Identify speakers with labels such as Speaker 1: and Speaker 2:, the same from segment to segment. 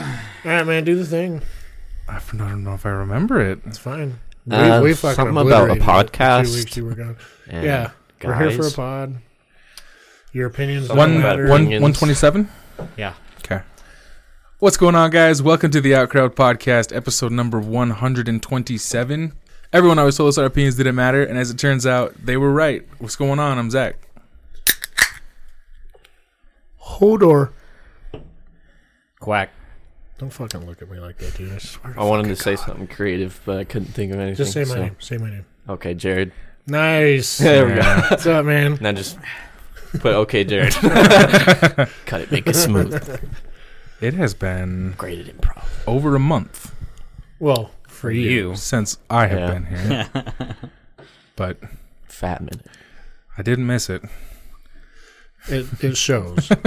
Speaker 1: All right, man, do the thing.
Speaker 2: I f- I don't know if I remember it.
Speaker 1: It's fine. We,
Speaker 3: Uh,
Speaker 1: we fucking
Speaker 3: something about a
Speaker 1: obliterated it the
Speaker 3: podcast.
Speaker 1: Two weeks you were gone.
Speaker 3: And
Speaker 1: yeah, we're here for a
Speaker 3: guys.
Speaker 1: pod. Your opinions don't
Speaker 2: One
Speaker 1: matter.
Speaker 2: one
Speaker 3: Onions.
Speaker 2: one twenty seven.
Speaker 3: Yeah.
Speaker 2: Okay. What's going on, guys? Welcome to the Outcrowd Podcast, episode number one hundred and twenty seven. Everyone always told us our opinions didn't matter, and as it turns out, they were right. What's going on? I'm Zach.
Speaker 1: Hodor.
Speaker 3: Quack.
Speaker 1: Don't fucking look at me like that, dude. I swear. to
Speaker 3: I wanted to
Speaker 1: fucking
Speaker 3: say
Speaker 1: God.
Speaker 3: something creative, but I couldn't think of anything.
Speaker 1: Just say my
Speaker 3: so-
Speaker 1: name. Say my name.
Speaker 3: Okay, Jared.
Speaker 1: Nice.
Speaker 3: There we go.
Speaker 2: Yeah.
Speaker 1: What's up, man?
Speaker 3: Now just put okay, Jared. Cut it, make it smooth.
Speaker 2: It has been
Speaker 3: Graded improv.
Speaker 2: over a month
Speaker 1: Well, for you.
Speaker 2: since I have
Speaker 3: Yeah.
Speaker 2: been here, but
Speaker 3: Fat minute.
Speaker 2: I didn't miss it.
Speaker 1: It, it shows.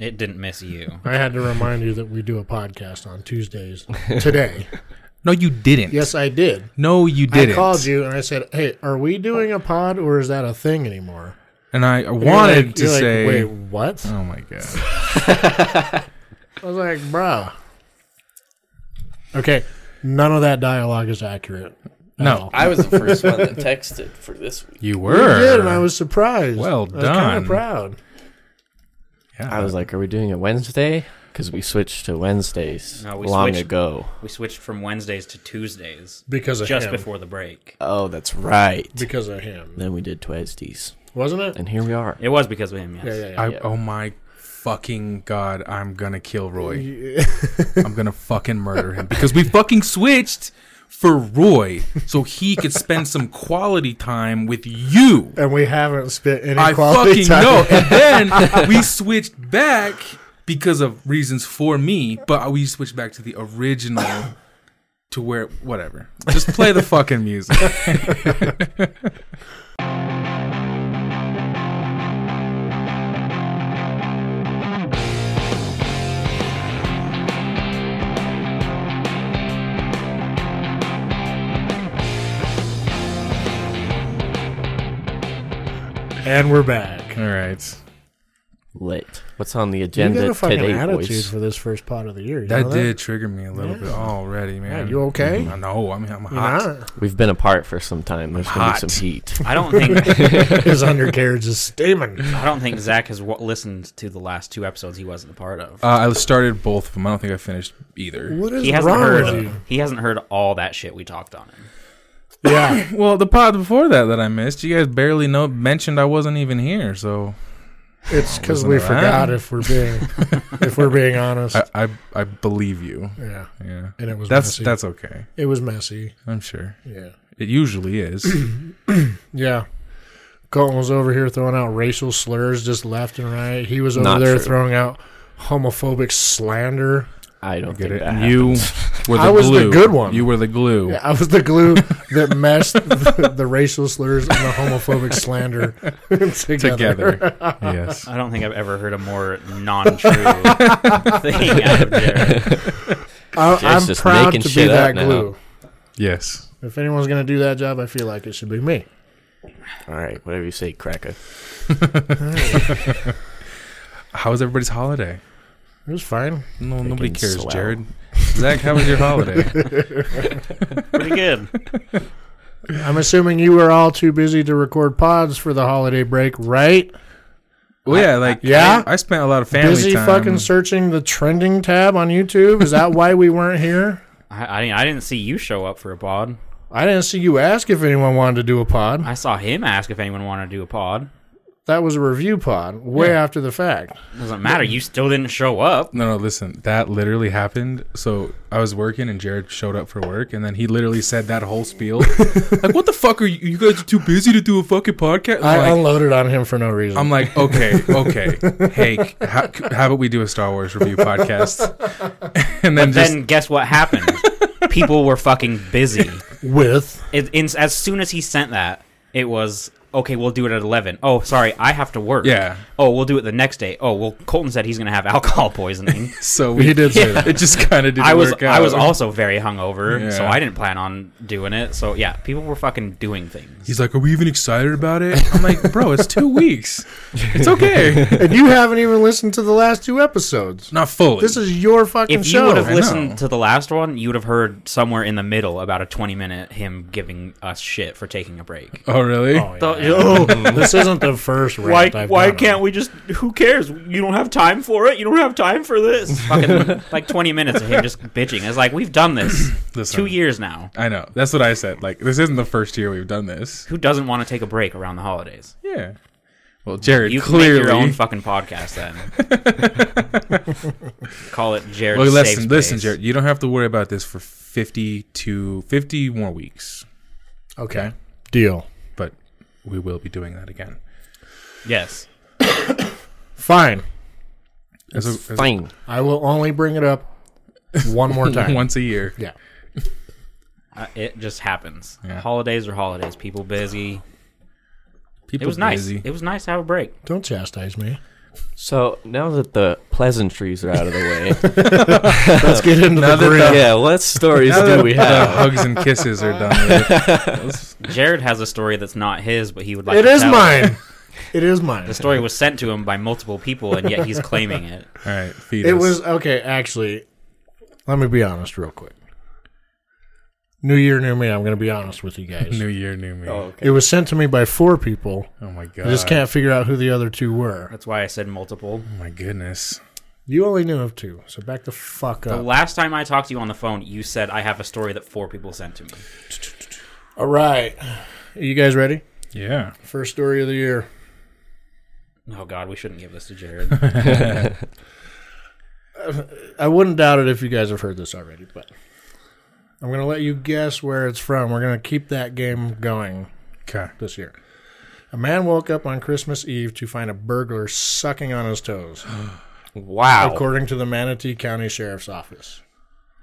Speaker 4: It didn't miss you.
Speaker 1: I had to remind you that we do a podcast on Tuesdays today.
Speaker 2: No, you didn't.
Speaker 1: yes, I did.
Speaker 2: No, you didn't.
Speaker 1: I called you and I said, "Hey, are we doing a pod or is that a thing anymore?"
Speaker 2: and I
Speaker 1: And you're
Speaker 2: wanted
Speaker 1: like-
Speaker 2: to
Speaker 1: you're like,
Speaker 2: say.
Speaker 1: "Wait, what?"
Speaker 2: Oh my god.
Speaker 1: I was like, "Bruh." Okay, none of that dialogue is accurate. at
Speaker 2: No.
Speaker 1: all.
Speaker 3: I was the first one that texted for this week.
Speaker 2: You
Speaker 1: You
Speaker 2: were.
Speaker 1: did, and I was surprised.
Speaker 2: Well
Speaker 1: I was kind
Speaker 2: done.
Speaker 1: of proud.
Speaker 2: Yeah.
Speaker 3: I was like, are we doing it Wednesday? Because we switched to Wednesdays
Speaker 4: No, we
Speaker 3: long
Speaker 4: switched-
Speaker 3: ago.
Speaker 4: We switched from Wednesdays to Tuesdays
Speaker 1: Because of
Speaker 4: just
Speaker 1: him.
Speaker 4: before the break.
Speaker 3: Oh, that's right.
Speaker 1: Because of him,
Speaker 3: Then we did Wednesdays.
Speaker 1: wasn't it?
Speaker 3: And here we are.
Speaker 4: It was because of him, yes.
Speaker 1: Yeah, yeah,
Speaker 2: I,
Speaker 3: Yeah.
Speaker 2: oh my fucking god, I'm gonna kill Roy.
Speaker 1: yeah.
Speaker 2: I'm gonna fucking murder him because we fucking switched for Roy so he could spend some quality time with you.
Speaker 1: and we haven't spent any
Speaker 2: I
Speaker 1: quality
Speaker 2: fucking
Speaker 1: time.
Speaker 2: know. And then we switched back because of reasons for me, but we switched back to the original to where whatever. Just play the fucking music.
Speaker 1: And we're back.
Speaker 2: All right.
Speaker 3: Lit. What's on the
Speaker 1: You got
Speaker 3: agenda
Speaker 1: a fucking
Speaker 3: today,
Speaker 1: attitude
Speaker 3: boys?
Speaker 1: for this first part of the year. You know
Speaker 2: That
Speaker 1: that?
Speaker 2: did trigger me a little bit already, man.
Speaker 1: you okay?
Speaker 2: I know. I'm, I'm
Speaker 1: You
Speaker 2: hot.
Speaker 1: know?
Speaker 3: We've been apart for some time. There's going
Speaker 2: Hot.
Speaker 3: to be some heat.
Speaker 4: I don't think
Speaker 1: His undercarriage is steaming.
Speaker 4: I don't think Zach has w- listened to the last two episodes he wasn't a part of.
Speaker 2: Uh, I started both of them. I don't think I finished either.
Speaker 1: What is
Speaker 4: he hasn't
Speaker 1: wrong with
Speaker 4: heard
Speaker 1: you?
Speaker 4: he hasn't heard all that shit we talked on him.
Speaker 1: Yeah,
Speaker 2: Well, the pod before that that I missed, you guys barely know mentioned I wasn't even here. So
Speaker 1: it's because
Speaker 2: Wasn't
Speaker 1: we
Speaker 2: around.
Speaker 1: forgot if we're being if we're being honest.
Speaker 2: I I, I believe you.
Speaker 1: yeah,
Speaker 2: Yeah,
Speaker 1: and it was
Speaker 2: that's
Speaker 1: messy.
Speaker 2: that's okay.
Speaker 1: it was messy.
Speaker 2: I'm sure
Speaker 1: Yeah,
Speaker 2: it usually is.
Speaker 1: yeah. Colton was over here throwing out racial slurs just left and right. He was over
Speaker 3: Not
Speaker 1: there
Speaker 3: true.
Speaker 1: throwing out homophobic slander.
Speaker 3: I don't
Speaker 2: Get
Speaker 3: think
Speaker 2: it?
Speaker 3: that
Speaker 2: You
Speaker 3: happens.
Speaker 2: were the
Speaker 1: I was the
Speaker 2: glue.
Speaker 1: good one.
Speaker 2: You were the glue.
Speaker 1: Yeah, I was the glue that meshed the, the racial slurs and the homophobic slander together.
Speaker 2: Together, yes.
Speaker 4: I don't think I've ever heard a more non-true thing out of Jared.
Speaker 1: I, I'm
Speaker 3: Jared's just
Speaker 1: proud to
Speaker 3: making
Speaker 1: be
Speaker 3: shit
Speaker 1: that
Speaker 3: up now.
Speaker 1: glue.
Speaker 2: Yes.
Speaker 1: If anyone's gonna do that job, I feel like it should be me.
Speaker 3: All right, whatever you say, cracker.
Speaker 2: How was everybody's holiday?
Speaker 1: It was fine.
Speaker 2: No, nobody
Speaker 3: Freaking
Speaker 2: cares,
Speaker 3: swell.
Speaker 2: Jared. Zach, how was your holiday?
Speaker 4: Pretty good.
Speaker 1: I'm assuming you were all too busy to record pods for the holiday break, right?
Speaker 2: well, yeah, like
Speaker 1: Yeah?
Speaker 2: I, I spent a lot of family
Speaker 1: busy
Speaker 2: time.
Speaker 1: fucking searching the trending tab on YouTube. Is that why we weren't here?
Speaker 4: I, I didn't I didn't see you show up for a pod.
Speaker 1: I didn't see you ask if anyone wanted to do a pod.
Speaker 4: I saw him ask if anyone wanted to do a pod.
Speaker 1: That was a review pod, way after the fact.
Speaker 4: Doesn't matter. You still didn't show up.
Speaker 2: No, no, listen. That literally happened. So I was working, and Jared showed up for work, and then he literally said that whole spiel. like, what the fuck are you? You guys are too busy to do a fucking podcast.
Speaker 1: I
Speaker 2: I'm like,
Speaker 1: unloaded on him for no reason.
Speaker 2: I'm like, okay, okay. hey, c- how, c- how about we do a Star Wars review podcast? and then just
Speaker 4: then guess what happened? People were fucking busy.
Speaker 1: with
Speaker 4: It, in, as soon as he sent that, it was okay, we'll do it at eleven. Oh, sorry, I have to work.
Speaker 2: Yeah.
Speaker 4: Oh, we'll do it the next day. Oh, well, Colton said he's gonna have alcohol poisoning.
Speaker 2: So we
Speaker 1: He did say that.
Speaker 2: It just kind of didn't
Speaker 4: I was
Speaker 2: work out.
Speaker 4: I was also very hungover, so
Speaker 2: Yeah.
Speaker 4: I didn't plan on doing it. So yeah, people were fucking doing things.
Speaker 2: He's like, "Are we even excited about it?" I'm like, "Bro, it's two weeks. It's okay.
Speaker 1: and you haven't even listened to the last two episodes.
Speaker 2: Not fully.
Speaker 1: This is your fucking
Speaker 4: If you
Speaker 1: show.
Speaker 4: would have
Speaker 2: I know.
Speaker 4: listened to the last one, you would have heard somewhere in the middle about a twenty minute him giving us shit for taking a break.
Speaker 2: oh, really?
Speaker 1: Oh, this isn't the first rant I've done on
Speaker 4: we just? Who cares? You don't have time for it. You don't have time for this. Fucking like twenty minutes of him just bitching. It's like we've done this
Speaker 2: Listen,
Speaker 4: two years now.
Speaker 2: I know. That's what I said. Like, this isn't the first year we've done this.
Speaker 4: Who doesn't want to take a break around the holidays?
Speaker 2: Yeah. Well, Jared,
Speaker 4: You can make
Speaker 2: clearly.
Speaker 4: your own fucking podcast then. Call it Jared.
Speaker 2: well, listen, listen, Jared. You don't have to worry about this for 50 to 50 more weeks,
Speaker 1: Okay. Deal.
Speaker 2: but we will be doing that again.
Speaker 4: Yes.
Speaker 1: Fine.
Speaker 2: As a- as a-
Speaker 3: Fine.
Speaker 1: I will only bring it up one more time.
Speaker 2: once a year.
Speaker 1: Yeah.
Speaker 4: Uh, it just happens.
Speaker 2: Yeah.
Speaker 4: Holidays are holidays. People busy.
Speaker 2: People
Speaker 4: It was nice.
Speaker 2: busy.
Speaker 4: It was nice to have a break.
Speaker 1: Don't chastise me.
Speaker 3: So now that the pleasantries are out of the
Speaker 1: Let's get into the
Speaker 3: way,
Speaker 1: grill.
Speaker 3: yeah, what stories
Speaker 2: Now
Speaker 3: do
Speaker 2: that
Speaker 3: we
Speaker 2: the
Speaker 3: have?
Speaker 2: Uh, hugs and kisses are done. With. Let's-
Speaker 4: Jared has a story that's not his, but he would like.
Speaker 1: It
Speaker 4: to
Speaker 1: is
Speaker 4: tell.
Speaker 1: mine. It is mine.
Speaker 4: The story was sent to him by multiple people, and yet he's claiming it.
Speaker 2: all right, feed
Speaker 1: It
Speaker 2: us.
Speaker 1: was okay. Actually, let me be honest real quick. New year, new me. I'm going to be honest with you guys.
Speaker 2: New Year, New Me. Oh,
Speaker 1: It was sent to me by four people.
Speaker 2: my god!
Speaker 1: I just can't figure out who the other two were.
Speaker 4: That's why I said multiple.
Speaker 2: Oh my goodness!
Speaker 1: You only knew of two, so back the fuck
Speaker 4: The
Speaker 1: up.
Speaker 4: last time I talked to you on the phone, you said I have a story that four people sent to me.
Speaker 1: All right. Are you guys ready?
Speaker 2: Yeah.
Speaker 1: First story of the year.
Speaker 4: Oh God, we shouldn't give this to Jared.
Speaker 1: I wouldn't doubt it if you guys have heard this already, but I'm going to let you guess where it's from. We're going to keep that game going
Speaker 2: Okay.
Speaker 1: this year. A man woke up on Christmas Eve to find a burglar sucking on his toes,
Speaker 4: wow,
Speaker 1: according to the Manatee County Sheriff's Office.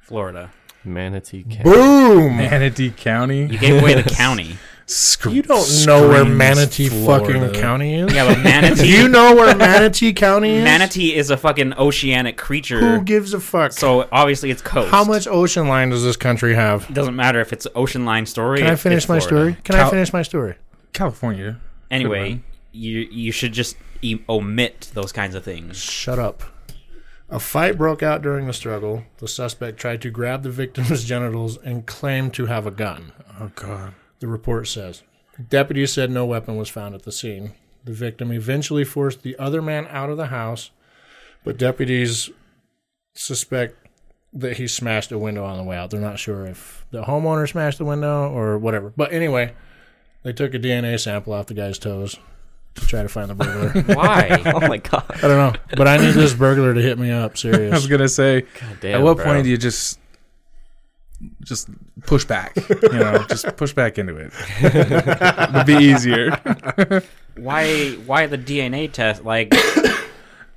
Speaker 4: Florida.
Speaker 3: Manatee County.
Speaker 1: Boom!
Speaker 2: Manatee County.
Speaker 4: You gave away the county.
Speaker 2: Sc-
Speaker 1: You don't know where
Speaker 2: screams
Speaker 1: Manatee
Speaker 2: Florida.
Speaker 1: fucking county is?
Speaker 4: Yeah, but
Speaker 1: Do
Speaker 4: manatee.
Speaker 1: you know where Manatee County is?
Speaker 4: manatee is a fucking oceanic
Speaker 1: Who
Speaker 4: creature.
Speaker 1: gives a fuck?
Speaker 4: So obviously it's coast.
Speaker 1: How much ocean line does this country have?
Speaker 4: It doesn't matter if it's ocean line story.
Speaker 1: Can I
Speaker 4: it's
Speaker 1: finish my
Speaker 4: Florida.
Speaker 1: story? Can I
Speaker 2: Cal-
Speaker 1: finish my story?
Speaker 2: California.
Speaker 4: Anyway, you you should just e- omit those kinds of things.
Speaker 1: Shut up. A fight broke out during the struggle. The suspect tried to grab the victim's genitals and claimed to have a gun.
Speaker 2: Oh god.
Speaker 1: The report says. Deputies said no weapon was found at the scene. The victim eventually forced the other man out of the house, but deputies suspect that he smashed a window on the way out. They're not sure if the homeowner smashed the window or whatever. But anyway, they took a DNA sample off the guy's toes to try to find the burglar.
Speaker 4: Why?
Speaker 3: Oh my god.
Speaker 1: I don't know, but I need this burglar to hit me up.
Speaker 2: I was
Speaker 1: Serious.
Speaker 2: gonna say.
Speaker 3: Damn,
Speaker 2: at what
Speaker 3: bro.
Speaker 2: point do you just just push back? You know, just push back into it. It'd be easier.
Speaker 4: Why? Why the DNA test? Like,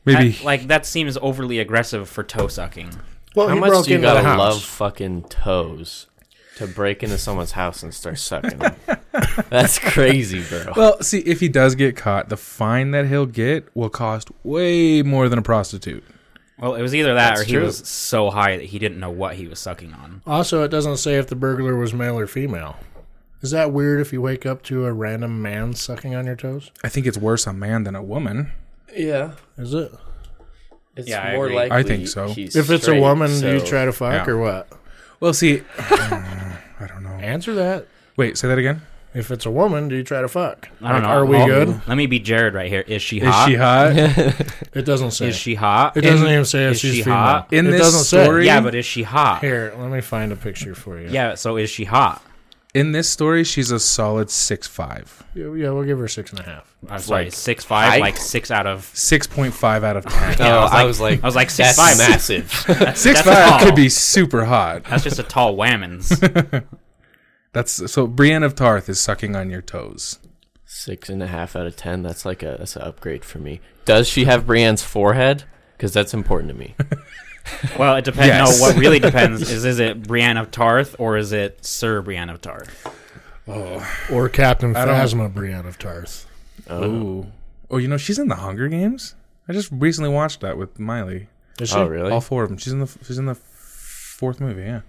Speaker 2: Maybe.
Speaker 4: that- like that seems overly aggressive for toe sucking.
Speaker 1: Well,
Speaker 3: How
Speaker 1: he
Speaker 3: much
Speaker 1: broke
Speaker 3: do you
Speaker 1: into the
Speaker 3: gotta
Speaker 1: house.
Speaker 3: love fucking toes to break into someone's house and start sucking them? That's crazy, bro.
Speaker 2: well, see, if he does get caught, the fine that he'll get will cost way more than a prostitute.
Speaker 4: Well, it was either that
Speaker 3: That's
Speaker 4: or he
Speaker 3: true.
Speaker 4: was so high that he didn't know what he was sucking on.
Speaker 1: Also, it doesn't say if the burglar was male or female. Is that weird if you wake up to a random man sucking on your toes?
Speaker 2: I think it's worse a man than a woman.
Speaker 3: Yeah.
Speaker 1: Is it?
Speaker 3: It's
Speaker 4: Yeah, I
Speaker 3: more
Speaker 4: agree.
Speaker 3: likely.
Speaker 2: I think so.
Speaker 3: he's
Speaker 1: If it's a
Speaker 3: straight,
Speaker 1: woman,
Speaker 3: so-
Speaker 1: you try to fuck
Speaker 2: Yeah.
Speaker 1: or what?
Speaker 2: Well, see, I don't know.
Speaker 1: Answer that.
Speaker 2: Wait, say that again.
Speaker 1: If it's a woman, do you try to fuck?
Speaker 4: I
Speaker 1: Like,
Speaker 4: don't know.
Speaker 1: Are we
Speaker 4: I'll-
Speaker 1: good?
Speaker 4: Let me be Jared right here. Is she
Speaker 2: Is
Speaker 4: hot?
Speaker 2: she hot?
Speaker 1: It doesn't say.
Speaker 4: Is she hot?
Speaker 1: it doesn't
Speaker 2: in-
Speaker 1: even say if
Speaker 4: is
Speaker 1: she's
Speaker 4: she
Speaker 1: female.
Speaker 4: hot?
Speaker 2: In
Speaker 1: it
Speaker 2: this
Speaker 1: doesn't
Speaker 2: story-
Speaker 1: say.
Speaker 4: yeah, but is she hot?
Speaker 1: Here, let me find a picture for you.
Speaker 4: Yeah. So is she hot?
Speaker 2: In this story, she's a solid six five.
Speaker 1: yeah, yeah, we'll give her six and a half.
Speaker 4: I'm sorry,
Speaker 3: Like,
Speaker 4: six five,
Speaker 3: height?
Speaker 4: like six out of
Speaker 2: Six point five out of ten.
Speaker 3: Oh,
Speaker 4: Yeah,
Speaker 3: I was like,
Speaker 4: I was like six
Speaker 3: that's
Speaker 4: five.
Speaker 3: massive.
Speaker 2: Six
Speaker 4: That's
Speaker 2: five
Speaker 4: tall.
Speaker 2: could be super hot.
Speaker 4: That's just a tall whammons.
Speaker 2: That's so. Brienne of Tarth is sucking on your toes.
Speaker 3: Six and a half out of ten. That's like a that's an upgrade for me. Does she have Brienne's forehead? Because that's important to me.
Speaker 4: well, it depends.
Speaker 2: Yes.
Speaker 4: No, what really depends is is it Brienne of Tarth or is it Sir Brienne of Tarth?
Speaker 2: Oh,
Speaker 1: Or Captain
Speaker 2: I don't-
Speaker 1: Phasma Brienne of Tarth.
Speaker 3: Oh,
Speaker 2: oh, oh! You know she's in the Hunger Games. I just recently watched that with Miley.
Speaker 1: Is she?
Speaker 3: oh really?
Speaker 2: All four of them. She's in the she's in the fourth movie. Yeah,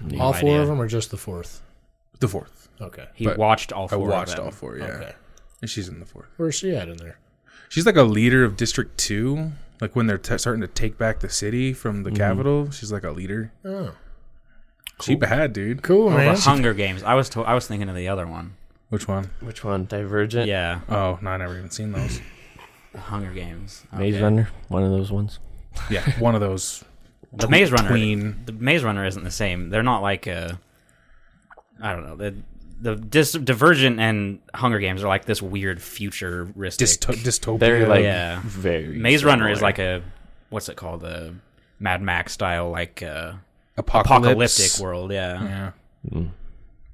Speaker 3: No
Speaker 1: All four
Speaker 4: idea.
Speaker 1: of them or just the fourth?
Speaker 2: the fourth.
Speaker 1: Okay.
Speaker 4: He
Speaker 2: But
Speaker 4: watched all
Speaker 2: I
Speaker 4: four.
Speaker 2: watched
Speaker 4: of them.
Speaker 2: all four. Yeah,
Speaker 1: Okay.
Speaker 2: and she's in the fourth.
Speaker 1: Where's she at in there?
Speaker 2: She's like a leader of District Two. Like when they're t- starting to take back the city from the capital, she's like a leader.
Speaker 1: Oh.
Speaker 2: She bad, dude.
Speaker 1: Cool,
Speaker 4: Oh,
Speaker 1: man.
Speaker 4: the Hunger Games. I was to- I was thinking of the other one.
Speaker 2: Which one?
Speaker 3: Which one? Divergent.
Speaker 4: Yeah,
Speaker 2: Oh, no, I never even seen those.
Speaker 4: the Hunger Games.
Speaker 3: Maze
Speaker 4: Okay.
Speaker 3: Runner. One of those ones.
Speaker 2: yeah, one of those.
Speaker 4: The Maze Runner.
Speaker 2: Tween.
Speaker 4: The Maze Runner isn't the same. They're not like I I don't know. The the dis- Divergent and Hunger Games are like this weird futuristic.
Speaker 2: Dysto- dystopia.
Speaker 3: They're like
Speaker 4: Yeah.
Speaker 3: very.
Speaker 4: Maze Runner is
Speaker 3: similar.
Speaker 4: like a what's it called a Mad Max style like uh,
Speaker 2: Apocalypse.
Speaker 4: apocalyptic world. Yeah.
Speaker 2: Yeah.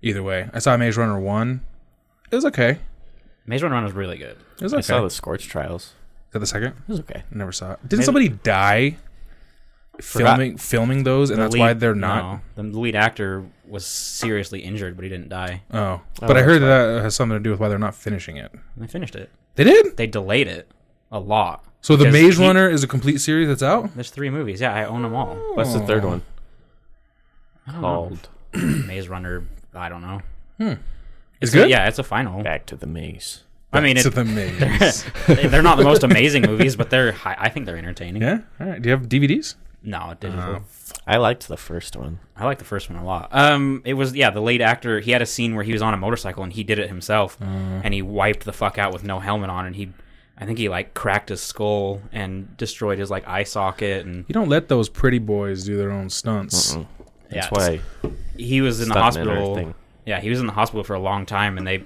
Speaker 2: Either way, I saw Maze Runner one. It was okay.
Speaker 4: Maze Runner was really good.
Speaker 2: It was
Speaker 3: I
Speaker 2: okay.
Speaker 3: saw the Scorch Trials.
Speaker 2: Is that the second?
Speaker 3: It was okay.
Speaker 2: I never saw it. Didn't somebody die
Speaker 3: Forgot-
Speaker 2: filming filming those, and
Speaker 4: The
Speaker 2: that's
Speaker 4: lead-
Speaker 2: why they're not?
Speaker 4: no, the lead actor was seriously injured, but he didn't die.
Speaker 2: Oh, but I
Speaker 3: that's
Speaker 2: heard that, that has something to do with why they're not finishing it.
Speaker 4: And they finished it.
Speaker 2: They did.
Speaker 4: They delayed it a lot.
Speaker 2: So the
Speaker 4: Because
Speaker 2: Maze
Speaker 4: he-
Speaker 2: Runner is a complete series that's out.
Speaker 4: There's three movies. Yeah, I own them all.
Speaker 3: What's the third
Speaker 2: Oh.
Speaker 3: one? Called
Speaker 4: Maze Runner. I don't know.
Speaker 2: It's good.
Speaker 4: Yeah, it's a final.
Speaker 3: Back to the Maze.
Speaker 4: I mean,
Speaker 2: to
Speaker 4: it,
Speaker 2: the Maze.
Speaker 4: they're not the most amazing movies, but they're. hi- I think they're entertaining.
Speaker 2: yeah. All right. Do you have DVDs?
Speaker 4: No, digital.
Speaker 3: I liked the first one.
Speaker 4: I like the first one a lot. Um, it was yeah, the lead actor. He had a scene where he was on a motorcycle and he did it himself, and he wiped the fuck out with no helmet on, and he, I think he like cracked his skull and destroyed his like eye socket, and
Speaker 2: You don't let those pretty boys do their own stunts.
Speaker 4: yeah,
Speaker 3: That's why
Speaker 4: he was in the
Speaker 3: Stuntman or
Speaker 4: hospital.
Speaker 3: thing.
Speaker 4: Yeah, he was in the hospital for a long time, and they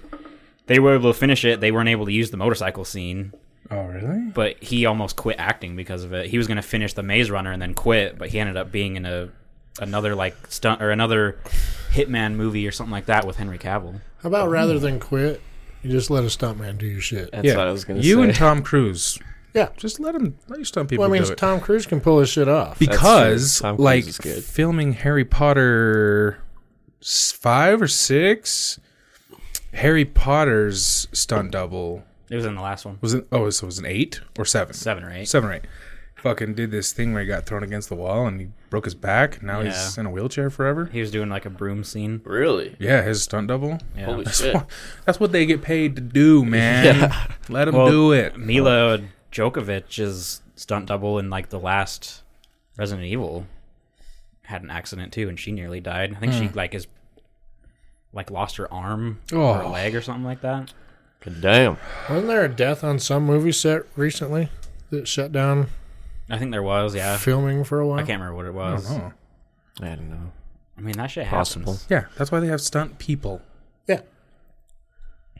Speaker 4: they were able to finish it. They weren't able to use the motorcycle scene,
Speaker 2: Oh, really?
Speaker 4: but he almost quit acting because of it. He was going to finish the Maze Runner and then quit, but he ended up being in a another like stunt or another hitman movie or something like that with Henry Cavill.
Speaker 1: How about rather than quit, you just let a stuntman do your shit?
Speaker 3: that's what I was gonna
Speaker 2: you
Speaker 3: say.
Speaker 2: and Tom Cruise.
Speaker 1: Yeah.
Speaker 2: Just let him let you stunt people
Speaker 1: Well, I mean,
Speaker 2: do it.
Speaker 1: Tom Cruise can pull his shit off.
Speaker 2: because
Speaker 3: Tom Cruise
Speaker 2: like
Speaker 3: is good.
Speaker 2: filming Harry Potter s- five or six, Harry Potter's stunt double
Speaker 4: It was in the last one.
Speaker 2: was an oh so it was an eight or seven
Speaker 4: Seven or eight.
Speaker 2: seven or eight. Fucking did this thing where he got thrown against the wall and he broke his back. Now he's
Speaker 4: Yeah.
Speaker 2: in a wheelchair forever.
Speaker 4: He was doing like a broom scene.
Speaker 3: really.
Speaker 2: Yeah, his stunt double.
Speaker 4: Yeah.
Speaker 3: Holy shit!
Speaker 2: That's what they get paid to do, man. Let him
Speaker 4: Well,
Speaker 2: do it.
Speaker 4: Mila
Speaker 2: Oh.
Speaker 4: Djokovic is stunt double in like the last Resident Evil had an accident too, and she nearly died. I think she
Speaker 2: Hmm.
Speaker 4: like is like lost her arm or her
Speaker 2: Oh.
Speaker 4: leg or something like that.
Speaker 3: God damn.
Speaker 1: Wasn't there a death on some movie set recently that shut down
Speaker 4: I think there was, yeah.
Speaker 1: filming for a while?
Speaker 4: I can't remember what it
Speaker 2: I
Speaker 4: was.
Speaker 2: don't know.
Speaker 3: I don't know.
Speaker 4: I mean, that shit
Speaker 3: Possible.
Speaker 4: happens.
Speaker 2: Yeah, that's why they have stunt people.
Speaker 1: Yeah.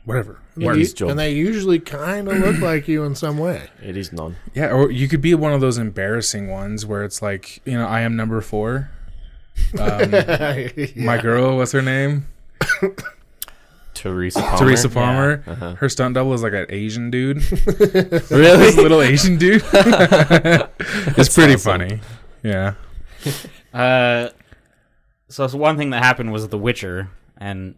Speaker 2: Whatever.
Speaker 1: And,
Speaker 3: Worms,
Speaker 1: you-
Speaker 3: Joel.
Speaker 1: and they usually kind of look like you in some way.
Speaker 3: It is none.
Speaker 2: Yeah, or you could be one of those embarrassing ones where it's like, you know, I am number four. Um, My girl, what's her name?
Speaker 3: Teresa Palmer.
Speaker 2: Teresa Palmer. Her stunt double is like an Asian dude, this
Speaker 3: really?
Speaker 2: little Asian dude. it's pretty
Speaker 3: awesome.
Speaker 2: funny. Yeah.
Speaker 4: Uh, so, so one thing that happened was The Witcher, and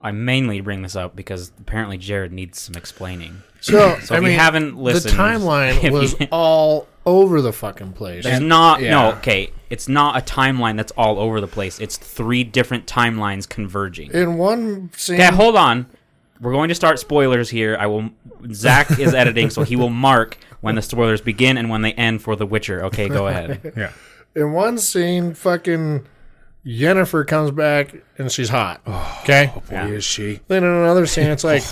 Speaker 4: I mainly bring this up because apparently Jared needs some explaining.
Speaker 1: So,
Speaker 4: So
Speaker 1: I
Speaker 4: if
Speaker 1: mean,
Speaker 4: you haven't
Speaker 1: the
Speaker 4: listened, if
Speaker 1: timeline
Speaker 4: you-
Speaker 1: was all over the fucking place.
Speaker 4: There's not no
Speaker 2: yeah.
Speaker 4: okay. It's not a timeline that's all over the place. It's three different timelines converging.
Speaker 1: in one scene,
Speaker 4: Okay, hold on. We're going to start spoilers here. I will. Zach is editing, so he will mark when the spoilers begin and when they end for The Witcher. Okay, go ahead.
Speaker 2: Yeah.
Speaker 1: in one scene, fucking Jennifer comes back and she's hot. Okay.
Speaker 2: Boy, is she.
Speaker 1: Then in another scene, it's like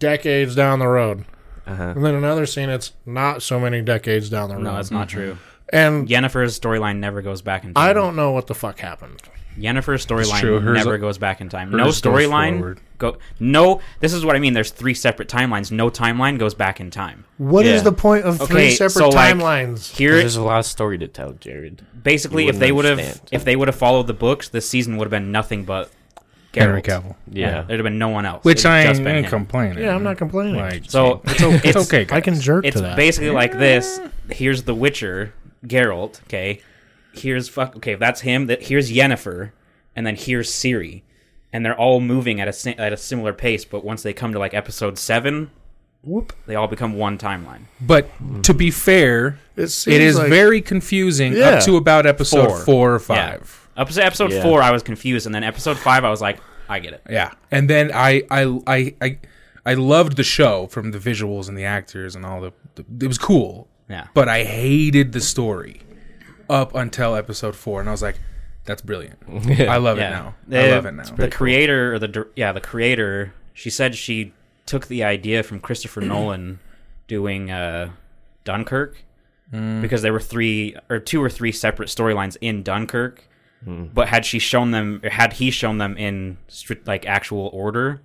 Speaker 1: decades down the road.
Speaker 3: Uh-huh.
Speaker 1: And then another scene, it's not so many decades down the road.
Speaker 4: No, that's not true.
Speaker 1: and
Speaker 4: Yennefer's storyline never goes back in time.
Speaker 1: I don't know what the fuck happened.
Speaker 4: Yennefer's
Speaker 2: true.
Speaker 4: storyline
Speaker 2: Hers-
Speaker 4: never goes back in time. No
Speaker 2: goes
Speaker 4: storyline
Speaker 2: forward.
Speaker 4: go. No, this is what I mean. There's three separate timelines. No timeline goes back in time.
Speaker 1: What is
Speaker 3: Yeah.
Speaker 1: the point of three
Speaker 4: Okay,
Speaker 1: separate
Speaker 4: so, like,
Speaker 1: timelines?
Speaker 4: Here,
Speaker 3: There's a lot of story to tell, Jared.
Speaker 4: basically,
Speaker 3: You
Speaker 4: if they would
Speaker 3: wouldn't
Speaker 4: have
Speaker 3: understand.
Speaker 4: if they would have followed the books, this season would have been nothing but Geralt.
Speaker 2: Henry Cavill.
Speaker 3: Yeah.
Speaker 4: There'd have been no one else.
Speaker 2: Which
Speaker 4: It'd
Speaker 2: I
Speaker 4: just
Speaker 2: ain't,
Speaker 4: been
Speaker 2: ain't
Speaker 4: him.
Speaker 2: complaining.
Speaker 1: yeah, I'm not complaining.
Speaker 2: Like,
Speaker 4: So it's,
Speaker 2: it's okay.
Speaker 1: I
Speaker 2: guys.
Speaker 1: can jerk
Speaker 4: It's
Speaker 1: to that.
Speaker 4: basically like this. Here's the Witcher, Geralt. Okay, here's fuck. Okay, that's him. That here's Yennefer, and then here's Siri. and they're all moving at a si- at a similar pace. But once they come to like episode seven, whoop, they all become one timeline.
Speaker 2: But to be fair,
Speaker 1: It
Speaker 2: it
Speaker 1: seems
Speaker 2: is
Speaker 1: like-
Speaker 2: very confusing
Speaker 1: Yeah.
Speaker 2: up to about episode
Speaker 4: Four.
Speaker 2: four, or five.
Speaker 4: Yeah. Episode, episode
Speaker 3: Yeah.
Speaker 4: four, I was confused, and then episode five, I was like, I get it.
Speaker 2: Yeah. And then I I I I, I loved the show from the visuals and the actors and all the, the it was cool.
Speaker 4: Yeah.
Speaker 2: But I hated the story up until episode 4 and I was like that's brilliant. I love it now. I
Speaker 4: The-
Speaker 2: love it now.
Speaker 4: The creator, or the dir- yeah, the creator. She said she took the idea from Christopher Nolan doing uh, Dunkirk because there were three or two or three separate storylines in Dunkirk. But had she shown them, or had he shown them in strict like actual order,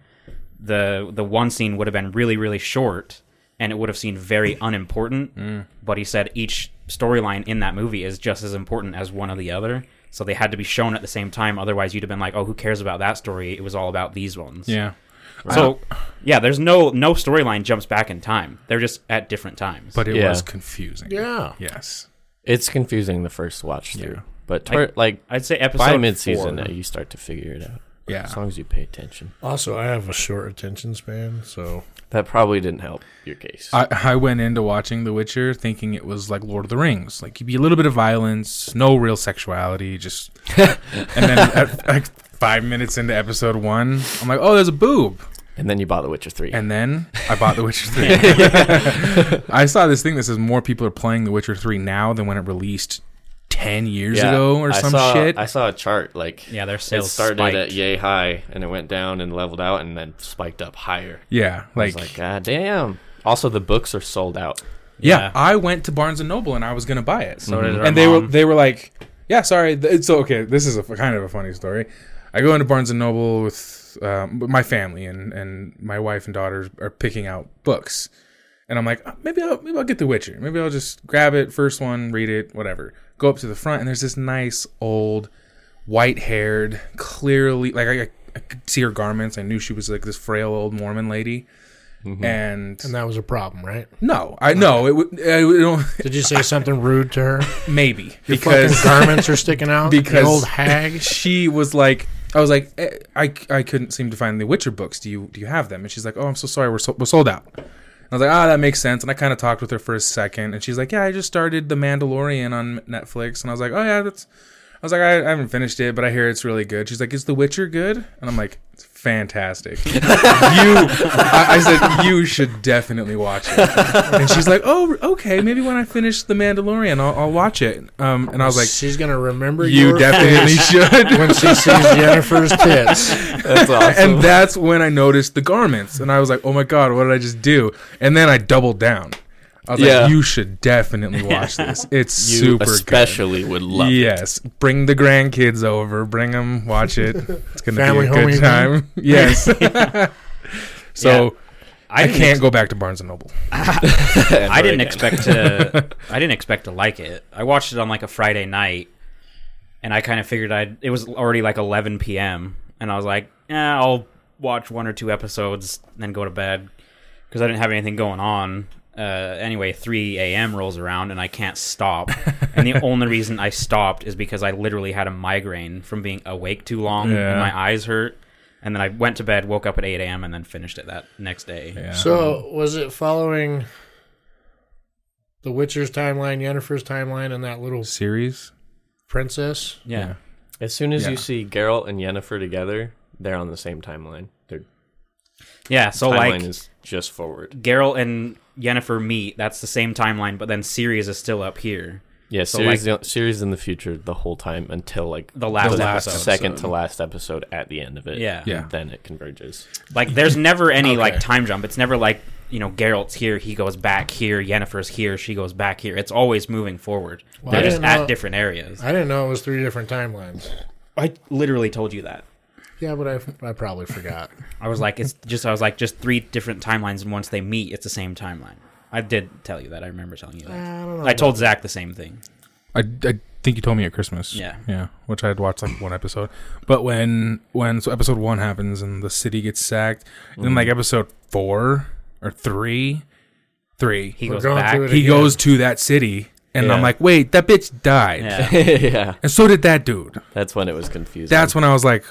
Speaker 4: the the one scene would have been really really short, and it would have seemed very unimportant. But he said each storyline in that movie is just as important as one or the other, so they had to be shown at the same time. Otherwise, you'd have been like, "Oh, who cares about that story? It was all about these ones."
Speaker 2: Yeah.
Speaker 4: So, yeah, there's no no storyline jumps back in time. They're just at different times.
Speaker 2: But it
Speaker 3: Yeah.
Speaker 2: was confusing.
Speaker 1: Yeah.
Speaker 2: Yes.
Speaker 3: It's confusing the first watch through,
Speaker 2: Yeah.
Speaker 3: but toward, like
Speaker 4: I'd say episode
Speaker 3: by
Speaker 4: four-
Speaker 3: mid-season, uh, you start to figure it out.
Speaker 2: Yeah.
Speaker 3: As long as you pay attention,
Speaker 1: Also, I have a short attention span, so
Speaker 3: that probably didn't help your case.
Speaker 2: I, I went into watching The Witcher thinking it was like Lord of the Rings, like you'd be a little bit of violence, no real sexuality, just. and then at, like five minutes into episode one, I'm like, oh, there's a boob,
Speaker 3: and then you bought The Witcher Three.
Speaker 2: and then I bought The Witcher three. I saw this thing that says more people are playing The Witcher three now than when it released ten years
Speaker 3: Yeah,
Speaker 2: ago or
Speaker 3: I
Speaker 2: some
Speaker 3: saw-
Speaker 2: shit.
Speaker 3: I saw a chart like
Speaker 4: yeah, their
Speaker 3: it
Speaker 4: sales
Speaker 3: started
Speaker 4: spiked.
Speaker 3: at yay high and it went down and leveled out and then spiked up higher.
Speaker 2: yeah,
Speaker 3: I
Speaker 2: like,
Speaker 3: was like, God damn. Also, the books are sold out.
Speaker 2: yeah.
Speaker 4: yeah.
Speaker 2: I went to Barnes and Noble and I was gonna buy it.
Speaker 4: So did our
Speaker 2: and they were
Speaker 4: mom.
Speaker 2: they were like, yeah, sorry. th- It's okay. This is a f- kind of a funny story. I go into Barnes and Noble with um, with my family and and my wife and daughters are picking out books, and I'm like, "Oh, maybe I'll maybe I'll get The Witcher. Maybe I'll just grab it first one, read it, whatever. Go up to the front and there's this nice old white haired, clearly like I, I could see her garments. I knew she was like this frail old Mormon lady.
Speaker 4: Mm-hmm.
Speaker 2: And
Speaker 1: and that was a problem, right?
Speaker 2: no, I no, it would I don't
Speaker 1: Did you say something rude to her?
Speaker 2: maybe
Speaker 1: Your fucking garments are sticking out. you
Speaker 2: because-
Speaker 1: old hag.
Speaker 2: she was like i was like eh, I, I couldn't seem to find the witcher books do you do you have them and she's like oh i'm so sorry we're, so, we're sold out and i was like ah that makes sense and i kind of talked with her for a second and she's like yeah i just started the mandalorian on netflix and i was like oh yeah that's i was like i, I haven't finished it but i hear it's really good she's like is the witcher good and i'm like it's fantastic you I, I said you should definitely watch it and she's like oh okay maybe when i finish the mandalorian i'll, I'll watch it um, and i was like
Speaker 1: she's gonna remember
Speaker 2: you
Speaker 1: your
Speaker 2: definitely
Speaker 1: face
Speaker 2: should
Speaker 1: when she sees Jennifer's tits.
Speaker 3: That's awesome.
Speaker 2: and that's when I noticed the garments, and I was like, "Oh my god, what did I just do?" And then I doubled down. I was
Speaker 3: Yeah.
Speaker 2: like, "You should definitely watch this. It's
Speaker 3: you
Speaker 2: super
Speaker 3: especially would
Speaker 2: good."
Speaker 3: love it.
Speaker 2: Yes, bring the grandkids over. Bring them, watch it. It's gonna
Speaker 1: Family
Speaker 2: be a
Speaker 1: home
Speaker 2: good
Speaker 1: evening.
Speaker 2: time. Yes. so
Speaker 4: Yeah.
Speaker 2: I,
Speaker 4: didn't
Speaker 2: can't go back to Barnes and Noble.
Speaker 4: I didn't expect to. I didn't expect to like it. I watched it on like a Friday night, and I kind of figured I. It was already like 11 p.m. and I was like, eh, I'll watch one or two episodes, and then go to bed because I didn't have anything going on. Uh, anyway, 3 a.m. rolls around and I can't stop. and the only reason I stopped is because I literally had a migraine from being awake too long
Speaker 2: Yeah.
Speaker 4: and my eyes hurt. And then I went to bed, woke up at 8 a.m., and then finished it that next day.
Speaker 1: So was it following the Witcher's timeline, Yennefer's timeline, and that little
Speaker 2: series.
Speaker 1: princess?
Speaker 4: yeah.
Speaker 3: As soon as
Speaker 2: Yeah.
Speaker 3: you see Geralt and Yennefer together, they're on the same timeline. Their
Speaker 4: Yeah, so
Speaker 3: timeline
Speaker 4: like
Speaker 3: is just forward.
Speaker 4: Geralt and Yennefer meet. That's the same timeline, but then Sirius is still up here.
Speaker 3: Yeah,
Speaker 4: So,
Speaker 3: series series in the future the whole time until like
Speaker 4: The last
Speaker 2: last
Speaker 4: episode.
Speaker 3: second to last episode at the end of it.
Speaker 4: Yeah.
Speaker 2: Yeah.
Speaker 3: And then it converges.
Speaker 4: Like there's never any
Speaker 2: Okay.
Speaker 4: like time jump. It's never like, you know, Geralt's here, he goes back here, Yennefer's here, she goes back here. It's always moving forward.
Speaker 1: Well, I
Speaker 4: They're just
Speaker 1: didn't
Speaker 4: at
Speaker 1: know-
Speaker 4: different areas.
Speaker 1: I didn't know it was three different timelines.
Speaker 4: I literally told you that.
Speaker 1: Yeah, but I, I probably forgot.
Speaker 4: I was like, it's just I was like just three different timelines and once they meet it's the same timeline. I did tell you that. I remember telling you that.
Speaker 1: I don't know.
Speaker 4: I told Zach the same thing.
Speaker 2: I, I think you told me at Christmas.
Speaker 4: Yeah.
Speaker 2: yeah, which I had watched like one episode. But when when so episode one happens and the city gets sacked, and
Speaker 4: Mm.
Speaker 2: then like episode four or three, three
Speaker 4: He
Speaker 2: he,
Speaker 1: We're
Speaker 4: goes
Speaker 1: going
Speaker 4: back.
Speaker 1: through it. again.
Speaker 2: goes to that city, and I'm
Speaker 3: Yeah.
Speaker 2: like, wait, that bitch died,
Speaker 4: Yeah.
Speaker 3: yeah.
Speaker 2: and so did that dude.
Speaker 3: That's when it was confusing.
Speaker 4: Mm.
Speaker 2: That's when I was like,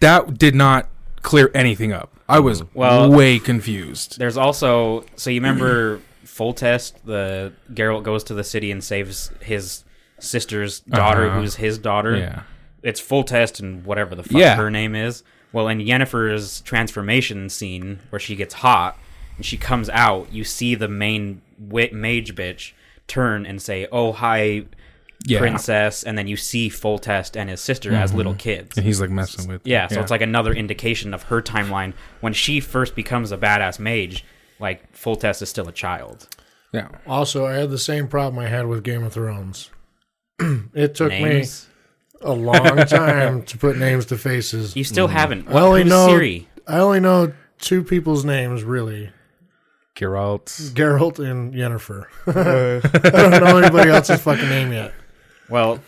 Speaker 2: that did not clear anything up. I was
Speaker 4: Mm. Well-
Speaker 2: way confused.
Speaker 4: There's also so you remember full test the Geralt goes to the city and saves his sister's daughter
Speaker 2: Uh-huh.
Speaker 4: who's his daughter.
Speaker 2: Yeah.
Speaker 4: It's full test and whatever the fuck
Speaker 2: Yeah.
Speaker 4: her name is. Well, in Yennefer's transformation scene where she gets hot and she comes out, you see the main wit mage bitch turn and say, "Oh hi,
Speaker 2: Yeah. Mm-hmm.
Speaker 4: princess," and then you see full test and his sister as little kids.
Speaker 2: And he's like messing with.
Speaker 4: Yeah, so it's like another indication of her timeline when she first becomes a badass mage. Like full test is still a child.
Speaker 2: yeah.
Speaker 1: Also, I had the same problem I had with Game of Thrones. it took
Speaker 4: Names
Speaker 1: me a long time to put names to faces.
Speaker 4: you still haven't.
Speaker 1: I only
Speaker 4: Who's
Speaker 1: know
Speaker 4: Ciri?
Speaker 1: I only know two people's names really:
Speaker 2: Geralt.
Speaker 1: Geralt and Yennefer. I don't know anybody else's fucking name yet.
Speaker 4: Well,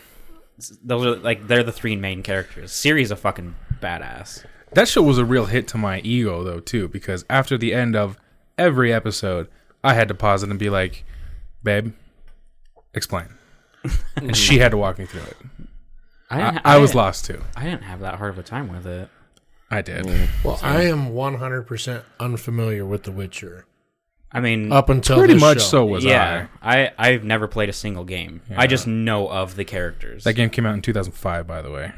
Speaker 4: s- those are like they're the three main characters. Ciri's a fucking badass.
Speaker 2: That show was a real hit to my ego though too, because after the end of every episode, I had to pause it and be like, "Babe, explain." and she had to walk me through it.
Speaker 4: I
Speaker 2: I,
Speaker 4: didn't,
Speaker 2: I was
Speaker 4: didn't-
Speaker 2: lost too.
Speaker 4: I didn't have that hard of a time with it.
Speaker 2: I did.
Speaker 1: Well, I am 100% unfamiliar with The Witcher
Speaker 4: I mean,
Speaker 1: up until
Speaker 2: Pretty
Speaker 1: this
Speaker 2: much
Speaker 1: show.
Speaker 2: so was
Speaker 4: yeah,
Speaker 2: I.
Speaker 4: I I've never played a single game. I just know of the characters.
Speaker 2: That game came out in 2005, by the way,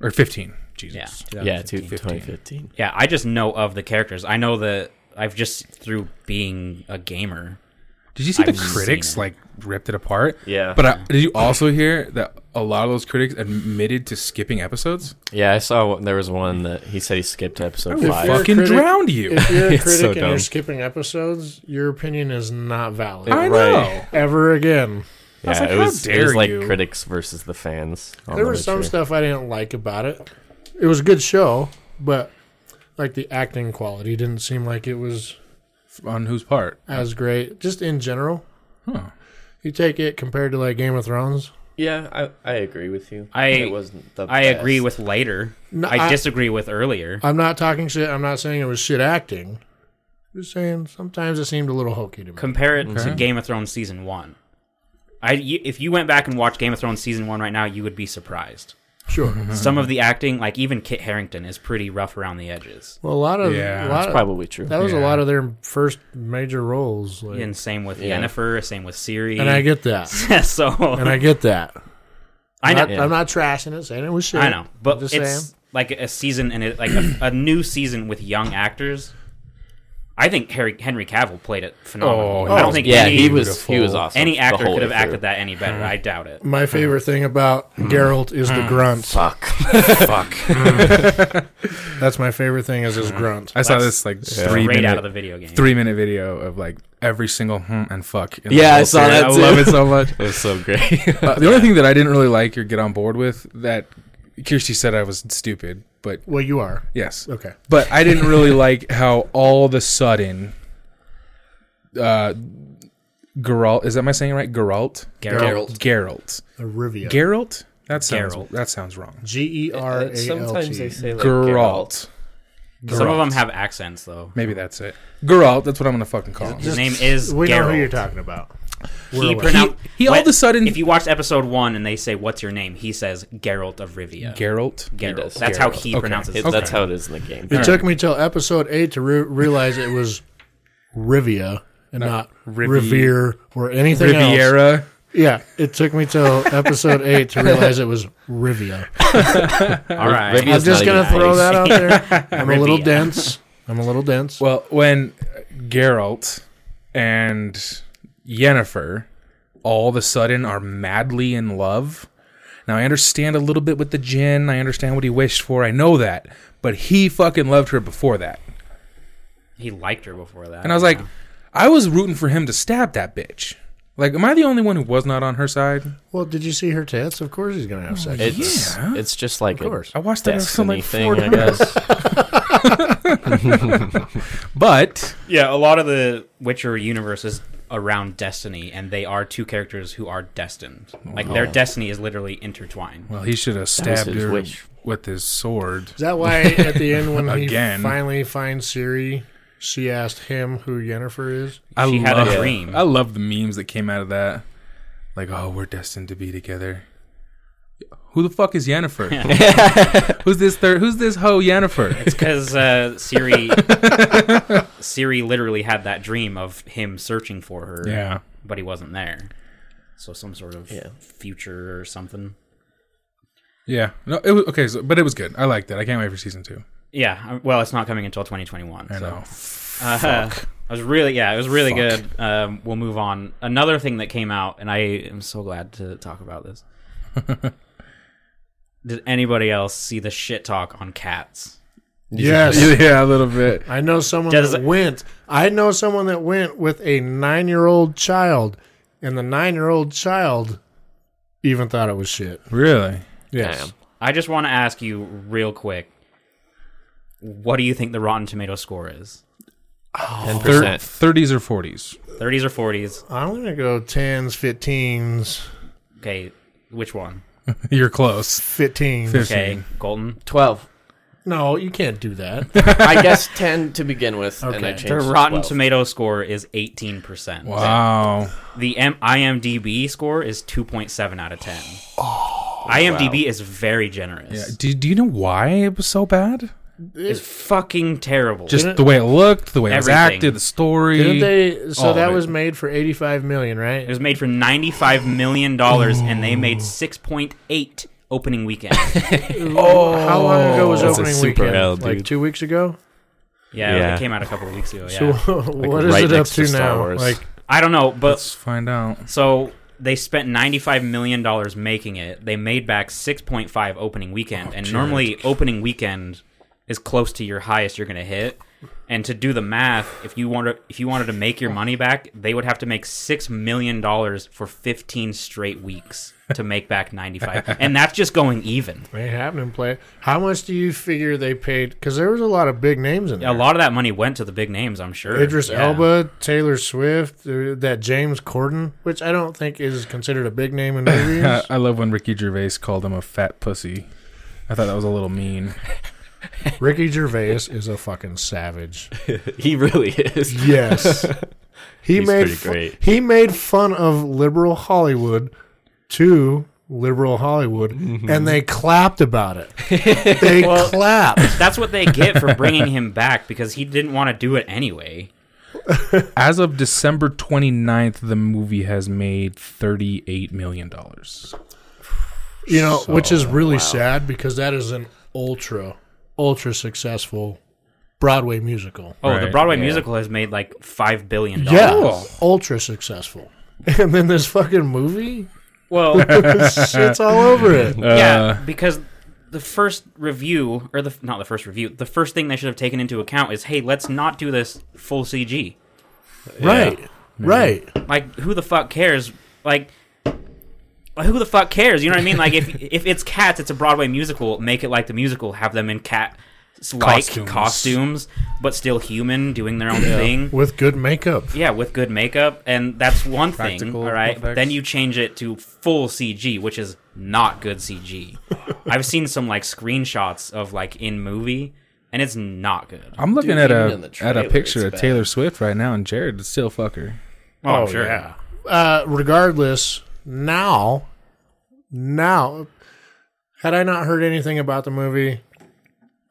Speaker 2: or 15. Jesus.
Speaker 4: yeah,
Speaker 3: Yeah, two, 2015.
Speaker 4: Yeah, I just know of the characters. I know that I've just through being a gamer.
Speaker 2: Did you see
Speaker 4: I've
Speaker 2: the
Speaker 4: seen
Speaker 2: critics
Speaker 4: it.
Speaker 2: like ripped it apart?
Speaker 3: Yeah.
Speaker 2: But I, did you also hear that a lot of those critics admitted to skipping episodes?
Speaker 3: Yeah, I saw one- there was one that he said he skipped episode
Speaker 2: They
Speaker 1: you're a
Speaker 3: five.
Speaker 2: fucking
Speaker 1: critic-
Speaker 2: drowned you.
Speaker 1: If you're a
Speaker 3: It's
Speaker 1: critic
Speaker 3: so
Speaker 1: and
Speaker 3: dumb.
Speaker 1: you're skipping episodes, your opinion is not valid
Speaker 2: I
Speaker 3: Right.
Speaker 2: know.
Speaker 1: ever again.
Speaker 3: Yeah,
Speaker 2: was like,
Speaker 3: it
Speaker 2: how
Speaker 3: was it
Speaker 2: dare
Speaker 3: was like
Speaker 2: you.
Speaker 3: critics versus the fans. on
Speaker 1: there
Speaker 3: The
Speaker 1: was some
Speaker 3: Witcher.
Speaker 1: stuff I didn't like about it. It was a good show, but like the acting quality didn't seem like it was
Speaker 2: On whose part?
Speaker 1: as great. Just in general,
Speaker 2: Huh.
Speaker 1: you take it compared to like Game of Thrones.
Speaker 3: Yeah, I, I agree with you.
Speaker 4: I-
Speaker 3: it wasn't the
Speaker 4: I agree
Speaker 3: best.
Speaker 4: with later.
Speaker 1: No,
Speaker 4: I,
Speaker 1: I-
Speaker 4: disagree with earlier.
Speaker 1: I'm not talking shit. I'm not saying it was shit acting. I'm just saying sometimes it seemed a little hokey to me.
Speaker 4: Compare it to
Speaker 2: Okay.
Speaker 4: Game of Thrones season one. I you, if you went back and watched Game of Thrones season one right now, you would be surprised.
Speaker 1: Sure.
Speaker 4: Some of the acting, like even Kit Harrington, is pretty rough around the edges.
Speaker 1: Well, a lot of a
Speaker 2: Yeah,
Speaker 1: lot
Speaker 3: That's
Speaker 1: of-
Speaker 3: probably true.
Speaker 1: that was a
Speaker 2: Yeah.
Speaker 1: lot of their first major roles. Like,
Speaker 4: And same with
Speaker 3: Yeah.
Speaker 4: Yennefer, same with Ciri.
Speaker 1: and I get that.
Speaker 4: so
Speaker 1: and I get that.
Speaker 4: I know.
Speaker 1: Not- I'm not trashing it, saying it was shit.
Speaker 4: I know, but
Speaker 1: I'm just
Speaker 4: it's
Speaker 1: saying.
Speaker 4: like a season and it, like a, a new season with young actors. I think Harry, Henry Cavill played it phenomenal.
Speaker 2: Oh,
Speaker 4: I
Speaker 1: oh,
Speaker 4: don't think
Speaker 3: Yeah,
Speaker 4: any,
Speaker 3: he was he was
Speaker 2: Beautiful.
Speaker 3: awesome.
Speaker 4: any
Speaker 3: the
Speaker 4: actor
Speaker 3: whole
Speaker 4: could have
Speaker 3: way
Speaker 4: acted that any better. I doubt it.
Speaker 1: My favorite thing about
Speaker 4: Mm-hmm.
Speaker 1: Geralt is
Speaker 4: Uh-huh.
Speaker 1: the grunt.
Speaker 3: through. Fuck.
Speaker 1: That's my favorite thing is
Speaker 4: Uh-huh.
Speaker 1: his grunt.
Speaker 2: I saw
Speaker 4: That's
Speaker 2: this like three
Speaker 4: Straight
Speaker 2: minute,
Speaker 4: out of the video game.
Speaker 2: three minute video of like every single hmm and fuck. in the
Speaker 3: Yeah, I
Speaker 2: whole
Speaker 3: saw
Speaker 2: series.
Speaker 3: that
Speaker 2: I
Speaker 3: too.
Speaker 2: love it so much.
Speaker 3: It was so great.
Speaker 2: Uh, the only thing that I didn't really like or get on board with that Kirsty said I was stupid, but
Speaker 1: Well, you are.
Speaker 2: yes,
Speaker 1: Okay.
Speaker 2: but I didn't really like how all of a sudden, uh, Geralt. Is that my saying it right? Geralt.
Speaker 4: Geralt.
Speaker 2: Geralt.
Speaker 1: Arivia.
Speaker 2: Geralt. That sounds
Speaker 4: Geralt.
Speaker 2: that sounds wrong.
Speaker 1: G E R A L T.
Speaker 3: say
Speaker 2: Geralt.
Speaker 4: Some of
Speaker 2: Geralt.
Speaker 4: them have accents though.
Speaker 2: Maybe that's it. Geralt. That's what I'm gonna fucking call him.
Speaker 4: His name is
Speaker 1: We know who
Speaker 4: Geralt.
Speaker 1: you're talking about. We're
Speaker 4: He,
Speaker 1: aware.
Speaker 2: He,
Speaker 4: pronoun-
Speaker 2: he all
Speaker 4: when-
Speaker 2: of a sudden.
Speaker 4: If you watched episode one and they say what's your name, he says Geralt of Rivia.
Speaker 2: Geralt.
Speaker 4: Geralt.
Speaker 3: does.
Speaker 4: That's how he
Speaker 2: Okay.
Speaker 4: pronounces
Speaker 3: It,
Speaker 4: it.
Speaker 3: That's how it is in the game.
Speaker 1: It took me till episode eight to re- realize it was Rivia and not
Speaker 2: Rivi-
Speaker 1: Revere or anything else.
Speaker 2: Riviera.
Speaker 1: Yeah, it took me till episode eight to realize it was Rivia.
Speaker 4: All right.
Speaker 3: Rivia's
Speaker 1: I'm just
Speaker 3: not
Speaker 1: gonna
Speaker 3: even
Speaker 1: throw
Speaker 3: nice.
Speaker 1: that out there. I'm a little
Speaker 4: Rivia.
Speaker 1: dense. I'm a little dense.
Speaker 2: Well, when Geralt and Yennefer all of a sudden are madly in love. Now I understand a little bit with the gin. I understand what he wished for. I know that, but he fucking loved her before that,
Speaker 4: He liked her before that.
Speaker 2: and I was like, I was rooting for him to stab that bitch. Like, am I the only one who was not on her side?
Speaker 1: Well, did you see her tits? Of course he's gonna have sex.
Speaker 3: It's
Speaker 2: Yeah.
Speaker 3: it's just like
Speaker 1: Of course.
Speaker 2: I
Speaker 3: a
Speaker 2: watched that episode
Speaker 3: destiny
Speaker 2: like
Speaker 3: thing,
Speaker 2: four
Speaker 3: I
Speaker 2: times.
Speaker 3: guess.
Speaker 2: But
Speaker 4: Yeah, a lot of the Witcher universe is around destiny, and they are two characters who are destined. Like
Speaker 2: Oh.
Speaker 4: their destiny is literally intertwined.
Speaker 2: well, he should have stabbed
Speaker 3: his
Speaker 2: her
Speaker 3: wish.
Speaker 2: with his sword.
Speaker 1: Is that why at the end when he
Speaker 2: Again.
Speaker 1: finally finds Siri, she asked him who Yennefer is?
Speaker 2: I
Speaker 4: She had a
Speaker 2: love-
Speaker 4: dream.
Speaker 2: I love the memes that came out of that. Like, oh, we're destined to be together. Who the fuck is Yennefer? who's this third? Who's this hoe Yennefer?
Speaker 4: because uh, Siri Siri literally had that dream of him searching for her.
Speaker 2: Yeah.
Speaker 4: but he wasn't there. So some sort of
Speaker 3: Yeah.
Speaker 4: future or something.
Speaker 2: Yeah. No. It was, okay. So, but it was good. I liked it. I can't wait for season two.
Speaker 4: Yeah, I- well, it's not coming until 2021.
Speaker 2: I
Speaker 4: so.
Speaker 2: know.
Speaker 4: Uh, I was really, yeah, it was really good. Um, we'll move on. Another thing that came out, and I am so glad to talk about this. Did anybody else see the shit talk on cats?
Speaker 1: Yes.
Speaker 2: yeah, a little bit.
Speaker 1: I know someone
Speaker 4: Does-
Speaker 1: that went. I know someone that went with a nine year old child, and the nine year old child even thought it was shit.
Speaker 2: Really?
Speaker 1: Yes.
Speaker 3: Damn.
Speaker 4: I just want to ask you real quick. What do you think the Rotten Tomato score is?
Speaker 3: Ten
Speaker 2: Thir-
Speaker 3: percent.
Speaker 2: 30s or 40s?
Speaker 4: 30s or 40s?
Speaker 1: I'm going to go 10s, 15s,
Speaker 4: Okay, which one?
Speaker 2: You're close.
Speaker 1: 15s.
Speaker 2: Fif-
Speaker 4: Okay, Colton.
Speaker 3: Twelve.
Speaker 1: No, you can't do that.
Speaker 3: I guess ten to begin with, and I
Speaker 1: Okay.
Speaker 3: changed.
Speaker 4: The
Speaker 3: to
Speaker 4: Rotten
Speaker 3: 12.
Speaker 4: Tomato score is 18%.
Speaker 2: Wow.
Speaker 4: The M- IMDb score is 2.7 out of 10. IMDb is very
Speaker 2: Oh, Yeah.
Speaker 4: generous.
Speaker 2: Do, do you know why it was so bad?
Speaker 4: It's fucking terrible.
Speaker 2: Just
Speaker 1: Didn't-
Speaker 2: the way it looked, the way it was
Speaker 4: Everything.
Speaker 2: acted, the story.
Speaker 1: Didn't they? uh, So
Speaker 3: oh,
Speaker 2: All of
Speaker 1: that
Speaker 2: it.
Speaker 1: was made for 85 million,
Speaker 4: it
Speaker 1: right?
Speaker 4: was made for 95 million dollars and they made 6.8 opening weekend.
Speaker 1: Oh, how long ago was
Speaker 3: That's a
Speaker 1: opening
Speaker 3: super
Speaker 1: weekend?
Speaker 3: L,
Speaker 1: like
Speaker 3: dude.
Speaker 1: two weeks ago.
Speaker 4: Yeah,
Speaker 3: Yeah.
Speaker 4: it came out a couple of weeks ago. Yeah.
Speaker 1: So what is
Speaker 3: right
Speaker 1: it up
Speaker 3: next
Speaker 1: to,
Speaker 3: to Star
Speaker 1: now?
Speaker 3: Wars.
Speaker 1: Like
Speaker 4: I don't know, but
Speaker 2: Let's find out.
Speaker 4: So they spent ninety-five million dollars making it. They made back six point five opening weekend, and normally opening weekend is close to your highest you're going to hit. And to do the math, if you wanted if you wanted to make your money back, they would have to make six million dollars for fifteen straight weeks to make back ninety-five, and that's just going even.
Speaker 1: may happen in play. How much do you figure they paid? Because there was a lot of big names in there.
Speaker 4: A lot of that money went to the big names, I'm sure.
Speaker 1: Idris
Speaker 4: Yeah.
Speaker 1: Elba, Taylor Swift, uh, that James Corden, which I don't think is considered a big name in movies.
Speaker 2: I love when Ricky Gervais called him a fat pussy. I thought that was a little mean.
Speaker 1: Ricky Gervais is a fucking savage.
Speaker 3: He really is.
Speaker 1: Yes, he
Speaker 3: He's
Speaker 1: made
Speaker 3: pretty
Speaker 1: fu-
Speaker 3: great.
Speaker 1: he made fun of liberal Hollywood to liberal Hollywood,
Speaker 3: Mm-hmm.
Speaker 1: and they clapped about it. They clapped.
Speaker 4: That's what they get for bringing him back because he didn't want to do it anyway.
Speaker 2: As of December 29th, the movie has made $38 million.
Speaker 1: you know, which is
Speaker 2: So,
Speaker 1: really sad because that is an ultra, ultra successful Broadway musical.
Speaker 4: Oh, the
Speaker 2: Right,
Speaker 4: Broadway
Speaker 3: yeah.
Speaker 4: musical has made like five billion dollars.
Speaker 1: Yeah, ultra successful. And then this fucking movie,
Speaker 4: Well,
Speaker 1: shit's all over it.
Speaker 4: yeah, because the first review or the not the first review, the first thing they should have taken into account is, hey, let's not do this full CG.
Speaker 1: Right, right.
Speaker 4: Like, who the fuck cares? Like. Who the fuck cares? You know what I mean? Like if if it's cats, it's a Broadway musical. Make it like the musical. Have them in cat like
Speaker 2: Costumes.
Speaker 4: costumes. but still human, doing their own thing.
Speaker 1: With good makeup.
Speaker 4: Yeah, with good makeup, and that's one thing.
Speaker 2: Practical
Speaker 4: All right, but
Speaker 2: effects.
Speaker 4: then you change it to full CG, which is not good CG. I've seen some like screenshots of like in movie, and it's not good.
Speaker 2: I'm looking at
Speaker 3: Dude, even in
Speaker 2: a
Speaker 3: the
Speaker 2: at
Speaker 3: trailer,
Speaker 2: a picture
Speaker 3: it's
Speaker 2: of
Speaker 3: bad.
Speaker 2: Taylor Swift right now, and Jared is still fuck her.
Speaker 4: Oh, I'm sure.
Speaker 1: Uh, regardless, now, now, had I not heard anything about the movie,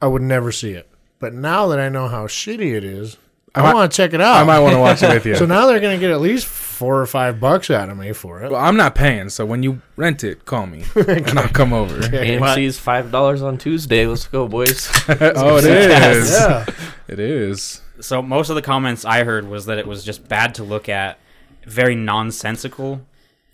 Speaker 1: I would never see it. But now that I know how shitty it is, I,
Speaker 2: might-
Speaker 1: want to check it out.
Speaker 2: I might want to watch it with you.
Speaker 1: So now they're going to get at least four or five bucks out of me for it.
Speaker 2: well, I'm not paying, so when you rent it, call me and I'll come over.
Speaker 3: AMC's five dollars on Tuesday. Let's go, boys.
Speaker 2: oh, it is.
Speaker 1: yeah.
Speaker 2: It is.
Speaker 4: So most of the comments I heard was that it was just bad to look at, very nonsensical,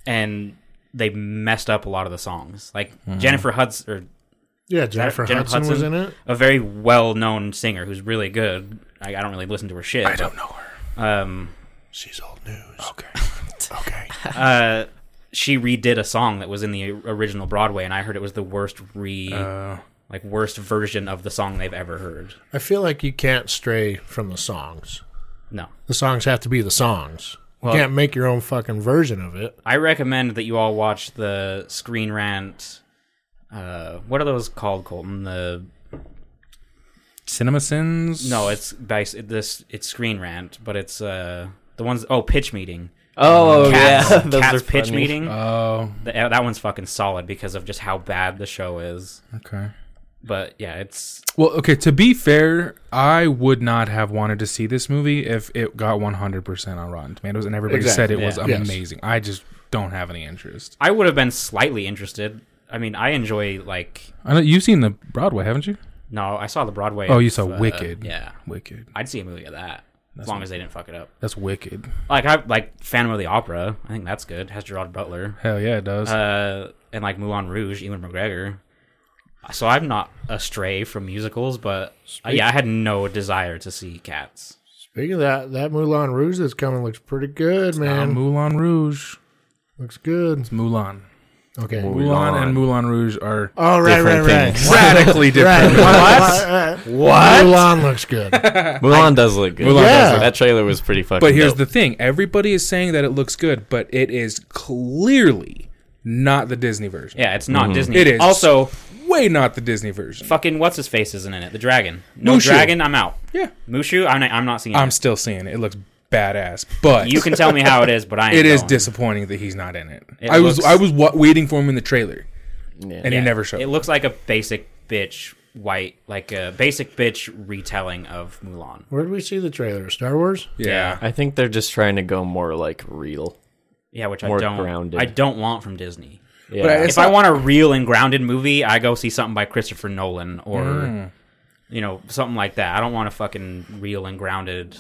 Speaker 4: and they messed up a lot of the songs. Like Jennifer Hudson or
Speaker 1: Yeah, Jennifer,
Speaker 4: Jennifer
Speaker 1: Hudson, was in
Speaker 4: Hudson?
Speaker 1: it.
Speaker 4: a very well-known singer who's really good. I, I don't really listen to her shit. I don't know her. Um,
Speaker 1: She's old news.
Speaker 2: Okay.
Speaker 1: Okay.
Speaker 4: uh, she redid a song that was in the original Broadway, and I heard it was the worst re like worst version of the song they've ever heard.
Speaker 1: I feel like you can't stray from the songs.
Speaker 4: No,
Speaker 1: The songs have to be the songs.
Speaker 4: Well-
Speaker 1: you can't make your own fucking version of it.
Speaker 4: I recommend that you all watch the Screen Rant. Uh, what are those called, Colton? The
Speaker 2: Cinema Sins?
Speaker 4: no, it's by this it's Screen Rant, but it's uh the ones oh pitch meeting.
Speaker 3: Oh
Speaker 4: Cats,
Speaker 3: yeah, those
Speaker 4: Cats
Speaker 3: are
Speaker 4: pitch
Speaker 3: funny.
Speaker 4: meeting.
Speaker 2: Oh,
Speaker 4: Th- that one's fucking solid because of just how bad the show is.
Speaker 2: okay.
Speaker 4: But yeah, it's
Speaker 2: Well, okay. To be fair, I would not have wanted to see this movie if it got 100% on Rotten Tomatoes and everybody said
Speaker 1: Exactly.
Speaker 2: it was
Speaker 4: Yeah.
Speaker 1: Yes.
Speaker 2: amazing. I just don't have any interest.
Speaker 4: I would have been slightly interested. I mean, I enjoy like
Speaker 2: I know you've seen the Broadway, haven't you?
Speaker 4: no, I saw the Broadway.
Speaker 2: Oh, you
Speaker 4: of,
Speaker 2: saw
Speaker 4: uh,
Speaker 2: Wicked.
Speaker 4: Yeah,
Speaker 2: Wicked.
Speaker 4: I'd see a movie of that as long as they didn't fuck it up.
Speaker 2: That's wicked.
Speaker 4: Like I like Phantom of the Opera. I think that's good. Has Gerard Butler
Speaker 2: Hell yeah, it does.
Speaker 4: uh, and like Moulin Rouge, Ewan McGregor. So I'm not astray from musicals, but uh, yeah, I had no desire to see Cats.
Speaker 1: Speaking of that, that Moulin Rouge that's coming looks pretty good,
Speaker 2: Uh,
Speaker 4: um,
Speaker 1: man.
Speaker 2: Moulin Rouge.
Speaker 1: looks good.
Speaker 2: Mulan.
Speaker 1: Okay.
Speaker 3: Moulin.
Speaker 2: Mulan and Moulin Rouge are
Speaker 1: Oh, right,
Speaker 3: Different
Speaker 1: right,
Speaker 3: things.
Speaker 1: right.
Speaker 2: radically different.
Speaker 1: What? What? Mulan looks good.
Speaker 3: Mulan does look good.
Speaker 2: Mulan
Speaker 1: does Yeah. look-
Speaker 3: that trailer was pretty fucking.
Speaker 2: But here's
Speaker 3: dope.
Speaker 2: the thing: everybody is saying that it looks good, but it is clearly not the Disney version.
Speaker 4: Yeah, it's not Disney.
Speaker 2: It is.
Speaker 4: also
Speaker 2: Way not the Disney version.
Speaker 4: fucking what's his face isn't in it. The dragon. No
Speaker 2: Mushu.
Speaker 4: dragon. I'm out.
Speaker 2: Yeah,
Speaker 4: Mushu. I'm not, I'm not seeing.
Speaker 2: I'm
Speaker 4: it.
Speaker 2: still seeing it. It looks badass, but
Speaker 4: You can tell me how it is, but I. Ain't
Speaker 2: it is
Speaker 4: going.
Speaker 2: disappointing that he's not in it.
Speaker 4: It
Speaker 2: I was
Speaker 4: looks-
Speaker 2: I was wa- waiting for him in the trailer,
Speaker 3: Yeah.
Speaker 2: and
Speaker 4: Yeah.
Speaker 2: he never showed.
Speaker 4: It
Speaker 2: up.
Speaker 4: looks like a basic bitch white, like a basic bitch retelling of Mulan.
Speaker 1: Where did we see the trailer? Star Wars?
Speaker 2: yeah.
Speaker 3: I think they're just trying to go more like real.
Speaker 4: Yeah, which
Speaker 3: More
Speaker 4: I don't.
Speaker 3: grounded.
Speaker 4: I don't want from Disney.
Speaker 3: Yeah.
Speaker 2: I-
Speaker 4: if I want a real and grounded movie, I go see something by Christopher Nolan or you know something like that. I don't want a fucking real and grounded.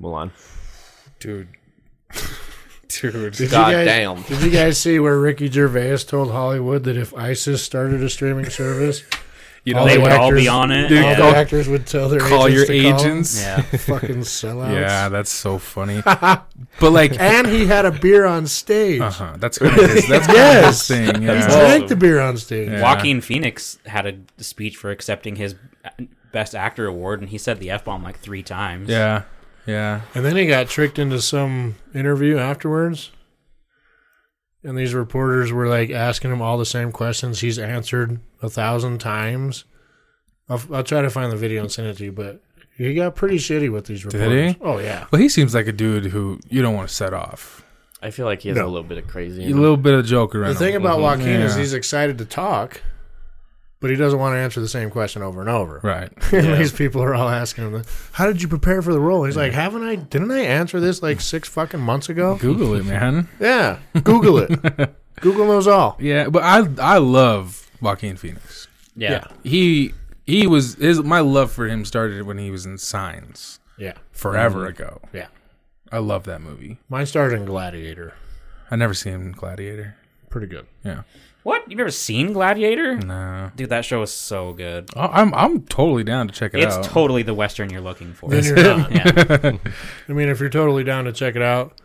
Speaker 3: Mulan.
Speaker 2: dude. Dude,
Speaker 1: Did
Speaker 3: God
Speaker 1: you guys,
Speaker 3: damn.
Speaker 1: Did you guys see where Ricky Gervais told Hollywood that if ISIS started a streaming service,
Speaker 2: you
Speaker 1: All
Speaker 2: know,
Speaker 4: they
Speaker 1: the
Speaker 4: would all
Speaker 1: actors-
Speaker 4: be on it.
Speaker 2: Dude,
Speaker 1: all
Speaker 4: yeah.
Speaker 1: the actors would tell their
Speaker 2: call your
Speaker 1: agents to call
Speaker 2: agents.
Speaker 4: Yeah.
Speaker 1: them? Fucking sellouts.
Speaker 2: Yeah, that's so funny. but like,
Speaker 1: And he had a beer on stage.
Speaker 2: uh-huh, that's kind of his, that's kind
Speaker 1: Yes.
Speaker 2: of his thing.
Speaker 1: He
Speaker 2: Yeah.
Speaker 1: drank the beer on stage.
Speaker 2: Yeah.
Speaker 4: Joaquin Phoenix had a speech for accepting his Best Actor award, and he said the f bomb like three times.
Speaker 2: yeah, yeah.
Speaker 1: And then he got tricked into some interview afterwards. And these reporters were like asking him all the same questions he's answered a thousand times. I'll, I'll try to find the video and send it to you, but he got pretty shitty with these
Speaker 2: he?
Speaker 1: reporters. Oh, yeah.
Speaker 2: Well, he seems like a dude who you don't want to set off.
Speaker 3: I feel like he has
Speaker 1: No.
Speaker 3: a little bit of crazy.
Speaker 2: A little bit of Joker.
Speaker 1: The thing about Joaquin is
Speaker 2: Yeah.
Speaker 1: he's excited to talk, but he doesn't want to answer the same question over and over.
Speaker 2: right?
Speaker 1: And these people are all asking him, "How did you prepare for the role?" He's like, "Haven't I? Didn't I answer this like six fucking months ago?"
Speaker 2: Google it, man.
Speaker 1: Yeah, Google it. Google knows all.
Speaker 2: Yeah, but I I love Joaquin Phoenix.
Speaker 4: yeah.
Speaker 2: He he was his my love for him started when he was in Signs
Speaker 1: Yeah,
Speaker 2: forever
Speaker 4: Mm-hmm.
Speaker 2: ago.
Speaker 1: yeah.
Speaker 2: I love that movie.
Speaker 1: Mine started in Gladiator.
Speaker 2: I never seen him in Gladiator.
Speaker 1: Pretty good.
Speaker 2: Yeah,
Speaker 4: What? You've never seen Gladiator?
Speaker 2: no,
Speaker 4: Dude, that show is so good.
Speaker 2: I- I'm I'm totally down to check it
Speaker 4: It's
Speaker 2: out.
Speaker 4: totally the Western you're looking for.
Speaker 1: Then you're not.
Speaker 4: yeah.
Speaker 1: I mean, if you're totally down to check it out,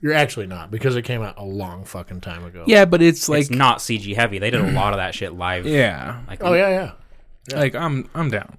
Speaker 1: you're actually not because it came out a long fucking time ago.
Speaker 2: yeah, but it's like
Speaker 4: it's not CG heavy. They did a lot of that shit live.
Speaker 2: yeah,
Speaker 4: Like,
Speaker 1: Oh yeah, yeah.
Speaker 2: like I'm I'm down.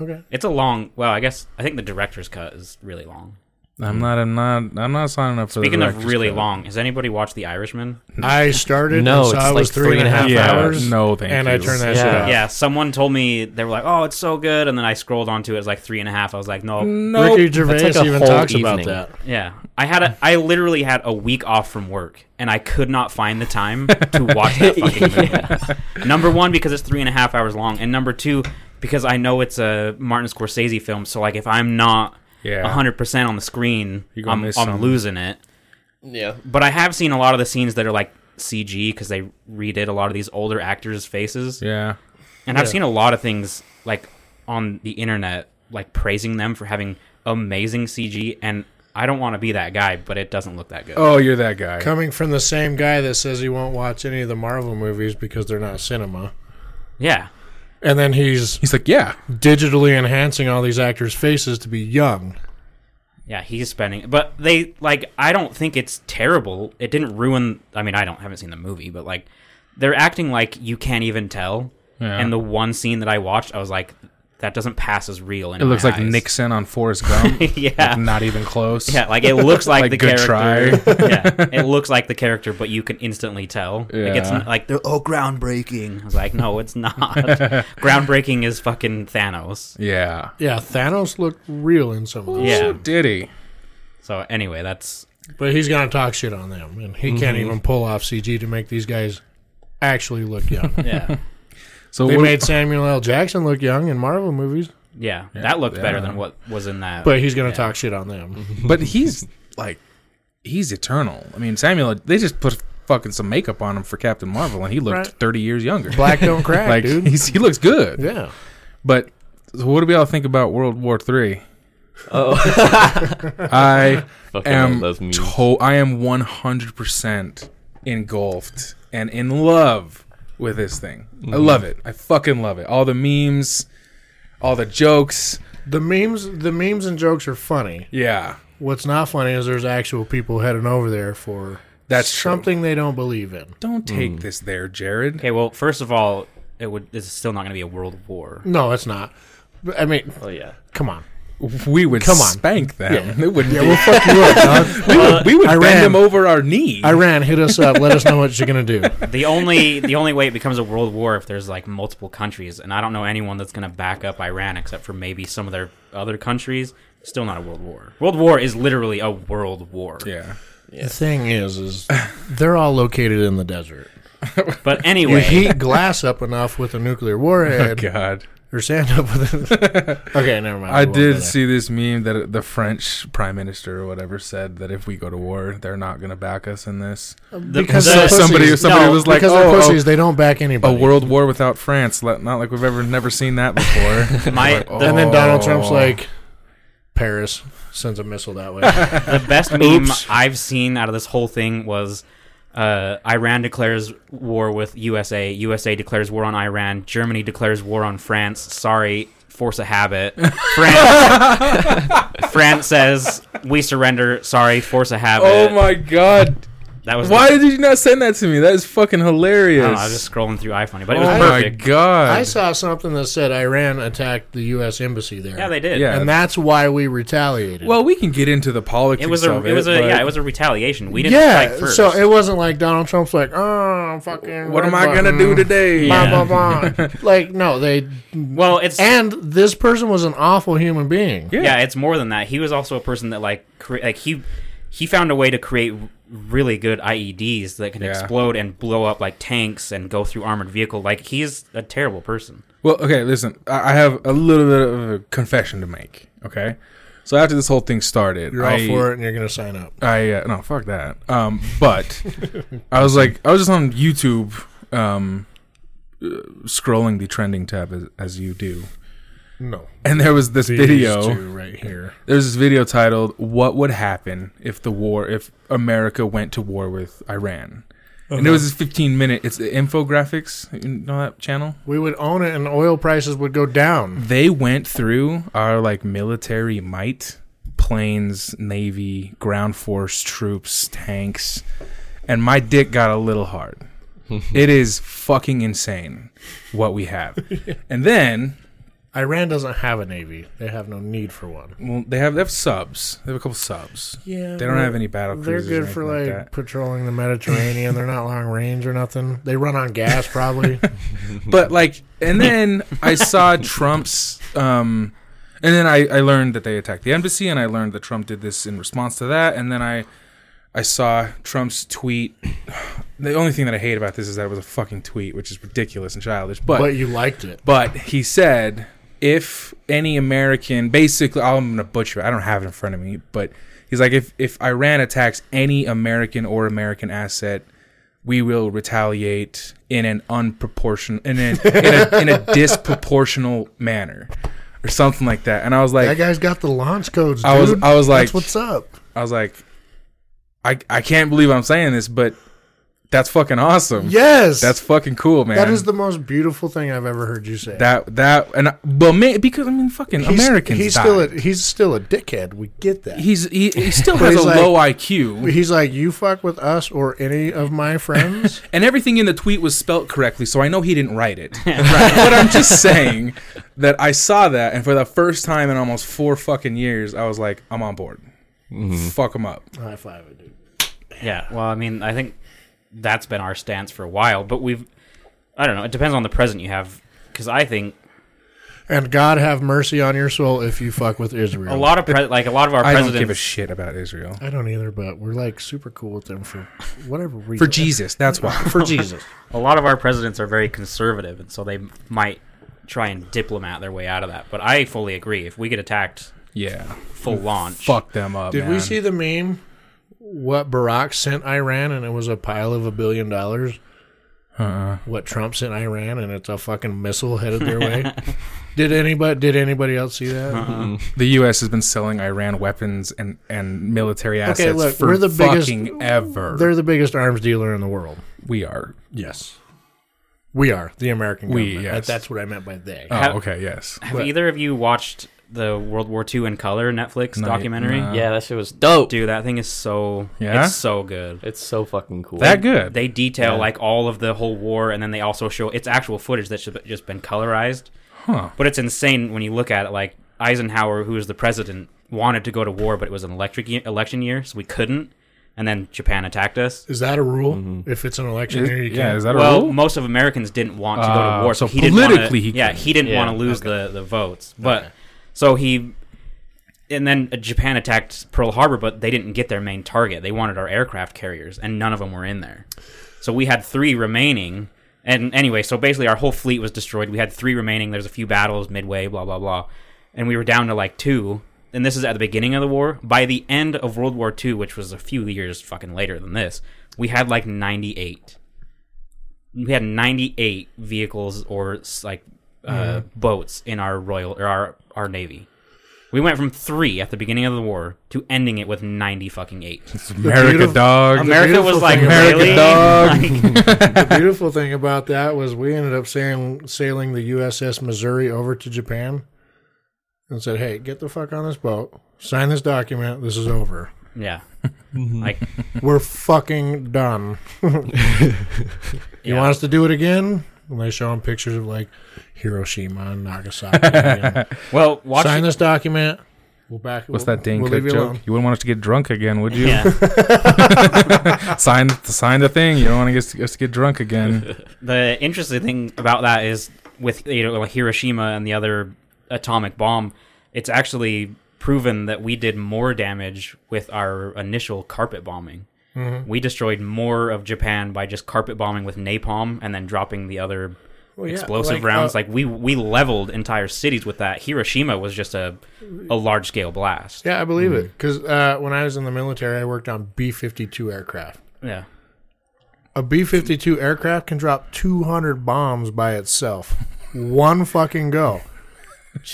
Speaker 1: Okay.
Speaker 4: It's a long. Well, I guess I think the director's cut is really long.
Speaker 2: I'm not I'm not I'm not signing up for.
Speaker 4: Mm-hmm. Speaking
Speaker 2: the
Speaker 4: of
Speaker 2: director's
Speaker 4: really
Speaker 2: cut.
Speaker 4: long, has anybody watched The Irishman?
Speaker 1: I started.
Speaker 3: No,
Speaker 1: and saw
Speaker 3: it's
Speaker 1: it was
Speaker 3: like
Speaker 1: three and a half
Speaker 2: Yeah,
Speaker 1: hours.
Speaker 2: no, thank
Speaker 1: and I
Speaker 2: you.
Speaker 1: turned that
Speaker 3: Yeah.
Speaker 1: shit off.
Speaker 4: Yeah, someone told me they were like, "Oh, it's so good," and then I scrolled onto it. It's like three and a half. I was like, "No,
Speaker 2: Nope.
Speaker 1: Ricky Gervais
Speaker 3: That's like a
Speaker 1: even
Speaker 3: whole
Speaker 1: talks about
Speaker 3: evening.
Speaker 1: that.
Speaker 4: Yeah, I had a, I literally had a week off from work, and I could not find the time to watch that fucking movie. Number one, because it's three and a half hours long, and number two, because I know it's a Martin Scorsese film. So like, if I'm not
Speaker 2: Yeah.
Speaker 4: hundred percent on the screen,
Speaker 2: You're gonna
Speaker 4: I'm,
Speaker 2: miss
Speaker 4: I'm
Speaker 2: something.
Speaker 4: losing it.
Speaker 3: yeah.
Speaker 4: But I have seen a lot of the scenes that are like CG because they redid a lot of these older actors' faces,
Speaker 2: Yeah.
Speaker 4: and I've seen a lot of things like on the internet like praising them for having amazing CG and. I don't want to be that guy, but it doesn't look that good.
Speaker 2: Oh, you're that guy.
Speaker 1: Coming from the same guy that says he won't watch any of the Marvel movies because they're not cinema.
Speaker 4: Yeah.
Speaker 1: And then he's
Speaker 2: He's like, yeah,
Speaker 1: digitally enhancing all these actors' faces to be young.
Speaker 4: Yeah, he's spending but they like I don't think it's terrible. It didn't ruin I mean, I don't haven't seen the movie, but like they're acting like you can't even tell.
Speaker 2: Yeah.
Speaker 4: And the one scene that I watched, I was like that doesn't pass as real in
Speaker 2: It
Speaker 4: my
Speaker 2: looks like
Speaker 4: eyes.
Speaker 2: Nixon on Forrest Gump.
Speaker 4: Yeah.
Speaker 2: Like, not even close.
Speaker 4: Yeah, like it looks like,
Speaker 2: Like,
Speaker 4: the
Speaker 2: good
Speaker 4: character. yeah, it looks like the character, but you can instantly tell. It gets
Speaker 2: Yeah.
Speaker 4: like they're oh groundbreaking. I was like, no, it's not. groundbreaking is fucking Thanos.
Speaker 2: Yeah.
Speaker 1: Yeah, Thanos looked real in some of those.
Speaker 4: Yeah.
Speaker 2: Did he?
Speaker 4: So anyway, that's
Speaker 1: But he's gonna talk shit on them, and he can't
Speaker 2: Mm-hmm.
Speaker 1: even pull off CG to make these guys actually look young.
Speaker 4: yeah,
Speaker 2: So
Speaker 1: they
Speaker 2: what-
Speaker 1: made Samuel L. Jackson look young in Marvel movies,
Speaker 4: yeah. That looked better
Speaker 2: Yeah.
Speaker 4: than what was in that.
Speaker 1: but he's gonna
Speaker 4: Yeah.
Speaker 1: talk shit on them.
Speaker 2: but he's like he's eternal. I mean, Samuel they just put fucking some makeup on him for Captain Marvel and he looked
Speaker 1: Right.
Speaker 2: 30 years younger.
Speaker 1: Black don't crack,
Speaker 2: like
Speaker 1: dude.
Speaker 2: he's, he looks good.
Speaker 1: Yeah,
Speaker 2: But so what do we all think about World War 3?
Speaker 3: Oh,
Speaker 2: I
Speaker 3: fucking love
Speaker 2: am
Speaker 3: those memes.
Speaker 2: to- I am 100% engulfed and in love with this thing. I love it. I fucking love it. All the memes, all the jokes.
Speaker 1: the memes, the memes and jokes are funny.
Speaker 2: Yeah.
Speaker 1: What's not funny is there's actual people heading over there for
Speaker 2: That's true.
Speaker 1: something they don't believe in.
Speaker 2: Don't take this there, Jared.
Speaker 4: okay, well, first of all, it would. This is still not going to be a world war.
Speaker 1: No, it's not. But, I mean,
Speaker 3: oh yeah.
Speaker 1: come on.
Speaker 2: We would
Speaker 1: Come on.
Speaker 2: spank them.
Speaker 1: Yeah.
Speaker 2: It wouldn't be
Speaker 1: Well, fuck you
Speaker 2: uh,
Speaker 1: up, dog.
Speaker 2: we would, we would
Speaker 1: I
Speaker 2: bend
Speaker 1: ran.
Speaker 2: him over our knee.
Speaker 1: Iran, hit us up. Let us know what you're gonna do.
Speaker 4: The only the only way it becomes a world war if there's like multiple countries, and I don't know anyone that's going to back up Iran except for maybe some of their other countries. Still not a world war. World war is literally a world war.
Speaker 2: yeah.
Speaker 1: The thing is, is they're all located in the desert.
Speaker 4: But
Speaker 1: You
Speaker 4: anyway,
Speaker 1: heat glass up enough with a nuclear warhead
Speaker 2: God.
Speaker 1: or sand up with it. okay, never mind.
Speaker 2: I
Speaker 1: We won't go
Speaker 2: did
Speaker 1: there.
Speaker 2: see this meme that the French prime minister or whatever said that if we go to war, they're not going to back us in this.
Speaker 1: because
Speaker 4: the-
Speaker 1: they're
Speaker 2: somebody
Speaker 1: pussies.
Speaker 2: somebody
Speaker 4: No,
Speaker 2: was like,
Speaker 1: because they're
Speaker 2: "Oh,
Speaker 1: pussies, they don't back
Speaker 2: a
Speaker 1: anybody.
Speaker 2: world war without France." Let- Not like we've ever never seen that before.
Speaker 4: My-
Speaker 2: Like,
Speaker 1: and then Donald
Speaker 2: oh.
Speaker 1: Trump's like, Paris sends a missile that way.
Speaker 4: the best meme
Speaker 1: Oops.
Speaker 4: I've seen out of this whole thing was uh, Iran declares war with USA, USA declares war on Iran, Germany declares war on France. Sorry, force a habit. France, France says we surrender. Sorry, force a habit.
Speaker 2: "Oh my god,
Speaker 4: That was
Speaker 2: why
Speaker 4: The,
Speaker 2: did you not send that to me? That is fucking
Speaker 4: I
Speaker 2: hilarious."
Speaker 4: don't know, I was just scrolling through iFunny, but it was
Speaker 2: oh my
Speaker 4: perfect.
Speaker 2: god,
Speaker 1: I saw something that said Iran attacked the U.S. embassy there.
Speaker 4: Yeah, they did.
Speaker 2: Yeah.
Speaker 1: and that's why we retaliated.
Speaker 2: well, we can get into the politics.
Speaker 4: It was a,
Speaker 2: of
Speaker 4: it was a,
Speaker 2: but
Speaker 4: yeah, it was a retaliation. We didn't
Speaker 1: yeah.
Speaker 4: strike first.
Speaker 1: So it wasn't like Donald Trump's like, oh, fucking.
Speaker 2: What
Speaker 1: red
Speaker 2: am I gonna
Speaker 1: button,
Speaker 2: do today?
Speaker 1: Blah
Speaker 4: Mm. Yeah.
Speaker 1: blah blah. like no, they
Speaker 4: well, it's
Speaker 1: and this person was an awful human being.
Speaker 2: Yeah.
Speaker 4: yeah. it's more than that he was also a person that like cre- like he he found a way to create r- really good ieds that can
Speaker 2: Yeah.
Speaker 4: explode and blow up like tanks and go through armored vehicle like he's a terrible person
Speaker 2: Well, okay, listen. I I have a little bit of a confession to make. Okay, so after this whole thing started,
Speaker 1: You're
Speaker 2: I,
Speaker 1: all for it, and you're gonna sign up.
Speaker 2: I uh, no, fuck that. Um, but I was like, I was just on YouTube, um, uh, scrolling the trending tab as, as you do,
Speaker 1: No
Speaker 2: and there was this video.
Speaker 1: These two right here.
Speaker 2: There's this video titled "What Would Happen If the War If America Went to War with Iran," and
Speaker 1: Uh-huh.
Speaker 2: it was this 15 minute. It's the infographics. You know that channel?
Speaker 1: We would own it, and oil prices would go down.
Speaker 2: they went through our like military might planes navy ground force troops tanks and my dick got a little hard it is fucking insane what we have and then
Speaker 1: Iran doesn't have a navy; they have no need for one.
Speaker 2: well, they have they have subs they have a couple subs
Speaker 1: Yeah,
Speaker 2: they don't have any battle
Speaker 1: They're
Speaker 2: cruisers
Speaker 1: good for like,
Speaker 2: like that.
Speaker 1: patrolling the Mediterranean. They're not long range or nothing. They run on gas probably.
Speaker 2: but like and then i saw trump's um and then I, I learned that they attacked the embassy and i learned that trump did this in response to that and then i i saw trump's tweet the only thing that i hate about this is that it was a fucking tweet which is ridiculous and childish but
Speaker 1: but
Speaker 2: but,
Speaker 1: you liked it.
Speaker 2: he said if any american basically i'm gonna butcher it i don't have it in front of me but he's like if if iran attacks any american or american asset we will retaliate in an unproportion in a, in a, in a disproportional manner or something like that and i was
Speaker 1: That
Speaker 2: like
Speaker 1: guy's got the launch codes. Dude.
Speaker 2: I was- I was like-
Speaker 1: That's what's up?
Speaker 2: i was like i i can't believe i'm saying this but that's fucking awesome
Speaker 1: Yes,
Speaker 2: that's fucking cool man
Speaker 1: that is the most beautiful thing I've ever heard you say.
Speaker 2: that that and I- but man, because i mean fucking
Speaker 1: He's-
Speaker 2: americans
Speaker 1: He's
Speaker 2: died.
Speaker 1: still a, he's still a dickhead. We get that.
Speaker 2: he's he, he still
Speaker 1: But
Speaker 2: has a
Speaker 1: he's like-
Speaker 2: low iq
Speaker 1: He's like, you fuck with us or any of my friends.
Speaker 2: and everything in the tweet was spelt correctly, so I know he didn't write it. But I'm just saying that I saw that, and for the first time in almost four fucking years, I was like, I'm on board. Fuck him up.
Speaker 1: High five it, dude.
Speaker 4: yeah well i mean i think that's been our stance for a while but we've i don't know it depends on the president you have because i think
Speaker 1: And God have mercy on your soul if you fuck with Israel.
Speaker 4: A lot of pre- like a lot of our
Speaker 2: Oh. I
Speaker 4: presidents.
Speaker 2: don't give a shit about Israel.
Speaker 1: I don't either, but we're like super cool with them for whatever reason.
Speaker 2: For Jesus, that's why.
Speaker 1: For Jesus.
Speaker 4: a lot of our presidents are very conservative, and so they might try and diplomat their way out of that. But I fully agree. If we get attacked
Speaker 2: Yeah.
Speaker 4: full launch,
Speaker 2: Fuck them up.
Speaker 1: Did we
Speaker 2: man.
Speaker 1: see the meme? What Barack sent Iran and it was a pile of a billion dollars.
Speaker 2: Uh-uh.
Speaker 1: What Trump sent Iran and it's a fucking missile headed their way. did anybody? Did anybody else see that?
Speaker 2: The U.S. has been selling Iran weapons and, and military assets
Speaker 1: look,
Speaker 2: for
Speaker 1: we're the biggest-
Speaker 2: fucking ever.
Speaker 1: They're the biggest arms dealer in the world.
Speaker 2: we are.
Speaker 1: Yes, we are the American
Speaker 2: We,
Speaker 1: government. That-
Speaker 2: yes.
Speaker 1: That's what I meant by they.
Speaker 2: Oh,
Speaker 4: Have-
Speaker 2: okay, yes.
Speaker 4: Have either of you watched the World War II in color Netflix
Speaker 2: No,
Speaker 4: documentary?
Speaker 2: no.
Speaker 3: yeah, that shit was dope.
Speaker 4: Dude, that thing is so
Speaker 2: Yeah?
Speaker 4: it's so good.
Speaker 3: It's so fucking cool.
Speaker 2: That good.
Speaker 4: They detail
Speaker 3: Yeah.
Speaker 4: like all of the whole war, and then they also show it's actual footage that's ju- just been colorized.
Speaker 2: huh.
Speaker 4: But it's insane when you look at it. Like Eisenhower, who was the president, wanted to go to war, but it was an electric ye- election year, so we couldn't. And then Japan attacked us.
Speaker 1: Is that a rule? If it's an election year, you
Speaker 2: yeah,
Speaker 1: can't.
Speaker 2: Mm-hmm. is that a
Speaker 4: well,
Speaker 2: rule?
Speaker 4: most of Americans didn't want to go
Speaker 2: Ah,
Speaker 4: to war,
Speaker 2: so
Speaker 4: so he didn't wanna-
Speaker 2: politically he
Speaker 4: yeah,
Speaker 2: couldn't.
Speaker 4: he didn't
Speaker 3: Yeah,
Speaker 4: want to lose the the votes, but so he. And then uh, Japan attacked Pearl Harbor, but they didn't get their main target. They wanted our aircraft carriers, and none of them were in there. So we had three remaining. And anyway, so basically our whole fleet was destroyed. We had three remaining. There's a few battles midway, blah blah blah, and we were down to like two. And this is at the beginning of the war. By the end of World War II, which was a few years fucking later than this, we had like 98 we had 98 vehicles or s- like uh, boats in our royal or our our navy. We went from three at the beginning of the war to ending it with 90 fucking eight.
Speaker 2: It's America,
Speaker 1: beautiful-
Speaker 2: dog.
Speaker 4: America
Speaker 1: beautiful
Speaker 4: was like
Speaker 1: thing about-
Speaker 2: America,
Speaker 4: really
Speaker 2: dog.
Speaker 4: Like,
Speaker 1: the beautiful thing about that was we ended up sailing, sailing the USS Missouri over to Japan and said, "Hey, get the fuck on this boat. Sign this document. This is over.
Speaker 4: yeah. Like
Speaker 1: We're fucking done." You
Speaker 4: yeah.
Speaker 1: want us to do it again? And they show them pictures of like Hiroshima and Nagasaki. and
Speaker 4: well, watch
Speaker 1: Sign this document. We'll back.
Speaker 2: What's
Speaker 1: we'll-
Speaker 2: that Dane
Speaker 1: we'll
Speaker 2: Cook
Speaker 1: leave you
Speaker 2: joke?
Speaker 1: alone.
Speaker 2: You wouldn't want us to get drunk again, would you?
Speaker 4: yeah.
Speaker 2: sign, sign the thing. You don't want to get us to get drunk again.
Speaker 4: The interesting thing about that is with you know like Hiroshima and the other atomic bomb, it's actually proven that we did more damage with our initial carpet bombing.
Speaker 1: Mm-hmm.
Speaker 4: We destroyed more of Japan by just carpet bombing with napalm and then dropping the other
Speaker 1: Well, yeah,
Speaker 4: explosive
Speaker 1: like,
Speaker 4: rounds.
Speaker 1: uh,
Speaker 4: like we we leveled entire cities with that. Hiroshima was just a a large scale blast.
Speaker 1: yeah, I
Speaker 2: Hmm.
Speaker 1: believe it. 'Cause it. Because uh, when I was in the military, I worked on B fifty two aircraft.
Speaker 4: Yeah.
Speaker 1: A B fifty two aircraft can drop two hundred bombs by itself, one fucking go.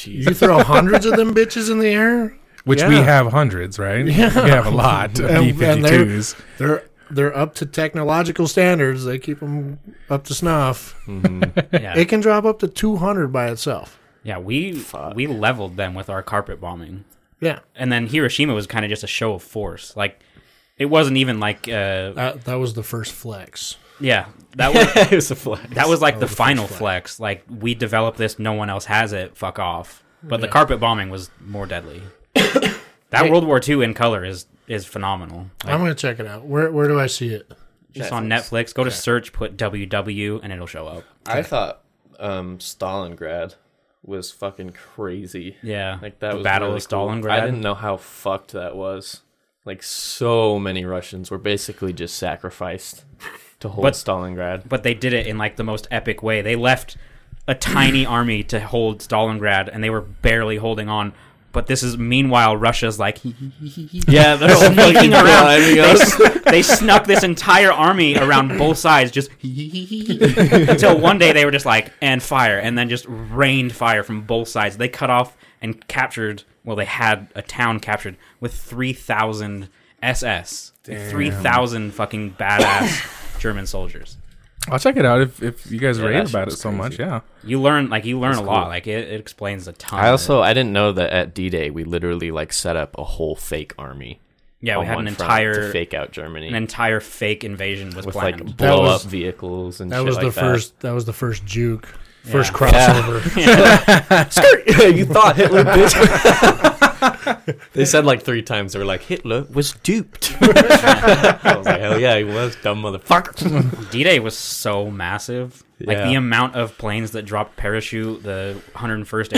Speaker 1: You throw hundreds of them bitches in the air,
Speaker 2: Which we
Speaker 1: Yeah.
Speaker 2: have hundreds, right? Yeah. We have a lot of
Speaker 1: And- and they're-
Speaker 2: B-52s.
Speaker 1: they're they're up to technological standards. They keep them up to snuff.
Speaker 4: Yeah.
Speaker 1: It can drop up to two hundred by itself.
Speaker 4: yeah, we we leveled them with our carpet bombing.
Speaker 1: Yeah,
Speaker 4: and then Hiroshima was kind of just a show of force. Like it wasn't even like uh
Speaker 1: that that was the first flex.
Speaker 4: yeah, that was
Speaker 3: it was a flex.
Speaker 4: that was like the final flex. Like we developed this, no one else has it. Fuck off. But the carpet bombing was more deadly. that World War II in color is is phenomenal. Like,
Speaker 1: I'm gonna check it out. Where where do I see it?
Speaker 4: just on Netflix, go to search, put WW, and it'll show up.
Speaker 3: I thought um, Stalingrad was fucking crazy.
Speaker 4: Yeah,
Speaker 3: Like that
Speaker 4: the
Speaker 3: was
Speaker 4: Battle
Speaker 3: really
Speaker 4: of
Speaker 3: cool.
Speaker 4: Stalingrad.
Speaker 3: I didn't know how fucked that was. Like so many Russians were basically just sacrificed to hold
Speaker 4: But-
Speaker 3: Stalingrad.
Speaker 4: but they did it in like the most epic way. They left a tiny army to hold Stalingrad, and they were barely holding on. But this is meanwhile Russia's like
Speaker 3: Yeah, they're all
Speaker 4: sneaking around.
Speaker 3: climbing
Speaker 4: They,
Speaker 3: us.
Speaker 4: s- they snuck this entire army around both sides, just until one day they were just like and fire, and then just rained fire from both sides. They cut off and captured. Well, they had a town captured with three thousand SS, three thousand fucking badass German soldiers.
Speaker 2: I'll check it out if, if you guys
Speaker 3: Yeah, that
Speaker 2: rave
Speaker 3: shit
Speaker 2: about it
Speaker 3: was
Speaker 2: so
Speaker 3: crazy.
Speaker 2: much. Yeah.
Speaker 4: You learn like you learn a lot.
Speaker 3: cool.
Speaker 4: Like it, it explains a ton.
Speaker 3: I also I didn't know that at D Day we literally like set up a whole fake army.
Speaker 4: yeah, we
Speaker 3: on
Speaker 4: had an
Speaker 3: one front
Speaker 4: entire
Speaker 3: to fake out Germany
Speaker 4: an entire fake invasion was
Speaker 3: with
Speaker 4: planned.
Speaker 3: like blow
Speaker 1: was-
Speaker 3: up vehicles and
Speaker 1: That
Speaker 3: shit
Speaker 1: was
Speaker 3: like
Speaker 1: the
Speaker 3: that.
Speaker 1: first. That was the first juke. First
Speaker 4: Yeah.
Speaker 1: crossover.
Speaker 3: you thought Hitler bitch. They said like three times. They were like, Hitler was duped. I was like, hell yeah, he was dumb motherfucker. Oh,
Speaker 4: D-Day was so massive. Like
Speaker 3: Yeah.
Speaker 4: the amount of planes that dropped parachute, the 101st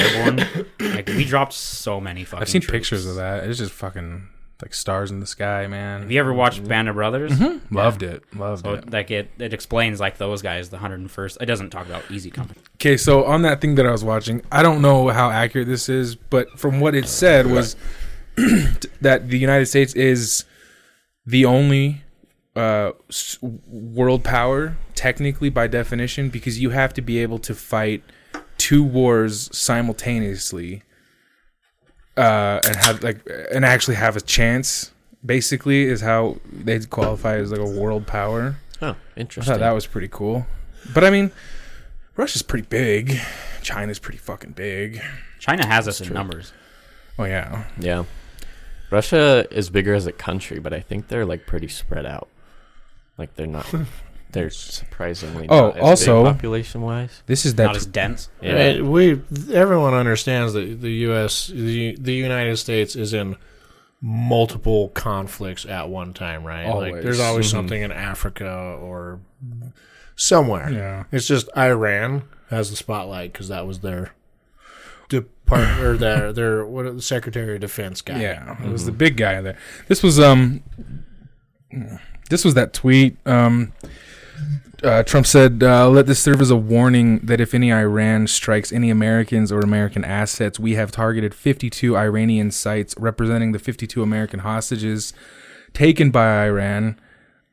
Speaker 4: Airborne. like we dropped so many fucking.
Speaker 2: I've seen
Speaker 4: troops.
Speaker 2: pictures of that. It's just fucking like stars in the sky, man.
Speaker 4: Have you ever watched
Speaker 3: Mm-hmm.
Speaker 4: Band of Brothers?
Speaker 2: Loved it. Loved
Speaker 4: So
Speaker 2: it.
Speaker 4: like it, it explains like those guys, the 101st. It doesn't talk about Easy Company.
Speaker 2: Okay, so on that thing that I was watching, I don't know how accurate this is, but from what it said was that the United States is the only uh, s- world power, technically by definition, because you have to be able to fight two wars simultaneously uh, and have like and actually have a chance. Basically, is how they qualify as like a world power.
Speaker 3: oh,
Speaker 2: I
Speaker 3: interesting.
Speaker 2: thought that was pretty cool. But I mean, Russia's pretty big. China's pretty fucking big.
Speaker 4: China has us in numbers.
Speaker 2: Oh yeah.
Speaker 3: yeah. Russia is bigger as a country, but I think they're like pretty spread out. Like they're not. They're surprisingly.
Speaker 2: Oh,
Speaker 3: not as
Speaker 2: also-
Speaker 3: population wise.
Speaker 2: This is
Speaker 4: Not
Speaker 2: that
Speaker 4: as dense.
Speaker 3: Yeah.
Speaker 1: Uh, we everyone understands that the U.S. the the United States is in multiple conflicts at one time, right? Like
Speaker 2: Always.
Speaker 1: there's always
Speaker 2: Mhm.
Speaker 1: something in Africa or somewhere.
Speaker 2: Yeah.
Speaker 1: It's just Iran has the spotlight because that was their department or their their what the Secretary of Defense guy.
Speaker 2: Yeah, it was the
Speaker 4: Mm-hmm.
Speaker 2: big guy in there. This was um, this was that tweet. Um, uh, Trump said, uh, "Let this serve as a warning that if any Iran strikes any Americans or American assets, we have targeted 52 Iranian sites representing the 52 American hostages taken by Iran."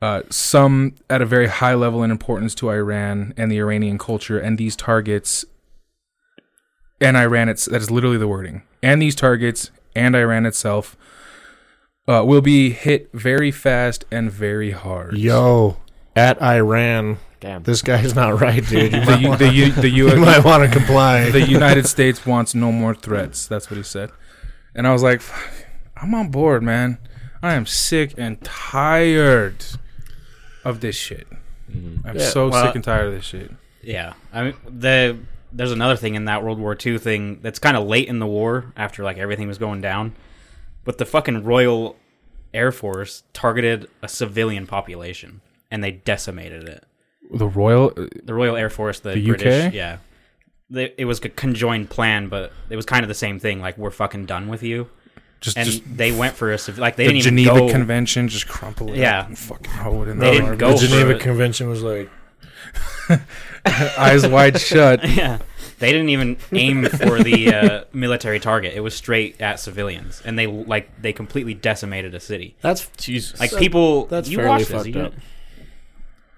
Speaker 2: Uh, some at a very high level in importance to Iran and the Iranian culture, and these targets and Iran it's that is literally the wording. And these targets and Iran itself uh, will be hit very fast and very hard.
Speaker 1: Yo, at Iran,
Speaker 3: Damn.
Speaker 1: this guy's not right, dude. You
Speaker 2: The
Speaker 1: might
Speaker 2: U-
Speaker 1: want
Speaker 2: the U- the U-
Speaker 1: to comply.
Speaker 2: the United States wants no more threats. That's what he said. And I was like, "Fuck, I'm on board, man. I am sick and tired of this shit. I'm
Speaker 1: Yeah,
Speaker 2: so
Speaker 4: well,
Speaker 2: sick and tired of this shit.
Speaker 4: Yeah, I mean the there's another thing in that World War II thing that's kind of late in the war after like everything was going down, but the fucking Royal Air Force targeted a civilian population and they decimated it.
Speaker 2: The Royal uh,
Speaker 4: The Royal Air Force, the,
Speaker 2: The UK?
Speaker 4: British, yeah, they, it was a conjoined plan, but it was kind of the same thing. Like we're fucking done with you,
Speaker 2: just
Speaker 4: and
Speaker 2: just
Speaker 4: they went for a civ- like they
Speaker 2: the
Speaker 4: didn't
Speaker 2: Geneva
Speaker 4: even go.
Speaker 2: Convention just crumple it.
Speaker 4: Yeah.
Speaker 2: up and fucking hold it in
Speaker 4: They
Speaker 2: their
Speaker 4: didn't
Speaker 2: arms.
Speaker 4: go
Speaker 1: the
Speaker 4: for
Speaker 1: Geneva
Speaker 4: it.
Speaker 1: Convention was like,
Speaker 2: eyes wide shut.
Speaker 4: yeah, they didn't even aim for the uh, military target. It was straight at civilians, and they like they completely decimated a city.
Speaker 3: That's Jesus.
Speaker 4: like people
Speaker 1: that's
Speaker 4: you
Speaker 1: fairly
Speaker 4: watch this,
Speaker 1: fucked
Speaker 4: you-
Speaker 1: up.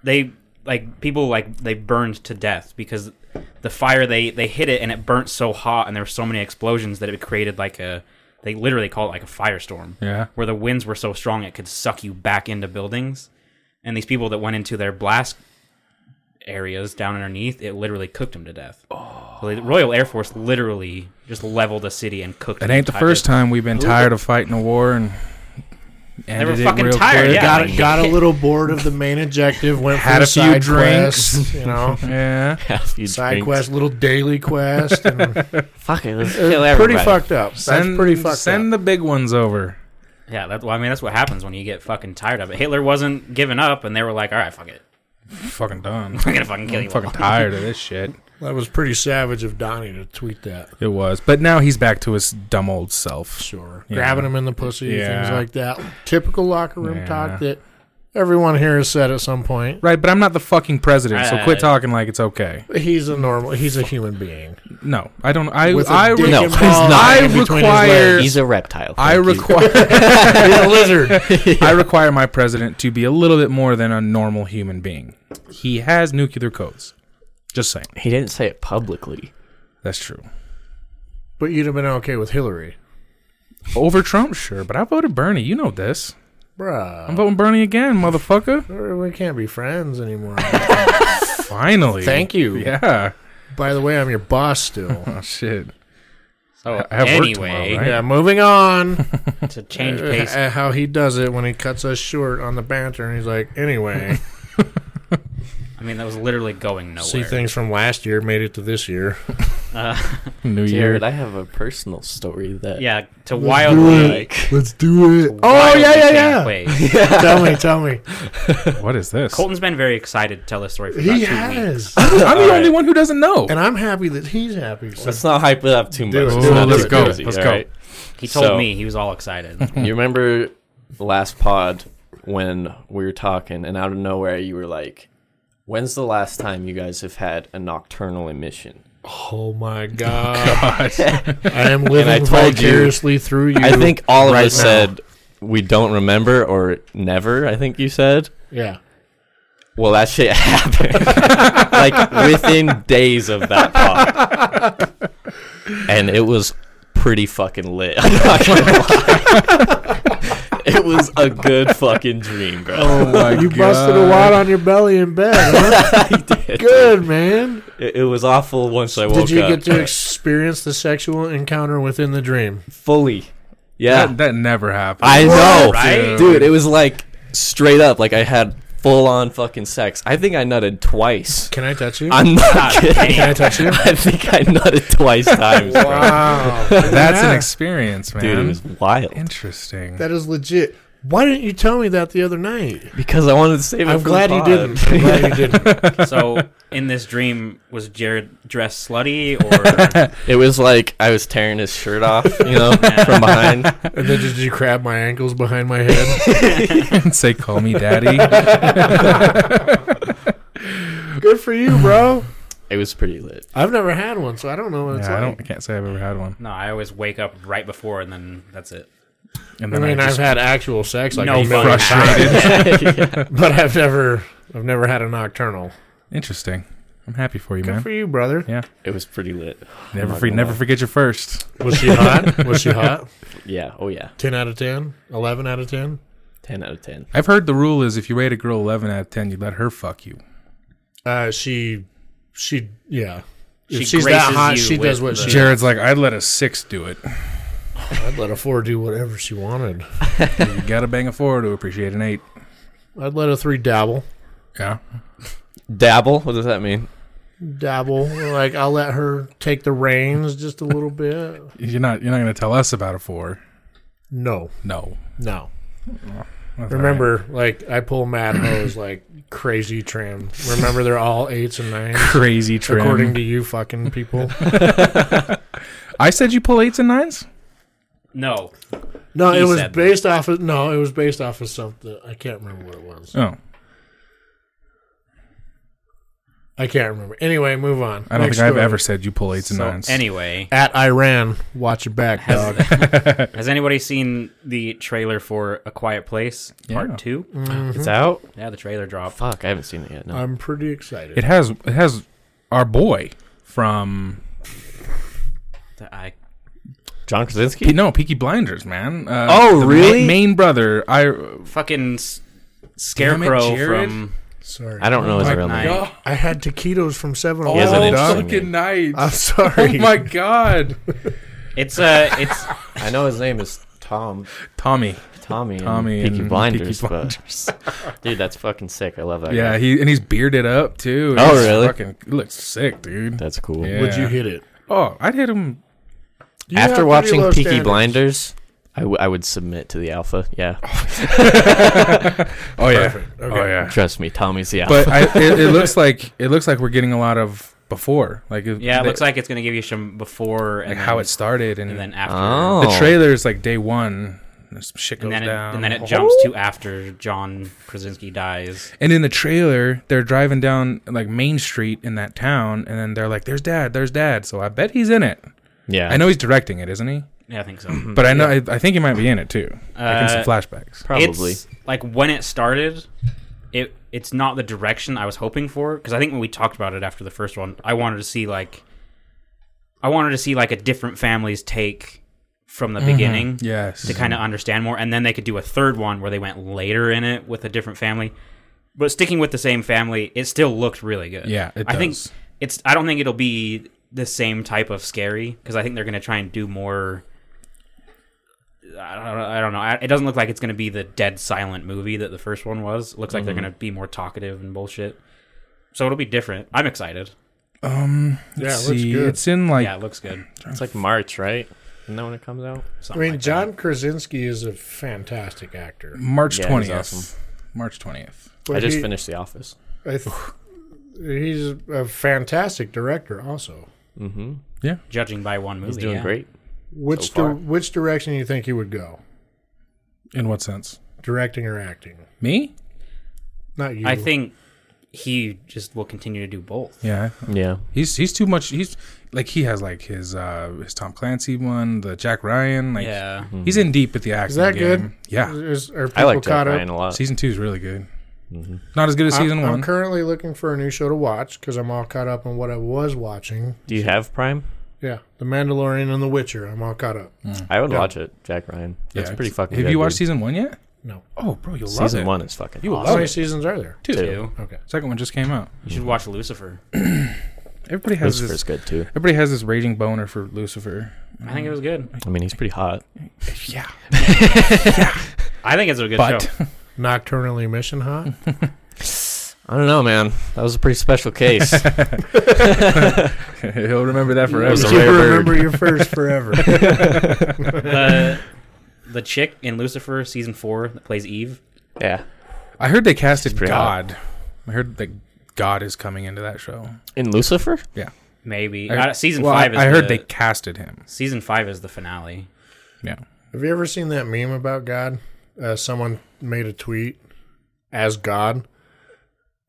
Speaker 4: they like people like they burned to death because the fire they they hit it and it burnt so hot and there were so many explosions that it created like a they literally call it like a firestorm
Speaker 2: Yeah.
Speaker 4: where the winds were so strong it could suck you back into buildings and these people that went into their blast areas down underneath it literally cooked them to death oh. the royal air force literally just leveled a city and cooked
Speaker 2: It
Speaker 4: an
Speaker 2: ain't the
Speaker 4: entire-
Speaker 2: first time we've been tired of fighting a war and
Speaker 4: were
Speaker 2: ended it
Speaker 4: fucking
Speaker 2: real
Speaker 4: tired,
Speaker 2: quick.
Speaker 4: yeah.
Speaker 1: got got a little bored of the main objective. Went for
Speaker 2: Had
Speaker 1: a,
Speaker 2: a few
Speaker 1: side
Speaker 2: drinks.
Speaker 1: quest, you know,
Speaker 2: Yeah.
Speaker 1: side quest, little daily quest. And
Speaker 3: Fuck it. Let's kill everybody.
Speaker 1: pretty fucked up.
Speaker 2: Send,
Speaker 1: That's pretty fucked
Speaker 2: send
Speaker 1: up.
Speaker 2: the big ones over.
Speaker 4: Yeah, that, well, I mean, that's what happens when you get fucking tired of it. Hitler wasn't giving up, and they were like, all right, fuck it.
Speaker 2: Fucking done.
Speaker 4: I'm going to fucking kill you.
Speaker 2: I'm fucking
Speaker 4: all."
Speaker 2: tired of this shit.
Speaker 1: That was pretty savage of Donnie to tweet that.
Speaker 2: It was. But now he's back to his dumb old self.
Speaker 1: Sure,
Speaker 2: Yeah.
Speaker 1: grabbing him in the pussy, things
Speaker 2: Yeah.
Speaker 1: like that. Typical locker room
Speaker 2: Yeah.
Speaker 1: talk that everyone here has said at some point.
Speaker 2: Right, but I'm not the fucking president, so quit
Speaker 4: Uh,
Speaker 2: talking like it's okay.
Speaker 1: He's a normal. He's a human being.
Speaker 2: No, I don't. I
Speaker 1: With a
Speaker 2: I, re-
Speaker 1: dick
Speaker 3: No,
Speaker 1: involved
Speaker 3: he's not.
Speaker 1: in
Speaker 2: I
Speaker 1: between his
Speaker 2: require-
Speaker 1: legs.
Speaker 3: He's a reptile.
Speaker 2: I
Speaker 3: Thank you.
Speaker 1: He's a
Speaker 2: require
Speaker 1: lizard.
Speaker 2: I require my president to be a little bit more than a normal human being. He has nuclear codes. Just saying.
Speaker 3: He didn't say it publicly.
Speaker 2: That's true.
Speaker 1: But you'd have been okay with Hillary,
Speaker 2: Over Trump, sure, but I voted Bernie. You know this. I'm
Speaker 1: bruh.
Speaker 2: voting Bernie again, motherfucker.
Speaker 1: We can't be friends anymore.
Speaker 2: Finally.
Speaker 1: Thank you.
Speaker 2: Yeah.
Speaker 1: By the way, I'm your boss still.
Speaker 2: Oh shit.
Speaker 4: So,
Speaker 2: I have work
Speaker 4: anyway,
Speaker 2: tomorrow, right?
Speaker 1: Yeah, moving on.
Speaker 4: to change
Speaker 1: Uh,
Speaker 4: pace,
Speaker 1: uh, How he does it when he cuts us short on the banter, and he's like, "Anyway,
Speaker 4: I mean, that was literally going nowhere.
Speaker 1: See things from last year made it to this year.
Speaker 2: New
Speaker 3: Jared, I have a personal story that
Speaker 4: yeah, to wildly.
Speaker 2: Oh,
Speaker 3: like
Speaker 1: Let's do it. Oh
Speaker 4: wildly
Speaker 1: yeah, yeah, yeah.
Speaker 4: campaign.
Speaker 1: tell me, tell me.
Speaker 2: What is this?
Speaker 4: Colton's been very excited to tell this story for about
Speaker 1: He
Speaker 4: two
Speaker 1: has,
Speaker 4: weeks.
Speaker 2: I'm the only one who doesn't know.
Speaker 1: and I'm happy that he's happy. So
Speaker 3: let's not hype it up too much.
Speaker 1: Dude,
Speaker 3: It's
Speaker 1: dude,
Speaker 3: not
Speaker 1: let's
Speaker 3: too
Speaker 2: go,
Speaker 3: crazy,
Speaker 2: let's
Speaker 3: all
Speaker 2: go.
Speaker 3: right?
Speaker 4: He told
Speaker 3: So-
Speaker 4: me he was all excited.
Speaker 3: You remember the last pod when we were talking, and out of nowhere you were like, "When's the last time you guys have had a nocturnal emission?"
Speaker 1: oh my god,
Speaker 2: God.
Speaker 1: I am living
Speaker 3: I told you-
Speaker 1: vicariously through you.
Speaker 3: I think all of
Speaker 1: right
Speaker 3: us
Speaker 1: now.
Speaker 3: said we don't remember or never. I think you said.
Speaker 1: Yeah.
Speaker 3: Well, that shit happened like within days of that pod, and it was pretty fucking lit. I'm not gonna lie. it was a good fucking dream, bro.
Speaker 2: oh my
Speaker 1: you busted a wad on your belly in bed. Huh? Good man.
Speaker 3: It, it was awful once I woke
Speaker 1: Did you
Speaker 3: up.
Speaker 1: get to experience the sexual encounter within the dream?
Speaker 3: fully? Yeah,
Speaker 2: That, that never happened.
Speaker 3: I know,
Speaker 4: right?
Speaker 3: dude. It was like straight up, like I had full on fucking sex. I think I nutted twice.
Speaker 1: Can I touch you?
Speaker 3: I'm not kidding.
Speaker 1: Can I touch you?
Speaker 3: I think I nutted twice times, bro.
Speaker 1: Wow,
Speaker 2: That's
Speaker 1: Yeah.
Speaker 2: an experience, man.
Speaker 3: dude. It was wild
Speaker 2: Interesting.
Speaker 1: That is legit. Why didn't you tell me that the other night?
Speaker 3: because I wanted to save it.
Speaker 1: I'm
Speaker 3: for
Speaker 1: glad
Speaker 3: the
Speaker 1: you
Speaker 3: pod.
Speaker 1: didn't. I'm glad you didn't.
Speaker 4: so, in this dream, was Jared dressed slutty or
Speaker 3: It was like I was tearing his shirt off, you know, from behind.
Speaker 1: And then did you grab my ankles behind my head?
Speaker 2: And say, call me daddy.
Speaker 1: Good for you, bro.
Speaker 3: It was pretty lit.
Speaker 1: I've never had one, so I don't know what it's
Speaker 2: yeah, I
Speaker 1: like.
Speaker 2: don't. I can't say I've ever had one.
Speaker 4: no? I always wake up right before, and then that's it.
Speaker 2: And
Speaker 1: I
Speaker 2: then I,
Speaker 1: mean, I have
Speaker 2: just
Speaker 1: had actual sex, like
Speaker 4: No
Speaker 1: a million
Speaker 4: fucking
Speaker 1: times,
Speaker 3: Yeah.
Speaker 1: but I've never, I've never had a nocturnal.
Speaker 2: interesting. I'm happy for you,
Speaker 1: Good
Speaker 2: man.
Speaker 1: for Oh you, brother.
Speaker 3: It was pretty lit.
Speaker 2: never,
Speaker 3: not
Speaker 2: free,
Speaker 3: gonna
Speaker 2: never
Speaker 3: lie.
Speaker 2: forget your first.
Speaker 1: Was she hot? Was she hot?
Speaker 3: Yeah. Oh yeah.
Speaker 1: Ten out of ten. Eleven out of ten.
Speaker 3: Ten out of ten.
Speaker 2: I've heard the rule is if you rate a girl 11 out of 10, you let her fuck you.
Speaker 1: Uh, she, she, yeah. If
Speaker 4: She
Speaker 1: she's that
Speaker 4: graces
Speaker 1: hot,
Speaker 4: you
Speaker 1: she does what
Speaker 4: with
Speaker 1: she.
Speaker 4: the-
Speaker 2: Jared's like, I'd let a six do it.
Speaker 1: I'd let a four do whatever she wanted.
Speaker 2: you gotta bang a four to appreciate an eight.
Speaker 1: I'd let a three dabble,
Speaker 2: Yeah.
Speaker 3: Dabble. What does that mean?
Speaker 1: dabble. Like I'll let her take the reins just a little bit.
Speaker 2: You're not. You're not gonna tell us about a four.
Speaker 1: No,
Speaker 2: No.
Speaker 1: no.
Speaker 2: That's all
Speaker 1: Remember, like I pull mad hoes like crazy trim. Remember, they're all eights and nines.
Speaker 2: right. crazy trim.
Speaker 1: According to you, fucking people.
Speaker 2: I said you pull eights and nines.
Speaker 4: No,
Speaker 1: No,
Speaker 4: He
Speaker 1: it was
Speaker 4: said that.
Speaker 1: based off of no, it was based off of something. I can't remember what it was.
Speaker 2: Oh,
Speaker 1: I can't remember. Anyway, move on.
Speaker 2: I don't
Speaker 1: Next
Speaker 2: think I've
Speaker 1: story.
Speaker 2: ever said you pull eights and
Speaker 4: so
Speaker 2: nines.
Speaker 4: anyway,
Speaker 1: At Iran, watch your back, dog.
Speaker 4: has anybody seen the trailer for A Quiet Place Part
Speaker 2: Yeah.
Speaker 4: Two?
Speaker 3: It's out.
Speaker 4: Yeah, the trailer dropped.
Speaker 3: Fuck, I haven't seen it yet. No.
Speaker 1: I'm pretty excited.
Speaker 2: it has. It has our boy from
Speaker 4: I
Speaker 3: John Krasinski.
Speaker 2: Pe- no Peaky Blinders, man. Uh, the
Speaker 3: Oh,
Speaker 2: ma-
Speaker 3: really?
Speaker 2: Main, brother. I.
Speaker 4: fucking s- scarecrow
Speaker 2: Jared.
Speaker 4: from
Speaker 1: Sorry.
Speaker 3: I don't know his
Speaker 2: my
Speaker 3: real name.
Speaker 4: God.
Speaker 1: I had taquitos from 7
Speaker 2: Oh.
Speaker 3: He has an
Speaker 1: Eleven.
Speaker 3: interesting name.
Speaker 2: night.
Speaker 1: I'm
Speaker 2: Oh
Speaker 1: sorry.
Speaker 2: god.
Speaker 4: it's uh it's
Speaker 3: I know his name is Tom.
Speaker 2: Tommy. Tommy
Speaker 3: Tommy. Tommy and Peaky
Speaker 2: and
Speaker 3: Blinders.
Speaker 2: Peaky
Speaker 3: But, dude, that's fucking sick. I love that.
Speaker 2: Yeah,
Speaker 3: Guy.
Speaker 2: he and he's bearded up too.
Speaker 3: Oh,
Speaker 2: He's
Speaker 3: really?
Speaker 2: Fucking he looks sick, dude.
Speaker 3: That's cool.
Speaker 2: Yeah.
Speaker 1: Would you hit it?
Speaker 2: Oh, I'd hit him.
Speaker 1: You have
Speaker 3: After
Speaker 1: pretty
Speaker 3: watching
Speaker 1: low
Speaker 3: Peaky
Speaker 1: standards.
Speaker 3: Blinders, I, w- I would submit to the alpha. Yeah,
Speaker 2: Oh yeah.
Speaker 1: Perfect.
Speaker 2: Oh
Speaker 1: Okay.
Speaker 2: yeah.
Speaker 3: trust me, Tommy's the alpha.
Speaker 2: But I, it, it looks like it looks like we're getting a lot of before, like if-
Speaker 4: yeah, it
Speaker 2: the-
Speaker 4: looks like it's gonna give you some before and
Speaker 2: like
Speaker 4: then,
Speaker 2: how it started and,
Speaker 4: and then after
Speaker 3: Oh.
Speaker 2: the trailers like day one. There's some shit goes
Speaker 4: and then it,
Speaker 2: down. Oh.
Speaker 4: and then it jumps to after John Krasinski dies.
Speaker 2: And in the trailer, they're driving down like Main Street in that town, and then they're like, "There's Dad, there's Dad." So I bet he's in it.
Speaker 3: yeah,
Speaker 2: I know he's directing it, isn't he?
Speaker 4: Yeah, I think so.
Speaker 2: But I know I, I think he might be in it too. like in some
Speaker 4: Uh,
Speaker 2: flashbacks.
Speaker 3: probably.
Speaker 4: It's like when it started, it it's not the direction I was hoping for because I think when we talked about it after the first one, I wanted to see like I wanted to see like a different family's take from the beginning
Speaker 2: Yes.
Speaker 4: to kind of understand more and then they could do a third one where they went later in it with a different family. But sticking with the same family, it still looked really good.
Speaker 2: Yeah, it
Speaker 4: I think
Speaker 2: does.
Speaker 4: it's I don't think it'll be the same type of scary because I think they're going to try and do more I don't, I don't know. I- It doesn't look like it's going to
Speaker 2: Mm-hmm.
Speaker 4: be the dead silent movie that the first one was. It looks like they're going to be more talkative and bullshit. So it'll be different. I'm excited.
Speaker 2: Um,
Speaker 1: Yeah,
Speaker 2: let's
Speaker 1: it looks
Speaker 2: see.
Speaker 1: good.
Speaker 2: It's in like
Speaker 4: yeah, it looks good.
Speaker 3: It's like March, right? Isn't that when it comes out?
Speaker 1: I
Speaker 2: Oh
Speaker 4: Something
Speaker 1: mean,
Speaker 4: like that.
Speaker 1: John Krasinski is a fantastic actor.
Speaker 2: March
Speaker 3: Yeah, he's
Speaker 2: twentieth.
Speaker 3: awesome.
Speaker 2: March twentieth.
Speaker 1: But
Speaker 3: I just
Speaker 1: he-
Speaker 3: finished The Office.
Speaker 1: I th- he's a fantastic director, also.
Speaker 3: Mm-hmm.
Speaker 4: judging by one movie,
Speaker 3: He's doing
Speaker 4: yeah.
Speaker 3: great.
Speaker 1: Which
Speaker 3: far.
Speaker 1: di- which direction do you think he would go?
Speaker 2: In what sense?
Speaker 1: Directing or acting?
Speaker 2: Me?
Speaker 1: Not you.
Speaker 4: I think he just will continue to do both.
Speaker 2: Yeah.
Speaker 3: Yeah.
Speaker 2: He's he's too much. He's like he has like his uh his Tom Clancy one, the Jack Ryan. Like
Speaker 4: yeah.
Speaker 2: he's in deep with the acting.
Speaker 1: that
Speaker 2: game.
Speaker 1: good?
Speaker 2: Yeah.
Speaker 1: Is, are people
Speaker 3: I like Jack
Speaker 1: caught up?
Speaker 3: Ryan a lot.
Speaker 2: Season two is really good.
Speaker 3: Mm-hmm.
Speaker 2: Not as good as
Speaker 1: I'm-
Speaker 2: season
Speaker 1: I'm,
Speaker 2: one.
Speaker 1: currently looking for a new show to watch because I'm all caught up on what I was watching.
Speaker 3: Do you have Prime?
Speaker 1: Yeah, The Mandalorian and The Witcher. I'm all caught up.
Speaker 3: I would
Speaker 1: Yeah.
Speaker 3: watch it, Jack Ryan.
Speaker 2: yeah,
Speaker 3: It's pretty fucking
Speaker 2: Have
Speaker 3: good,
Speaker 2: you watched
Speaker 3: dude.
Speaker 2: season one yet?
Speaker 1: No.
Speaker 2: Oh, bro, you'll love
Speaker 3: season
Speaker 2: it.
Speaker 3: one? Is fucking
Speaker 2: You will
Speaker 1: How
Speaker 3: awesome.
Speaker 2: love
Speaker 1: many
Speaker 2: it.
Speaker 1: seasons are there?
Speaker 2: Two.
Speaker 4: Two.
Speaker 1: Okay.
Speaker 2: Second one just came out.
Speaker 4: You should watch Lucifer.
Speaker 2: Everybody has
Speaker 3: Mm. Lucifer's
Speaker 2: this.
Speaker 3: good too.
Speaker 2: Everybody has this raging boner for Lucifer.
Speaker 4: I think it was good.
Speaker 3: I mean, he's pretty hot.
Speaker 2: Yeah,
Speaker 4: I think it's a good
Speaker 2: but
Speaker 4: show.
Speaker 1: Nocturnal Emission Hot.
Speaker 3: I don't know, man. That was a pretty special case.
Speaker 2: he'll remember that
Speaker 3: It was
Speaker 1: You
Speaker 3: a
Speaker 2: forever.
Speaker 3: rare bird.
Speaker 1: remember your first forever.
Speaker 4: the the chick in Lucifer season four that plays Eve.
Speaker 3: yeah.
Speaker 2: I heard they casted
Speaker 3: pretty hot.
Speaker 2: God. I heard that God is coming into that show.
Speaker 3: In Lucifer?
Speaker 4: Maybe
Speaker 2: I-
Speaker 4: Uh, season
Speaker 2: well, I-
Speaker 4: five. Is
Speaker 2: I heard
Speaker 4: the,
Speaker 2: they casted him.
Speaker 4: season five is the finale.
Speaker 2: Yeah.
Speaker 1: Have you ever seen that meme about God? Uh, someone made a tweet as God,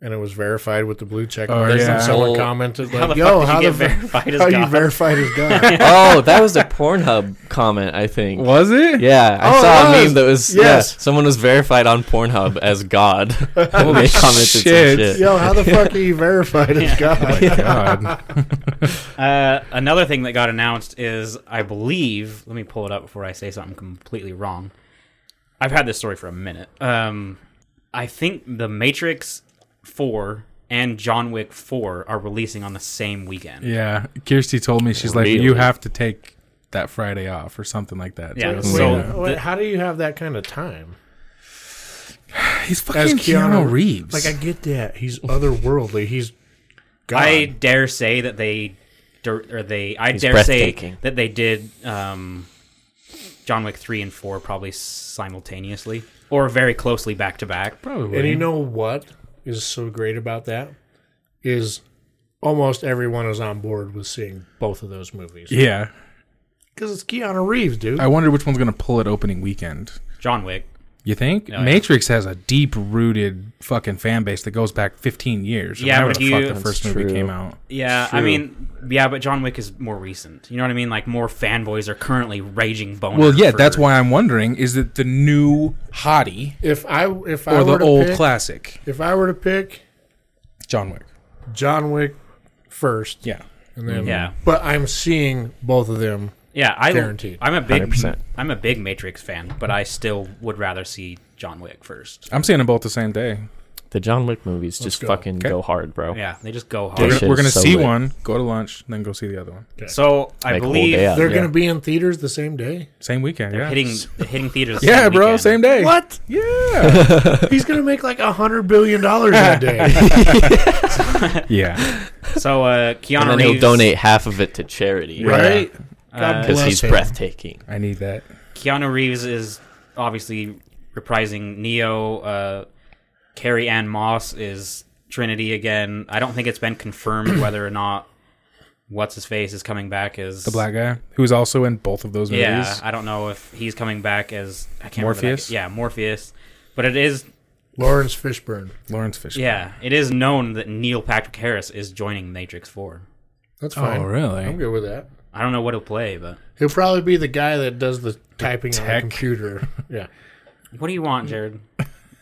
Speaker 1: and it was verified with the blue check
Speaker 2: Oh,
Speaker 1: mark.
Speaker 2: yeah.
Speaker 1: And someone
Speaker 3: Well,
Speaker 1: commented
Speaker 4: How
Speaker 1: like,
Speaker 4: the
Speaker 1: "Yo,
Speaker 4: fuck did
Speaker 1: how
Speaker 4: you
Speaker 1: the
Speaker 4: get
Speaker 1: ver-
Speaker 4: verified as
Speaker 1: how you
Speaker 4: God?
Speaker 1: verified as God?"
Speaker 3: oh, that was the Pornhub comment, I think.
Speaker 2: Was it?
Speaker 3: Yeah, I
Speaker 1: Oh,
Speaker 3: saw
Speaker 1: it
Speaker 3: a
Speaker 1: was.
Speaker 3: meme that was
Speaker 1: Yes.
Speaker 3: yeah, someone was verified on Pornhub as God. they commented some
Speaker 2: shit.
Speaker 3: shit.
Speaker 1: Yo, how the fuck are you verified as God?
Speaker 2: God.
Speaker 4: Uh, another thing that got announced is, I believe. Let me pull it up before I say something completely wrong. I've had this story for a minute. Um, I think The Matrix Four and John Wick Four are releasing on the same weekend.
Speaker 2: yeah. Kirsty told me she's like,
Speaker 3: Really?
Speaker 2: you have to take that Friday off or something like that.
Speaker 4: Yeah,
Speaker 2: It's
Speaker 1: Wait,
Speaker 2: like,
Speaker 4: so-
Speaker 1: wait, wait, how do you have that kind of time?
Speaker 2: he's fucking Keanu,
Speaker 1: Keanu-
Speaker 2: Reeves.
Speaker 1: Like, I get that he's otherworldly. He's God.
Speaker 4: I dare say that they, dir- or they, I
Speaker 3: He's
Speaker 4: dare say
Speaker 3: breathtaking.
Speaker 4: that they did um, John Wick three and four probably simultaneously or very closely back to back.
Speaker 2: probably.
Speaker 1: and you know what is so great about that is almost everyone is on board with seeing both of those movies
Speaker 2: yeah.
Speaker 1: because it's Keanu Reeves, dude.
Speaker 2: I wonder which one's gonna pull it opening weekend.
Speaker 4: John Wick.
Speaker 2: You think
Speaker 4: Oh, yeah.
Speaker 2: Matrix has a deep rooted fucking fan base that goes back 15 years? or
Speaker 4: Yeah,
Speaker 2: whenever
Speaker 4: but
Speaker 2: the
Speaker 4: you-
Speaker 2: fuck the
Speaker 4: That's
Speaker 2: first movie
Speaker 3: true.
Speaker 2: came out.
Speaker 4: Yeah,
Speaker 3: True.
Speaker 4: I mean, yeah, but John Wick is more recent. You know what I mean? Like more fanboys are currently raging boners.
Speaker 2: Well, yeah,
Speaker 4: for-
Speaker 2: that's why I'm wondering: is it the new hottie
Speaker 1: If I if I
Speaker 2: or
Speaker 1: were
Speaker 2: the
Speaker 1: to
Speaker 2: old
Speaker 1: pick,
Speaker 2: classic
Speaker 1: if I were to pick
Speaker 2: John Wick?
Speaker 1: John Wick first,
Speaker 2: Yeah,
Speaker 1: and then
Speaker 4: Yeah,
Speaker 1: but I'm seeing both of them.
Speaker 4: yeah. I
Speaker 1: Guaranteed.
Speaker 4: I'm a big,
Speaker 3: 100%.
Speaker 4: I'm a big Matrix fan, but I still would rather see John Wick first.
Speaker 2: I'm seeing them both the same day.
Speaker 3: The John Wick movies just
Speaker 1: go.
Speaker 3: fucking
Speaker 2: Okay.
Speaker 3: go hard, bro.
Speaker 4: Yeah, they just go
Speaker 2: We're
Speaker 3: That
Speaker 4: hard.
Speaker 2: gonna,
Speaker 3: shit
Speaker 2: we're
Speaker 3: is
Speaker 2: gonna
Speaker 3: so
Speaker 2: see
Speaker 3: lit.
Speaker 2: one, go to lunch, then go see the other one.
Speaker 4: So I
Speaker 3: Like, whole
Speaker 4: believe
Speaker 3: day out.
Speaker 1: They're
Speaker 3: Yeah.
Speaker 1: going to be in theaters the same day.
Speaker 2: Same weekend,
Speaker 4: they're
Speaker 2: yeah.
Speaker 4: hitting hitting theaters. the
Speaker 2: yeah, bro,
Speaker 4: weekend.
Speaker 2: same day.
Speaker 1: What?
Speaker 2: Yeah,
Speaker 1: He's going to make like a hundred billion dollars that day.
Speaker 2: yeah.
Speaker 4: So uh, Keanu
Speaker 3: And then
Speaker 4: Reeves
Speaker 3: he'll donate half of it to charity
Speaker 1: Right?
Speaker 4: uh,
Speaker 1: God
Speaker 3: because he's
Speaker 1: Bless him.
Speaker 3: breathtaking.
Speaker 2: I need that.
Speaker 4: Keanu Reeves is obviously reprising Neo. Uh, Carrie Ann Moss is Trinity again. I don't think it's been confirmed whether or not what's his face is coming back as
Speaker 2: The black guy who's also in both of those movies.
Speaker 4: Yeah, I don't know if he's coming back as I can't remember that-
Speaker 2: Morpheus?
Speaker 4: Yeah, Morpheus. But it is
Speaker 1: Lawrence Fishburne.
Speaker 2: Lawrence Fishburne.
Speaker 4: yeah, it is known that Neil Patrick Harris is joining Matrix Four.
Speaker 1: That's fine.
Speaker 2: Oh,
Speaker 1: I'm
Speaker 2: really?
Speaker 1: good with that.
Speaker 4: I don't know what he'll play, but
Speaker 1: He'll probably be the guy that does the typing on the
Speaker 2: tech.
Speaker 1: computer. Yeah.
Speaker 4: what do you want, Jared?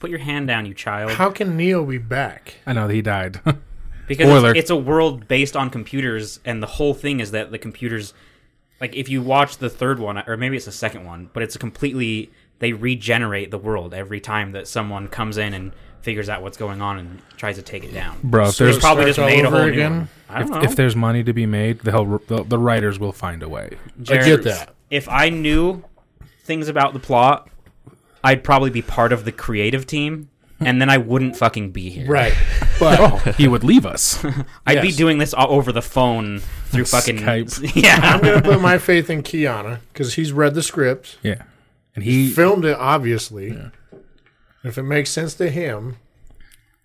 Speaker 4: Put your hand down, you child.
Speaker 1: How can Neo be back?
Speaker 2: I know he died.
Speaker 4: because it's-
Speaker 2: Spoiler.
Speaker 4: It's, a world based on computers and the whole thing is that the computers like if you watch the third one or maybe it's the second one but it's a completely they regenerate the world every time that someone comes in and figures out what's going on and tries to take it down
Speaker 2: Bro, if
Speaker 1: So
Speaker 2: there's
Speaker 4: it's probably just
Speaker 1: Starts
Speaker 4: made a
Speaker 1: over
Speaker 4: whole
Speaker 1: again?
Speaker 4: new one. i don't
Speaker 2: if,
Speaker 4: know
Speaker 2: if there's money to be made, they'll, the the writers will find a way.
Speaker 1: I get that.
Speaker 4: if i knew things about the plot i'd probably be part of the creative team and then i wouldn't fucking be here
Speaker 1: Right. But
Speaker 2: he would leave us.
Speaker 4: I'd be
Speaker 1: Yes.
Speaker 4: doing this all over the phone through fucking
Speaker 2: Skype.
Speaker 1: I'm
Speaker 4: Yeah.
Speaker 1: going to put my faith in Kiana because he's read the script,
Speaker 2: yeah, and he
Speaker 1: filmed it, obviously. If it makes sense to him,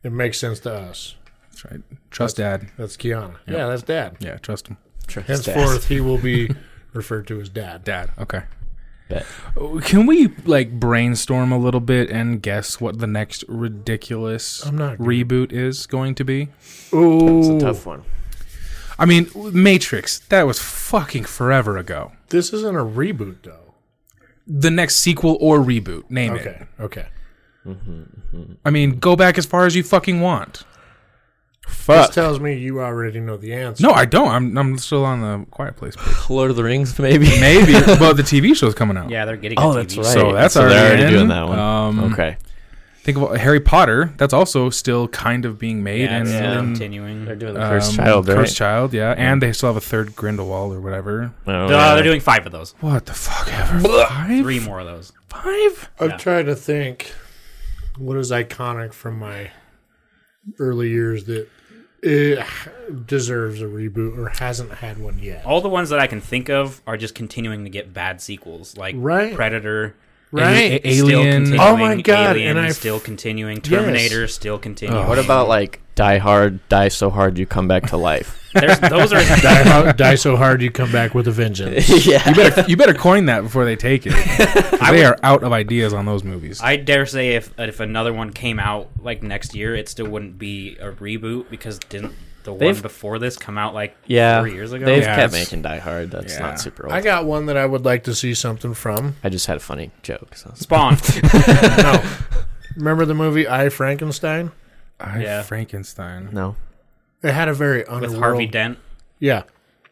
Speaker 1: it makes sense to us.
Speaker 2: that's right. Trust dad.
Speaker 1: That's Kiana. Yeah, that's dad.
Speaker 2: Yeah, trust him.
Speaker 3: Trust
Speaker 1: Henceforth, he will be referred to as dad.
Speaker 2: Dad. Okay.
Speaker 3: Bet.
Speaker 2: Can we like brainstorm a little bit and guess what the next ridiculous
Speaker 1: I'm not good.
Speaker 2: reboot is going to be?
Speaker 3: It's a
Speaker 1: Ooh,
Speaker 3: tough one.
Speaker 2: I mean, Matrix. That was fucking forever ago.
Speaker 1: this isn't a reboot, though.
Speaker 2: The next sequel or reboot, name it.
Speaker 1: Okay, okay.
Speaker 2: I mean, go back as far as you fucking want.
Speaker 1: This
Speaker 3: Fuck.
Speaker 1: tells me you already know the answer.
Speaker 2: No, I don't. I'm I'm still on the Quiet Place. page.
Speaker 3: Lord of the Rings, maybe.
Speaker 2: Maybe, but the TV show's coming out.
Speaker 4: yeah, they're getting a
Speaker 3: Oh,
Speaker 4: TV
Speaker 3: that's right.
Speaker 2: So that's
Speaker 3: so they're
Speaker 2: already
Speaker 3: already
Speaker 2: in.
Speaker 3: doing that one.
Speaker 2: Um,
Speaker 3: okay.
Speaker 2: Think about Harry Potter. That's also still kind of being made,
Speaker 4: Yeah,
Speaker 2: and,
Speaker 4: it's still
Speaker 3: yeah.
Speaker 2: and
Speaker 4: continuing. They're,
Speaker 3: doing
Speaker 2: um, Cursed Child, yeah. And they still have a third Grindelwald or whatever.
Speaker 3: Oh,
Speaker 4: they're doing five of those.
Speaker 2: What the fuck ever? Five?
Speaker 4: Three more of those.
Speaker 2: Five?
Speaker 1: I'm
Speaker 4: Yeah.
Speaker 1: trying to think what is iconic from my early years that eh, deserves a reboot or hasn't had one yet.
Speaker 4: All the ones that I can think of are just continuing to get bad sequels, like
Speaker 1: Right.
Speaker 4: Predator.
Speaker 1: Right.
Speaker 2: A- a- Alien.
Speaker 4: Still
Speaker 1: Oh
Speaker 4: continuing,
Speaker 1: my God,
Speaker 4: Alien
Speaker 1: and I-
Speaker 4: still continuing. Terminator still continuing.
Speaker 3: Oh, What about like Die Hard, Die So Hard You Come Back to Life?
Speaker 4: There's, those are
Speaker 1: die, ho- die so hard you come back with a vengeance.
Speaker 3: yeah.
Speaker 2: You better, you better coin that before they take it. 'Cause they are out of ideas on those movies.
Speaker 4: I dare say if if another one came out like next year, it still wouldn't be a reboot because didn't the
Speaker 3: They've-
Speaker 4: one before this come out like
Speaker 3: Yeah.
Speaker 4: four years ago?
Speaker 3: They've
Speaker 2: Yeah,
Speaker 3: kept
Speaker 2: it's-
Speaker 3: making Die Hard. That's
Speaker 2: Yeah.
Speaker 3: not super old.
Speaker 1: I
Speaker 3: I,
Speaker 1: got one that I would like to see something from.
Speaker 3: just had a funny joke. So.
Speaker 4: Spawn.
Speaker 1: No. Remember the movie I Frankenstein?
Speaker 2: I,
Speaker 4: Yeah.
Speaker 2: Frankenstein.
Speaker 3: No.
Speaker 1: It had a very
Speaker 4: with
Speaker 1: underworld.
Speaker 4: Harvey Dent.
Speaker 1: Yeah.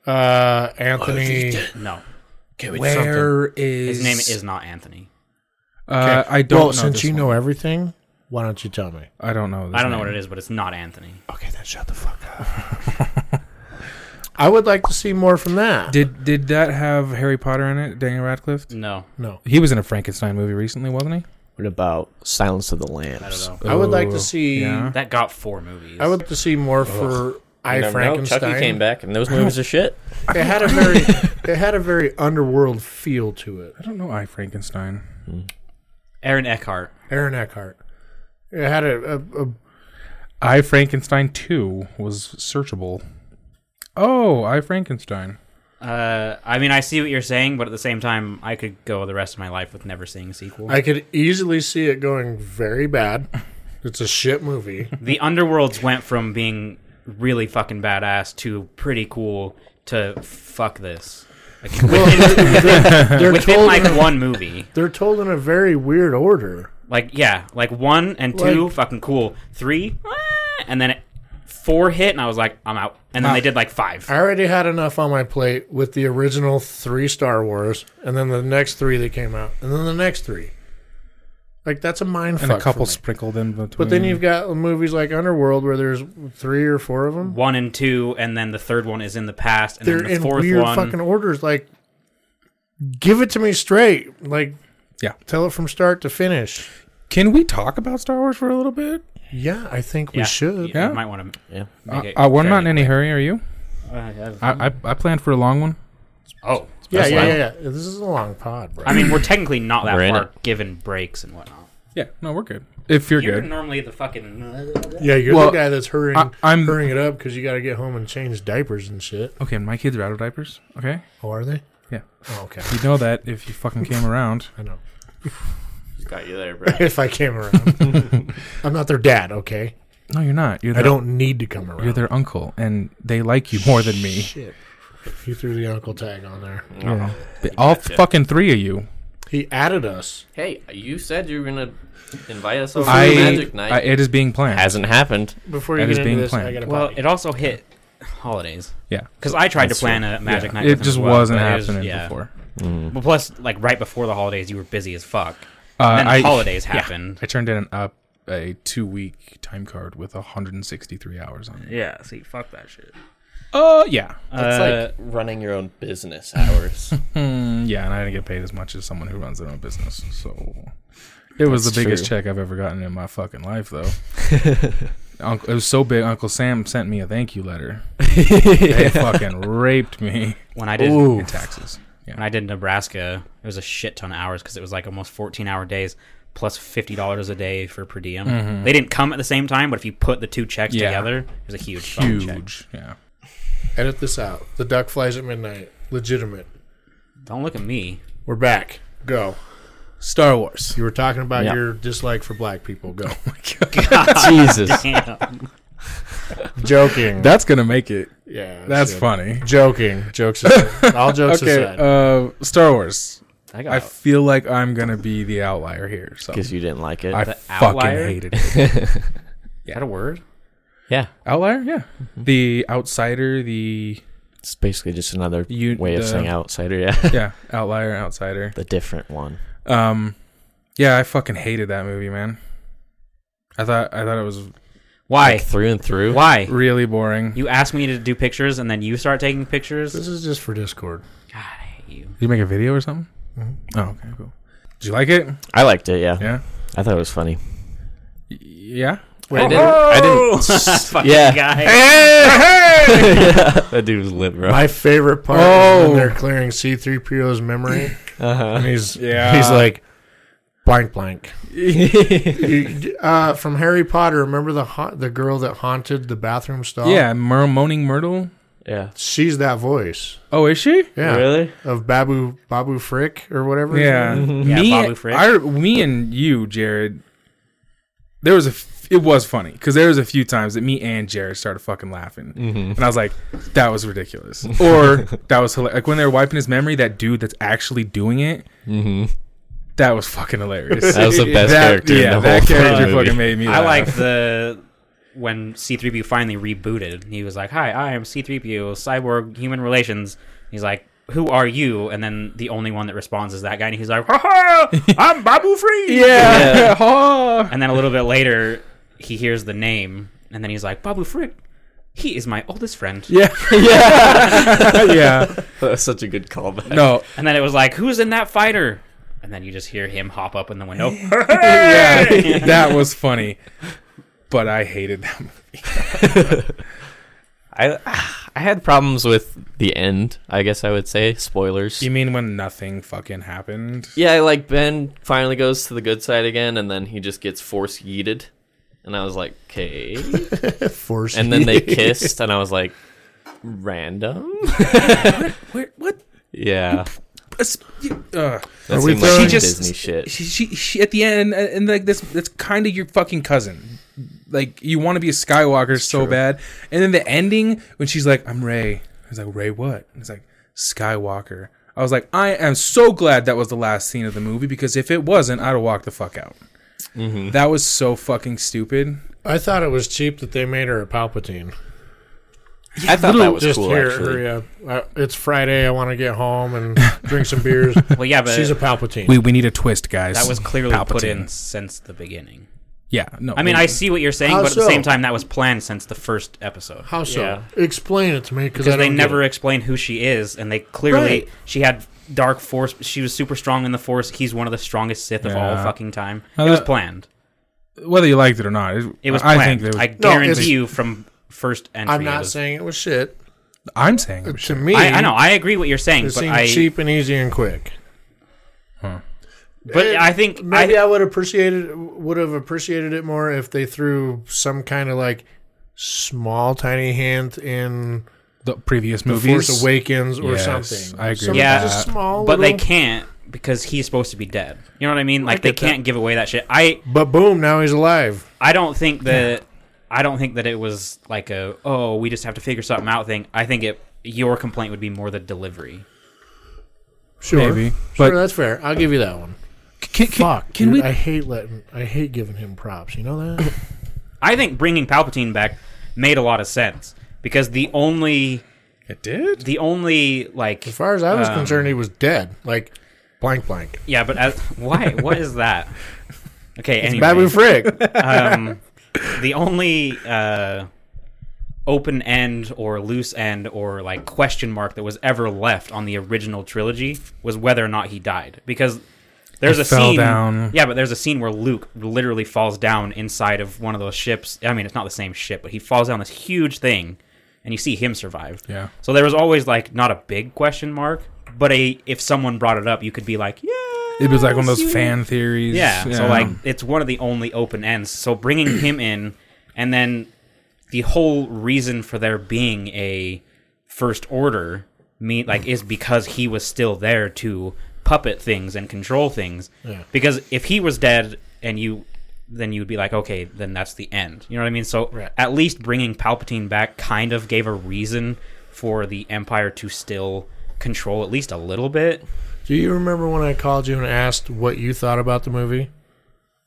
Speaker 1: Uh, Anthony.
Speaker 4: No,
Speaker 2: Where is
Speaker 4: his name is not Anthony.
Speaker 2: Uh,
Speaker 1: Okay.
Speaker 2: I don't
Speaker 1: well,
Speaker 2: know.
Speaker 1: since
Speaker 2: this
Speaker 1: you
Speaker 2: one.
Speaker 1: know everything, why don't you tell me?
Speaker 2: I don't know.
Speaker 4: I don't know what it is, but it's not Anthony.
Speaker 1: Okay, then shut the fuck up. I would like to see more from that.
Speaker 2: Did did that have Harry Potter in it? Daniel Radcliffe.
Speaker 4: No,
Speaker 1: no.
Speaker 2: He was in a Frankenstein movie recently, wasn't he?
Speaker 3: What about Silence of the
Speaker 4: I don't
Speaker 3: Lambs?
Speaker 4: know.
Speaker 1: I would like
Speaker 2: Oh,
Speaker 1: to see.
Speaker 2: yeah.
Speaker 4: That got four movies.
Speaker 1: I would like to see more for I Frankenstein.
Speaker 3: Chucky came back, and those movies are shit.
Speaker 1: It had a very, it had a very underworld feel to it.
Speaker 2: I don't know. I Frankenstein.
Speaker 4: Aaron Eckhart.
Speaker 1: Aaron Eckhart. It had a, a, a
Speaker 2: I Frankenstein two was searchable. Oh, I Frankenstein.
Speaker 4: Uh, I mean, I see what you're saying, but at the same time, I could go the rest of my life with never seeing a sequel.
Speaker 1: I could easily see it going very bad. It's a shit movie.
Speaker 4: the underworlds went from being really fucking badass to pretty cool to fuck this. Like, within,
Speaker 1: They're
Speaker 4: within
Speaker 1: told,
Speaker 4: like
Speaker 1: in a,
Speaker 4: one movie.
Speaker 1: they're told in a very weird order.
Speaker 4: Like yeah, like one and two, fucking cool. Three, ah, and then it, four hit, and I was like, I'm out. And then they did like five.
Speaker 1: I already had enough on my plate with the original three Star Wars, and then the next three that came out, and then the next three. Like that's a mind
Speaker 2: and
Speaker 1: fuck
Speaker 2: a couple
Speaker 1: for
Speaker 2: Mm.
Speaker 1: me.
Speaker 2: sprinkled in between.
Speaker 1: But then you've got movies like Underworld where there's three or four of them.
Speaker 4: One and two, and then the third one is in the past, and
Speaker 1: They're
Speaker 4: then the
Speaker 1: in
Speaker 4: fourth
Speaker 1: weird
Speaker 4: one.
Speaker 1: fucking orders. Like, give it to me straight. Like,
Speaker 2: Yeah.
Speaker 1: tell it from start to finish.
Speaker 2: Can we talk about Star Wars for a little bit?
Speaker 1: Yeah, I think we
Speaker 4: yeah,
Speaker 1: should.
Speaker 4: You,
Speaker 2: Yeah.
Speaker 4: you might want to.
Speaker 3: Yeah.
Speaker 4: Make Oh,
Speaker 2: Uh, we're not in
Speaker 4: fairly
Speaker 2: any hurry. Are you?
Speaker 4: quick.
Speaker 2: I, I I planned for a long one.
Speaker 4: oh,
Speaker 1: Yeah,
Speaker 3: That's
Speaker 1: yeah,
Speaker 3: fine.
Speaker 1: yeah, yeah. This is a long pod, bro.
Speaker 4: I mean, we're technically not that
Speaker 3: We're in
Speaker 4: far,
Speaker 3: it.
Speaker 4: given breaks and whatnot.
Speaker 2: Yeah. No, we're good. If you're,
Speaker 4: You're
Speaker 2: good.
Speaker 4: normally the fucking. uh,
Speaker 1: yeah, you're
Speaker 2: Well,
Speaker 1: the guy that's hurrying,
Speaker 2: I- I'm-
Speaker 1: hurrying it up because you got to get home and change diapers and shit.
Speaker 2: Okay, my kids are out of diapers. Okay.
Speaker 1: Oh, are they?
Speaker 2: Yeah.
Speaker 1: Oh, okay.
Speaker 2: You know that if you fucking came around.
Speaker 1: I know.
Speaker 3: Got you there, bro.
Speaker 1: if I came around. I'm not their dad, okay?
Speaker 2: No, you're not. You're
Speaker 1: I
Speaker 2: their,
Speaker 1: don't need to come around.
Speaker 2: You're their uncle, and they like you more than me.
Speaker 1: Shit. You threw the uncle tag on there.
Speaker 2: Yeah. They- All fucking three of you.
Speaker 1: He added us.
Speaker 3: Hey, you said you were gonna invite us over
Speaker 2: I,
Speaker 3: to Magic Night.
Speaker 2: I- It is being planned.
Speaker 3: Hasn't happened.
Speaker 1: Before
Speaker 2: That
Speaker 1: you
Speaker 2: is
Speaker 1: get into
Speaker 2: being
Speaker 1: this, I
Speaker 2: planned.
Speaker 1: got to
Speaker 4: Well, it also hit holidays
Speaker 2: yeah.
Speaker 4: because I tried
Speaker 3: That's
Speaker 4: to plan
Speaker 3: true.
Speaker 4: a Magic
Speaker 2: Yeah.
Speaker 4: Night. with
Speaker 2: It
Speaker 4: him
Speaker 2: just
Speaker 4: as well,
Speaker 2: wasn't
Speaker 4: but it was-
Speaker 2: happening
Speaker 4: yeah.
Speaker 2: before.
Speaker 4: But plus, like right before the holidays, you were busy as fuck.
Speaker 2: Uh,
Speaker 4: and then
Speaker 2: I,
Speaker 4: holidays happened.
Speaker 2: I turned in an up a two week time card with 163 hours on it.
Speaker 4: Yeah, see, fuck that shit.
Speaker 2: Oh yeah,
Speaker 3: That's
Speaker 4: Uh,
Speaker 3: like running your own business hours.
Speaker 2: Hmm, yeah, and I didn't get paid as much as someone who runs their own business. So it was
Speaker 3: That's
Speaker 2: the biggest
Speaker 3: true.
Speaker 2: check I've ever gotten in my fucking life, though. Uncle, it was so big. Uncle Sam sent me a thank you letter. They fucking raped me
Speaker 4: When I did
Speaker 2: in taxes.
Speaker 4: when I did Nebraska, it was a shit ton of hours because it was like almost 14 hour days plus fifty dollars a day for per diem. They didn't come at the same time, but if you put the two checks
Speaker 2: Yeah.
Speaker 4: together, it was a huge, fucking check.
Speaker 2: Huge. Yeah.
Speaker 1: Edit this out. The duck flies at midnight. Legitimate.
Speaker 4: Don't look at me.
Speaker 1: We're back. Go.
Speaker 2: Star Wars.
Speaker 1: You were talking about
Speaker 3: Yeah.
Speaker 1: your dislike for black people. Go.
Speaker 3: Jesus.
Speaker 4: Damn.
Speaker 1: Joking.
Speaker 2: That's gonna make it.
Speaker 1: yeah.
Speaker 2: That's
Speaker 1: shit.
Speaker 2: funny.
Speaker 1: Joking. Jokes aside. All jokes
Speaker 2: Okay.
Speaker 1: aside.
Speaker 2: Uh, Star Wars.
Speaker 4: I
Speaker 2: I
Speaker 4: got
Speaker 2: feel like I'm gonna be the outlier here. So
Speaker 3: Because you didn't like it.
Speaker 2: I
Speaker 4: the
Speaker 2: fucking
Speaker 4: outlier?
Speaker 2: hated it.
Speaker 4: is that a word?
Speaker 3: yeah.
Speaker 2: outlier. Yeah.
Speaker 4: Mm-hmm.
Speaker 2: The outsider. The
Speaker 3: It's basically just another
Speaker 2: You-
Speaker 3: way of
Speaker 2: the-
Speaker 3: saying outsider. Yeah.
Speaker 2: yeah outlier outsider.
Speaker 3: the different one.
Speaker 2: Um, yeah, I fucking hated that movie, man. I thought I thought it was
Speaker 4: Why?
Speaker 3: Like through and through.
Speaker 4: Why?
Speaker 2: really boring.
Speaker 4: You ask me to do pictures and then you start taking pictures. God,
Speaker 1: this is just for Discord.
Speaker 4: I hate you.
Speaker 2: Did you make a video or something?
Speaker 4: Mm-hmm.
Speaker 2: Oh, okay, cool. Did you like it?
Speaker 3: I liked it. Yeah.
Speaker 2: Yeah.
Speaker 3: I thought it was funny.
Speaker 2: Y- yeah.
Speaker 3: I didn't. I didn't.
Speaker 4: Fucking
Speaker 3: Yeah.
Speaker 4: guy.
Speaker 3: that dude was lit, bro.
Speaker 1: My favorite part is
Speaker 2: Oh.
Speaker 1: when they're clearing C3PO's memory.
Speaker 3: Uh-huh.
Speaker 1: And he's
Speaker 2: Yeah.
Speaker 1: he's like blank blank. You- uh, from Harry Potter, remember the ha- the girl that haunted the bathroom stall?
Speaker 2: Yeah, Mur- moaning Myrtle.
Speaker 3: yeah.
Speaker 1: She's that voice.
Speaker 2: Oh, is she?
Speaker 1: Yeah.
Speaker 3: Really?
Speaker 1: Of Babu Babu Frick or whatever. his
Speaker 2: Yeah.
Speaker 1: name is.
Speaker 3: Mm-hmm.
Speaker 4: Yeah,
Speaker 2: me,
Speaker 4: Babu Frick.
Speaker 2: I, me and you, Jared. There was a. F- it was funny because there was a few times that me and Jared started fucking laughing,
Speaker 3: Mm-hmm.
Speaker 2: and I was like, "That was ridiculous," or "That was hilarious." Like when they were wiping his memory, that dude that's actually doing it.
Speaker 3: Mm-hmm.
Speaker 2: That was fucking hilarious.
Speaker 3: That was the best
Speaker 2: That-
Speaker 3: character in
Speaker 2: Yeah,
Speaker 3: the
Speaker 2: that
Speaker 3: whole
Speaker 2: character
Speaker 3: fucking
Speaker 2: fucking
Speaker 3: movie.
Speaker 2: made me. Laugh.
Speaker 4: I like the when C3PO finally rebooted. He was like, "Hi, I am C3PO, cyborg human relations." He's like, "Who are you?" And then the only one that responds is that guy, and he's like, "Ha ha, I'm Babu Free."
Speaker 2: Yeah.
Speaker 3: Yeah.
Speaker 2: Oh.
Speaker 4: And then a little bit later, he hears the name, and then he's like, "Babu Frick, he is my oldest friend."
Speaker 2: yeah. Yeah. yeah.
Speaker 3: That's such a good callback.
Speaker 2: No.
Speaker 4: And then it was like, "Who's in that fighter?" And then you just hear him hop up in the window.
Speaker 2: Yeah. That was funny. But I hated that movie.
Speaker 3: I ah, I had problems with the end. I guess I would say spoilers.
Speaker 2: You mean when nothing fucking happened?
Speaker 3: Yeah, like Ben finally goes to the good side again, and then he just gets force yeeted. And I was like, okay.
Speaker 1: Force.
Speaker 3: And then they kissed, and I was like, random.
Speaker 2: Where, what?
Speaker 3: Yeah,
Speaker 2: Uh,
Speaker 3: that
Speaker 1: Are we throwing-
Speaker 3: seemed like some
Speaker 1: She
Speaker 2: just-
Speaker 3: Disney shit.
Speaker 2: she, she, she, at the end, and, and like this, that's kind of your fucking cousin. Like you want to be a Skywalker so bad, and then the ending when she's like, "I'm Ray," I was like, "Ray what?" And it's like Skywalker. I was like, I am so glad that was the last scene of the movie because if it wasn't, I'd have walked the fuck out.
Speaker 3: Mm-hmm.
Speaker 2: That was so fucking stupid.
Speaker 1: I thought it was cheap that they made her a Palpatine.
Speaker 3: I thought that was
Speaker 1: Just
Speaker 3: cool.
Speaker 1: here,
Speaker 3: actually.
Speaker 1: hurry up. Uh, it's Friday. I want to get home and drink some beers.
Speaker 4: well, yeah, but
Speaker 1: She's a Palpatine.
Speaker 2: We we need a twist, guys.
Speaker 4: that was clearly put
Speaker 2: Palpatine.
Speaker 4: in since the beginning.
Speaker 2: Yeah, no.
Speaker 4: I mean, I see what you're saying,
Speaker 1: How
Speaker 4: but at the
Speaker 1: so?
Speaker 4: same time, that was planned since the first episode.
Speaker 1: How so?
Speaker 3: Yeah.
Speaker 1: Explain it to me because
Speaker 4: Because they never explain who she is, and they clearly
Speaker 1: Right.
Speaker 4: she had dark force. She was super strong in the force. He's one of the strongest Sith of all
Speaker 2: Yeah.
Speaker 4: fucking time.
Speaker 2: Uh,
Speaker 4: it was planned.
Speaker 2: whether you liked it or not. It,
Speaker 4: It was
Speaker 2: I
Speaker 4: planned. I,
Speaker 2: think there was,
Speaker 1: No,
Speaker 4: guarantee
Speaker 1: it's-
Speaker 4: you from first entry.
Speaker 1: I'm
Speaker 4: it
Speaker 1: not
Speaker 4: was-
Speaker 1: saying it was shit.
Speaker 2: I'm saying it was
Speaker 1: To me,
Speaker 4: I, I know. I agree what you're saying,
Speaker 1: It
Speaker 4: but
Speaker 1: seemed
Speaker 4: I
Speaker 1: cheap and easy and quick.
Speaker 4: but
Speaker 1: Eh,
Speaker 4: I think
Speaker 1: Maybe
Speaker 4: I,
Speaker 1: I, would appreciate it. Would have appreciated it more if they threw some kind of like small, tiny hint in
Speaker 2: the previous
Speaker 1: The
Speaker 2: movies.
Speaker 1: Force Awakens or
Speaker 2: Yes,
Speaker 1: something.
Speaker 2: I agree
Speaker 1: Some-
Speaker 2: with
Speaker 4: Yeah.
Speaker 1: just
Speaker 2: that.
Speaker 1: small.
Speaker 4: but they
Speaker 1: little-
Speaker 4: can't because he's supposed to be dead. You know what I mean? Like
Speaker 1: I
Speaker 4: they
Speaker 1: get that.
Speaker 4: can't give away that shit. I
Speaker 1: But boom, now he's alive.
Speaker 4: I don't think that I don't think that it was like a oh we just have to figure something out thing. I think it your complaint would be more the delivery.
Speaker 1: Sure,
Speaker 2: Maybe,
Speaker 1: sure,
Speaker 2: but
Speaker 1: that's fair. I'll give you that one.
Speaker 2: can, can,
Speaker 1: Fuck,
Speaker 2: can
Speaker 1: dude,
Speaker 2: we?
Speaker 1: I hate letting. I hate giving him props. You know that?
Speaker 4: I think bringing Palpatine back made a lot of sense because the only
Speaker 2: it did.
Speaker 4: the only like
Speaker 1: as far as I was
Speaker 4: Um,
Speaker 1: concerned, he was dead. Like blank, blank.
Speaker 4: yeah, but as, why? What is that? Okay,
Speaker 1: Babu
Speaker 4: anyway,
Speaker 1: Frick.
Speaker 4: um, the only uh, open end or loose end or like question mark that was ever left on the original trilogy was whether or not he died because There's
Speaker 2: I
Speaker 4: a
Speaker 2: fell
Speaker 4: scene.
Speaker 2: down.
Speaker 4: Yeah, but there's a scene where Luke literally falls down inside of one of those ships. I mean, it's not the same ship, but he falls down this huge thing, and you see him survive.
Speaker 2: Yeah.
Speaker 4: So there was always like not a big question mark, but a if someone brought it up, you could be like, yeah.
Speaker 2: It was like one of those fan theories.
Speaker 4: Yeah. So like it's one of the only open ends. So bringing him in, and then the whole reason for there being a first order mean like is because he was still there to puppet things and control things.
Speaker 1: Yeah.
Speaker 4: Because if he was dead and you then you'd be like, okay, then that's the end. You know what I mean? So
Speaker 1: Right.
Speaker 4: at least bringing Palpatine back kind of gave a reason for the Empire to still control at least a little bit.
Speaker 1: Do you remember when I called you and asked what you thought about the movie?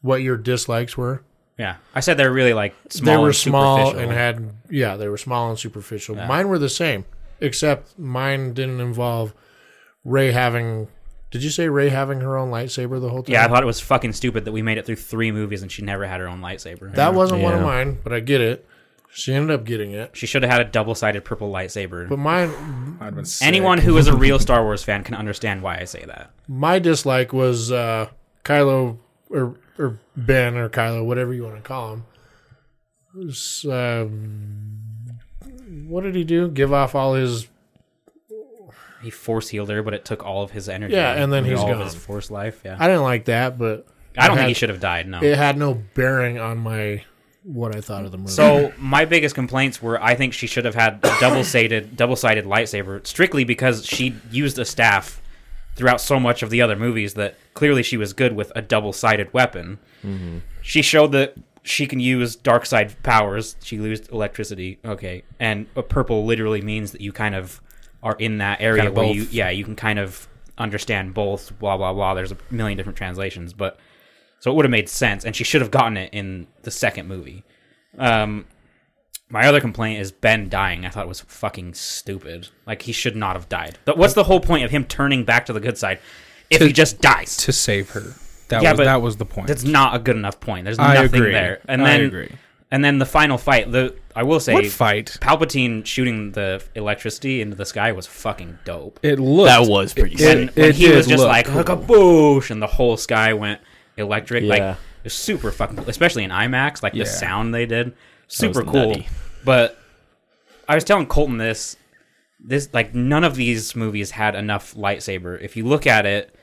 Speaker 1: What your dislikes were?
Speaker 4: Yeah, I said they're really like small.
Speaker 1: they were
Speaker 4: and
Speaker 1: small
Speaker 4: superficial.
Speaker 1: and had yeah, they were small and superficial. Mine were the same, except mine didn't involve Ray having. Did you say Ray having her own lightsaber the whole time?
Speaker 4: Yeah, I thought it was fucking stupid that we made it through three movies and she never had her own lightsaber.
Speaker 1: that wasn't one of
Speaker 3: Yeah.
Speaker 1: mine, but I get it. She ended up getting it,
Speaker 4: she should have had a double-sided purple lightsaber.
Speaker 1: but mine
Speaker 2: I'd been sick.
Speaker 4: Anyone who is a real Star Wars fan can understand why I say that.
Speaker 1: my dislike was uh, Kylo or or Ben or Kylo, whatever you want to call him. Was, uh, um, what did he do? Give off all his
Speaker 4: He force healed her, but it took all of his energy.
Speaker 1: Yeah, and then
Speaker 4: he
Speaker 1: he's
Speaker 4: all
Speaker 1: gone.
Speaker 4: Of his force life. Yeah, I,
Speaker 1: I didn't like that, but
Speaker 4: don't
Speaker 1: it
Speaker 4: think
Speaker 1: had-
Speaker 4: he should have died. No.
Speaker 1: It had no bearing on my what I thought of the movie.
Speaker 4: So my biggest complaints were I think she should have had a double-sided, double-sided lightsaber strictly because she used a staff throughout so much of the other movies that clearly she was good with a double-sided weapon. She showed that she can use dark side powers. She used electricity. Okay, and a purple literally means that you kind of are in that area
Speaker 2: Kinda
Speaker 4: where
Speaker 2: both.
Speaker 4: you yeah you can kind of understand both. Blah blah blah. There's a million different translations, but so it would have made sense, and she should have gotten it in the second movie. Um, my other complaint is Ben dying. I thought it was fucking stupid. Like he should not have died. But what's the whole point of him turning back to the good side if
Speaker 2: To-
Speaker 4: he just dies?
Speaker 2: to save her. That
Speaker 4: Yeah,
Speaker 2: was
Speaker 4: but
Speaker 2: that was the point.
Speaker 4: That's not a good enough point. There's
Speaker 2: I
Speaker 4: nothing
Speaker 2: agree.
Speaker 4: there. And
Speaker 2: I
Speaker 4: then
Speaker 2: agree.
Speaker 4: and then the final fight. The I will say
Speaker 2: What fight?
Speaker 4: Palpatine shooting the electricity into the sky was fucking dope.
Speaker 2: It looked
Speaker 3: That was pretty sick.
Speaker 4: when, when
Speaker 2: it
Speaker 4: he was
Speaker 2: did
Speaker 4: just
Speaker 2: look
Speaker 4: like
Speaker 2: cool.
Speaker 4: "Hakaboosh," and the whole sky went electric. Like
Speaker 3: Yeah.
Speaker 4: it was super fucking cool. Especially in IMAX, like
Speaker 2: Yeah.
Speaker 4: the sound they did. Super
Speaker 3: was
Speaker 4: cool.
Speaker 3: nutty.
Speaker 4: But I was telling Colton this this like none of these movies had enough lightsaber. If you look at it,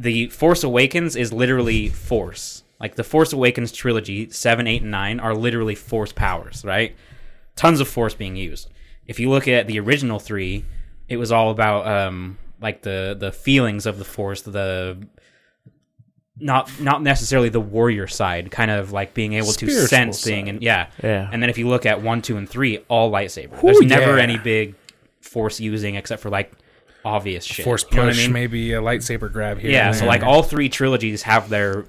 Speaker 4: the Force Awakens is literally force. Like the Force Awakens trilogy, seven, eight, and nine are literally force powers, right? Tons of force being used. If you look at the original three, it was all about um like the the feelings of the force, the not not necessarily the warrior side, kind of like being able to
Speaker 2: Spiritual
Speaker 4: sense thing and yeah.
Speaker 3: Yeah.
Speaker 4: And then if you look at one, two, and three, all lightsaber. There's never
Speaker 2: yeah.
Speaker 4: any big force using except for like obvious shit.
Speaker 2: force
Speaker 4: You
Speaker 2: push,
Speaker 4: know what I mean?
Speaker 2: maybe a lightsaber grab here.
Speaker 4: Yeah,
Speaker 2: and
Speaker 4: so
Speaker 2: there.
Speaker 4: like all three trilogies have their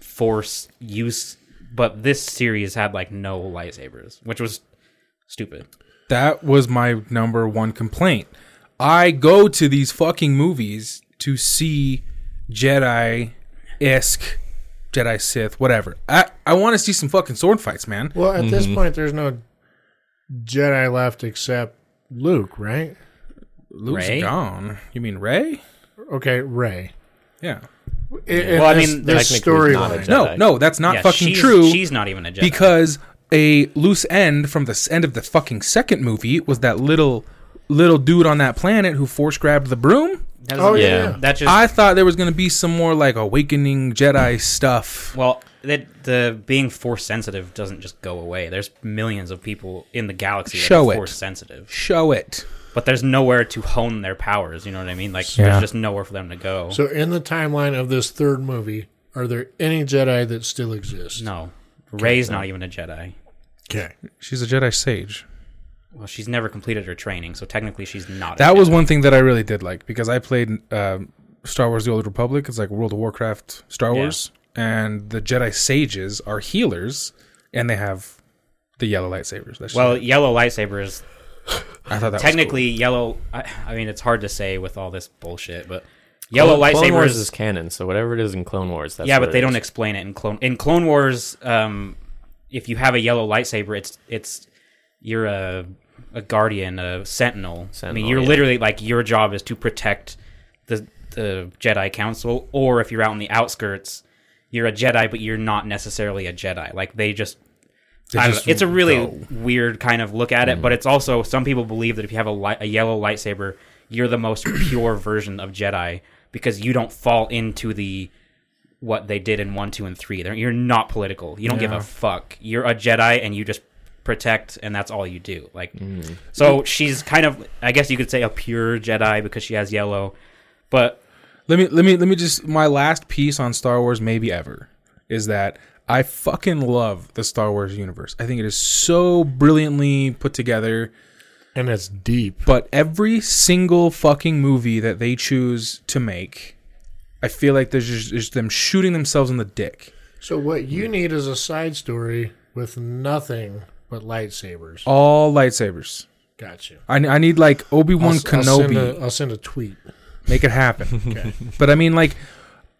Speaker 4: force use, but this series had like no lightsabers, which was stupid.
Speaker 2: that was my number one complaint. I go to these fucking movies to see Jedi esque, Jedi Sith, whatever. I I want to see some fucking sword fights, man.
Speaker 1: well, at this point, there's no Jedi left except Luke, right?
Speaker 2: Luke's
Speaker 4: Rey?
Speaker 2: gone. You mean Ray?
Speaker 1: Okay, Ray.
Speaker 2: Yeah.
Speaker 1: well,
Speaker 4: I mean,
Speaker 1: there's
Speaker 3: technically not a
Speaker 1: storyline.
Speaker 3: Jedi.
Speaker 2: No, no, that's not
Speaker 4: yeah,
Speaker 2: fucking
Speaker 4: she's,
Speaker 2: true.
Speaker 4: She's not even a Jedi.
Speaker 2: because a loose end from the s- end of the fucking second movie was that little little dude on that planet who force grabbed the broom.
Speaker 4: that doesn't-
Speaker 1: Oh yeah.
Speaker 3: Yeah.
Speaker 1: yeah.
Speaker 4: that just
Speaker 2: I thought there was gonna be some more like awakening Jedi stuff.
Speaker 4: well, that the being force sensitive doesn't just go away. There's millions of people in the galaxy
Speaker 2: Show
Speaker 4: that
Speaker 2: it.
Speaker 4: are force sensitive,
Speaker 2: Show it.
Speaker 4: but there's nowhere to hone their powers. You know what I mean? Like
Speaker 2: Yeah.
Speaker 4: there's just nowhere for them to go.
Speaker 1: So in the timeline of this third movie, are there any Jedi that still exist?
Speaker 4: no, Ray's not even a Jedi.
Speaker 1: Okay.
Speaker 2: She's a Jedi sage.
Speaker 4: Well, she's never completed her training, so technically she's not. a
Speaker 2: That was
Speaker 4: Jedi.
Speaker 2: one thing that I really did like because I played um, Star Wars: The Old Republic. It's like World of Warcraft, Star
Speaker 4: Yeah.
Speaker 2: Wars, and the Jedi sages are healers, and they have the yellow lightsabers. That's
Speaker 4: Well, yellow lightsabers.
Speaker 2: I thought that
Speaker 4: Technically, yellow. I, I mean, it's hard to say with all this bullshit, but yellow
Speaker 3: Clone- Clone
Speaker 4: lightsabers.
Speaker 3: Wars is canon, so whatever it is in Clone Wars, that's
Speaker 4: yeah,
Speaker 3: what
Speaker 4: but they
Speaker 3: it
Speaker 4: don't
Speaker 3: is.
Speaker 4: explain it in Clone in Clone Wars. Um, if you have a yellow lightsaber, it's it's you're a a guardian, a sentinel. I mean,
Speaker 3: Sentinel,
Speaker 4: you're
Speaker 3: yeah.
Speaker 4: literally like your job is to protect the the the Jedi Council, or if you're out in the outskirts, you're a Jedi, but you're not necessarily a Jedi. Like they just, I don't know. it's a really weird kind of look at it, but it's also some people believe that if you have a li- a yellow lightsaber, you're the most pure version of Jedi because you don't fall into the what they did in one, two, and 3 They're, you're not political. You don't give
Speaker 2: Yeah.
Speaker 4: a fuck. You're a Jedi, and you just protect, and that's all you do. Like, so she's kind of, I guess you could say, a pure Jedi because she has yellow. But
Speaker 2: Let me let me let me just my last piece on Star Wars maybe ever is that I fucking love the Star Wars universe. I think it is so brilliantly put together,
Speaker 1: and it's deep.
Speaker 2: but every single fucking movie that they choose to make, I feel like there's just, there's them shooting themselves in the dick.
Speaker 1: So what you need is a side story with nothing but lightsabers.
Speaker 2: All lightsabers.
Speaker 1: Got you.
Speaker 2: I, I need like Obi Wan
Speaker 1: I'll- I'll send
Speaker 2: Kenobi.
Speaker 1: a- I'll send a tweet.
Speaker 2: Make it happen. But I mean, like,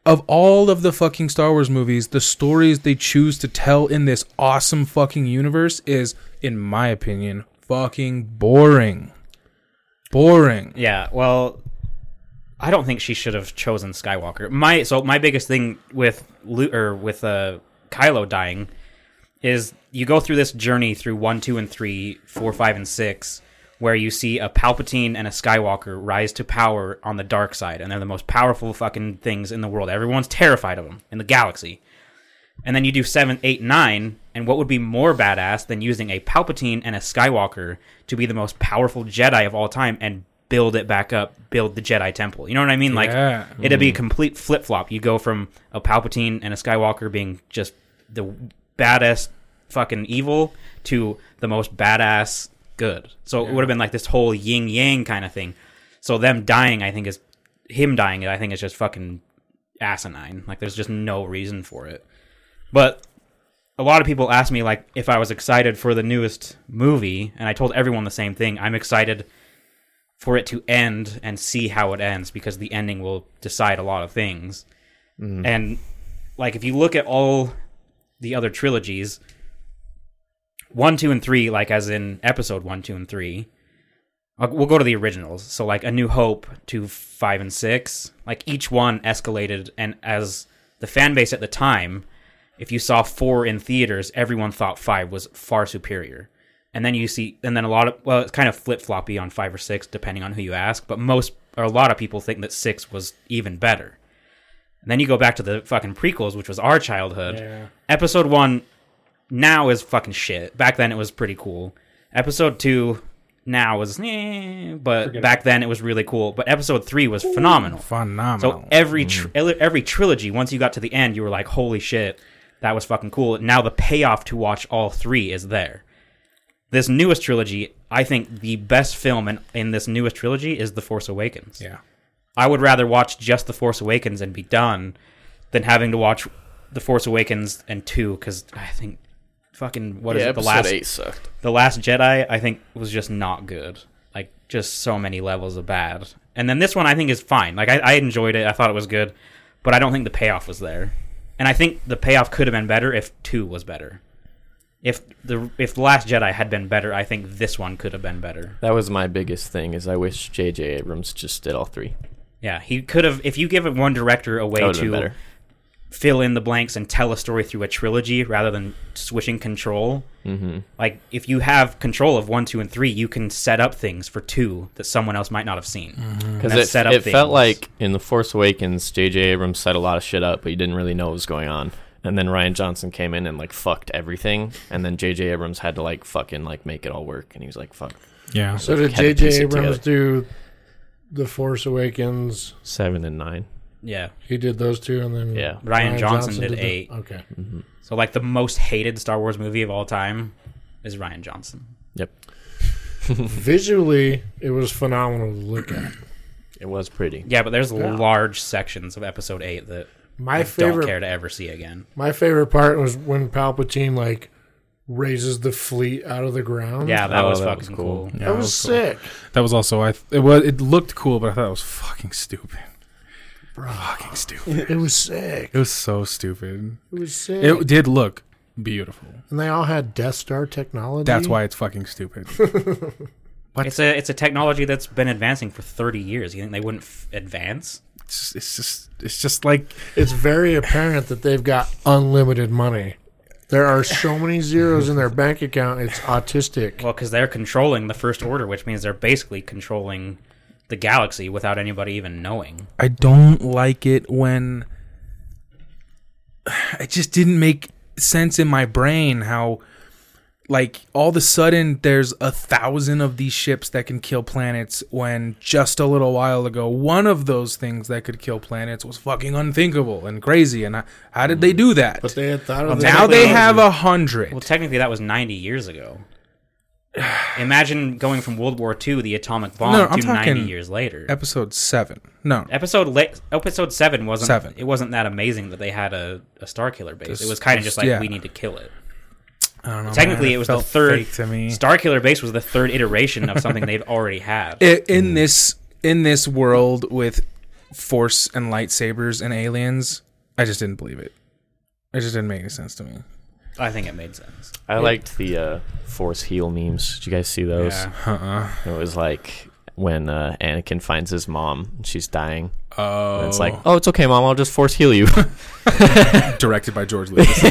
Speaker 2: of all of the fucking Star Wars movies, the stories they choose to tell in this awesome fucking universe is, in my opinion, fucking boring. Boring.
Speaker 4: yeah, well, I don't think she should have chosen Skywalker. My so my biggest thing with Lu- or with uh, Kylo dying is you go through this journey through one, two, and three, four, five, and six, where you see a Palpatine and a Skywalker rise to power on the dark side, and they're the most powerful fucking things in the world. Everyone's terrified of them in the galaxy. And then you do seven, eight, nine, and what would be more badass than using a Palpatine and a Skywalker to be the most powerful Jedi of all time and build it back up, build the Jedi Temple? You know what I mean? Like,
Speaker 2: Yeah.
Speaker 4: it'd be a complete flip flop. You go from a Palpatine and a Skywalker being just the baddest fucking evil to the most badass good. So it would have been like this whole yin yang kind of thing. So them dying, I think, is him dying. I think is just fucking asinine. Like there's just no reason for it. But a lot of people asked me like if I was excited for the newest movie, and I told everyone the same thing. I'm excited for it to end and see how it ends because the ending will decide a lot of things. And like if you look at all the other trilogies, one, two, and three, like as in episode one, two, and three. Like, We'll go to the originals. So like A New Hope to five and six. Like each one escalated, and as the fan base at the time, if you saw four in theaters, everyone thought five was far superior. And then you see, and then a lot of well, it's kind of flip floppy on five or six depending on who you ask. But most or a lot of people think that six was even better. And then you go back to the fucking prequels, which was our childhood. Episode one now is fucking shit. Back then it was pretty cool. Episode two now is, eh, but back then it was really cool. But episode three was phenomenal.
Speaker 2: Phenomenal.
Speaker 4: So every tr- every trilogy, once you got to the end, you were like, "Holy shit, that was fucking cool." Now the payoff to watch all three is there. This newest trilogy, I think the best film in, in this newest trilogy is The Force Awakens.
Speaker 2: yeah.
Speaker 4: I would rather watch just The Force Awakens and be done than having to watch The Force Awakens and two because I think fucking what is
Speaker 3: yeah,
Speaker 4: it the
Speaker 3: episode
Speaker 4: last
Speaker 3: eight sucked.
Speaker 4: the Last Jedi, I think, was just not good. Like, just so many levels of bad. And then this one, I think, is fine. Like, I, I enjoyed it. I thought it was good, but I don't think the payoff was there. And I think the payoff could have been better if two was better. If the if the Last Jedi had been better, I think this one could have been better.
Speaker 3: That was my biggest thing. Is I wish J.J. Abrams just did all three.
Speaker 4: Yeah, he could have. If you give it one director a way
Speaker 3: That would have been
Speaker 4: to
Speaker 3: better.
Speaker 4: fill in the blanks and tell a story through a trilogy rather than switching control. Mm-hmm. Like if you have control of one, two, and three, you can set up things for two that someone else might not have seen.
Speaker 1: Mm-hmm.
Speaker 3: Because
Speaker 4: that
Speaker 3: it,
Speaker 4: set up
Speaker 3: it felt
Speaker 4: things.
Speaker 3: like in The Force Awakens, J.J. Abrams set a lot of shit up, but you didn't really know what was going on. And then Ryan Johnson came in and like fucked everything. And then J.J. Abrams had to like fucking like make it all work. And he was like, "Fuck,
Speaker 2: Yeah.
Speaker 1: So did
Speaker 3: Had to piece
Speaker 1: J.J.
Speaker 3: it
Speaker 1: Abrams do The Force Awakens?
Speaker 3: seven and nine.
Speaker 4: Yeah.
Speaker 1: He did those two, and then
Speaker 3: Yeah. Rian
Speaker 4: Johnson did eight.
Speaker 1: The, okay,
Speaker 4: So like the most hated Star Wars movie of all time is Ryan Johnson.
Speaker 3: Yep,
Speaker 1: visually it was phenomenal to look at.
Speaker 3: it was pretty.
Speaker 4: Yeah, but there's
Speaker 1: Yeah.
Speaker 4: large sections of episode eight that
Speaker 1: My
Speaker 4: I don't
Speaker 1: favorite
Speaker 4: care to ever see again.
Speaker 1: My favorite part was when Palpatine like raises the fleet out of the ground.
Speaker 4: Yeah, that
Speaker 3: Oh,
Speaker 4: was
Speaker 3: that was
Speaker 4: fucking
Speaker 3: cool.
Speaker 4: cool.
Speaker 2: Yeah,
Speaker 1: that was,
Speaker 2: cool.
Speaker 1: sick.
Speaker 2: That was also I. Th- it was. It looked cool, but I thought it was fucking stupid. Fucking stupid.
Speaker 1: It, it was sick.
Speaker 2: It was so stupid.
Speaker 1: It was sick.
Speaker 2: It did look beautiful.
Speaker 1: and they all had Death Star technology.
Speaker 2: That's why it's fucking stupid.
Speaker 4: It's a it's a technology that's been advancing for 30 years. You think they wouldn't f- advance?
Speaker 2: it's just, it's just it's just like
Speaker 1: It's very apparent that they've got unlimited money. There are so many zeros in their bank account. It's autistic.
Speaker 4: Well, because they're controlling the First Order, which means they're basically controlling the galaxy without anybody even knowing.
Speaker 2: I don't like it when it just didn't make sense in my brain how like all of a sudden there's a thousand of these ships that can kill planets when just a little while ago one of those things that could kill planets was fucking unthinkable and crazy and I, how did they do that
Speaker 1: But they had thought of
Speaker 2: now
Speaker 1: that.
Speaker 2: they have a hundred
Speaker 4: Well, technically, that was 90 years ago. Imagine going from World War II, the atomic bomb,
Speaker 2: No, I'm
Speaker 4: to 90
Speaker 2: talking
Speaker 4: years later.
Speaker 2: episode seven no
Speaker 4: episode la- episode seven wasn't
Speaker 2: Seven.
Speaker 4: it wasn't that amazing that they had a, a star killer base.
Speaker 2: Just-
Speaker 4: it was kind of just like
Speaker 2: yeah.
Speaker 4: we need to kill it.
Speaker 2: I don't know,
Speaker 4: Technically,
Speaker 2: man,
Speaker 4: it was the
Speaker 2: felt
Speaker 4: third
Speaker 2: fake to me
Speaker 4: star killer base was the third iteration of something they've already had.
Speaker 2: I- in this in this world with force and lightsabers and aliens, I just didn't believe it. It just didn't make any sense to me.
Speaker 4: I think it made sense.
Speaker 3: I liked the uh, Force Heal memes. Did you guys see those?
Speaker 4: Yeah.
Speaker 2: Uh-uh.
Speaker 3: It was like when uh, Anakin finds his mom and she's dying.
Speaker 2: Oh,
Speaker 3: And it's like, oh, it's okay, mom. I'll just Force Heal you.
Speaker 4: Oh.
Speaker 2: directed by George Lucas.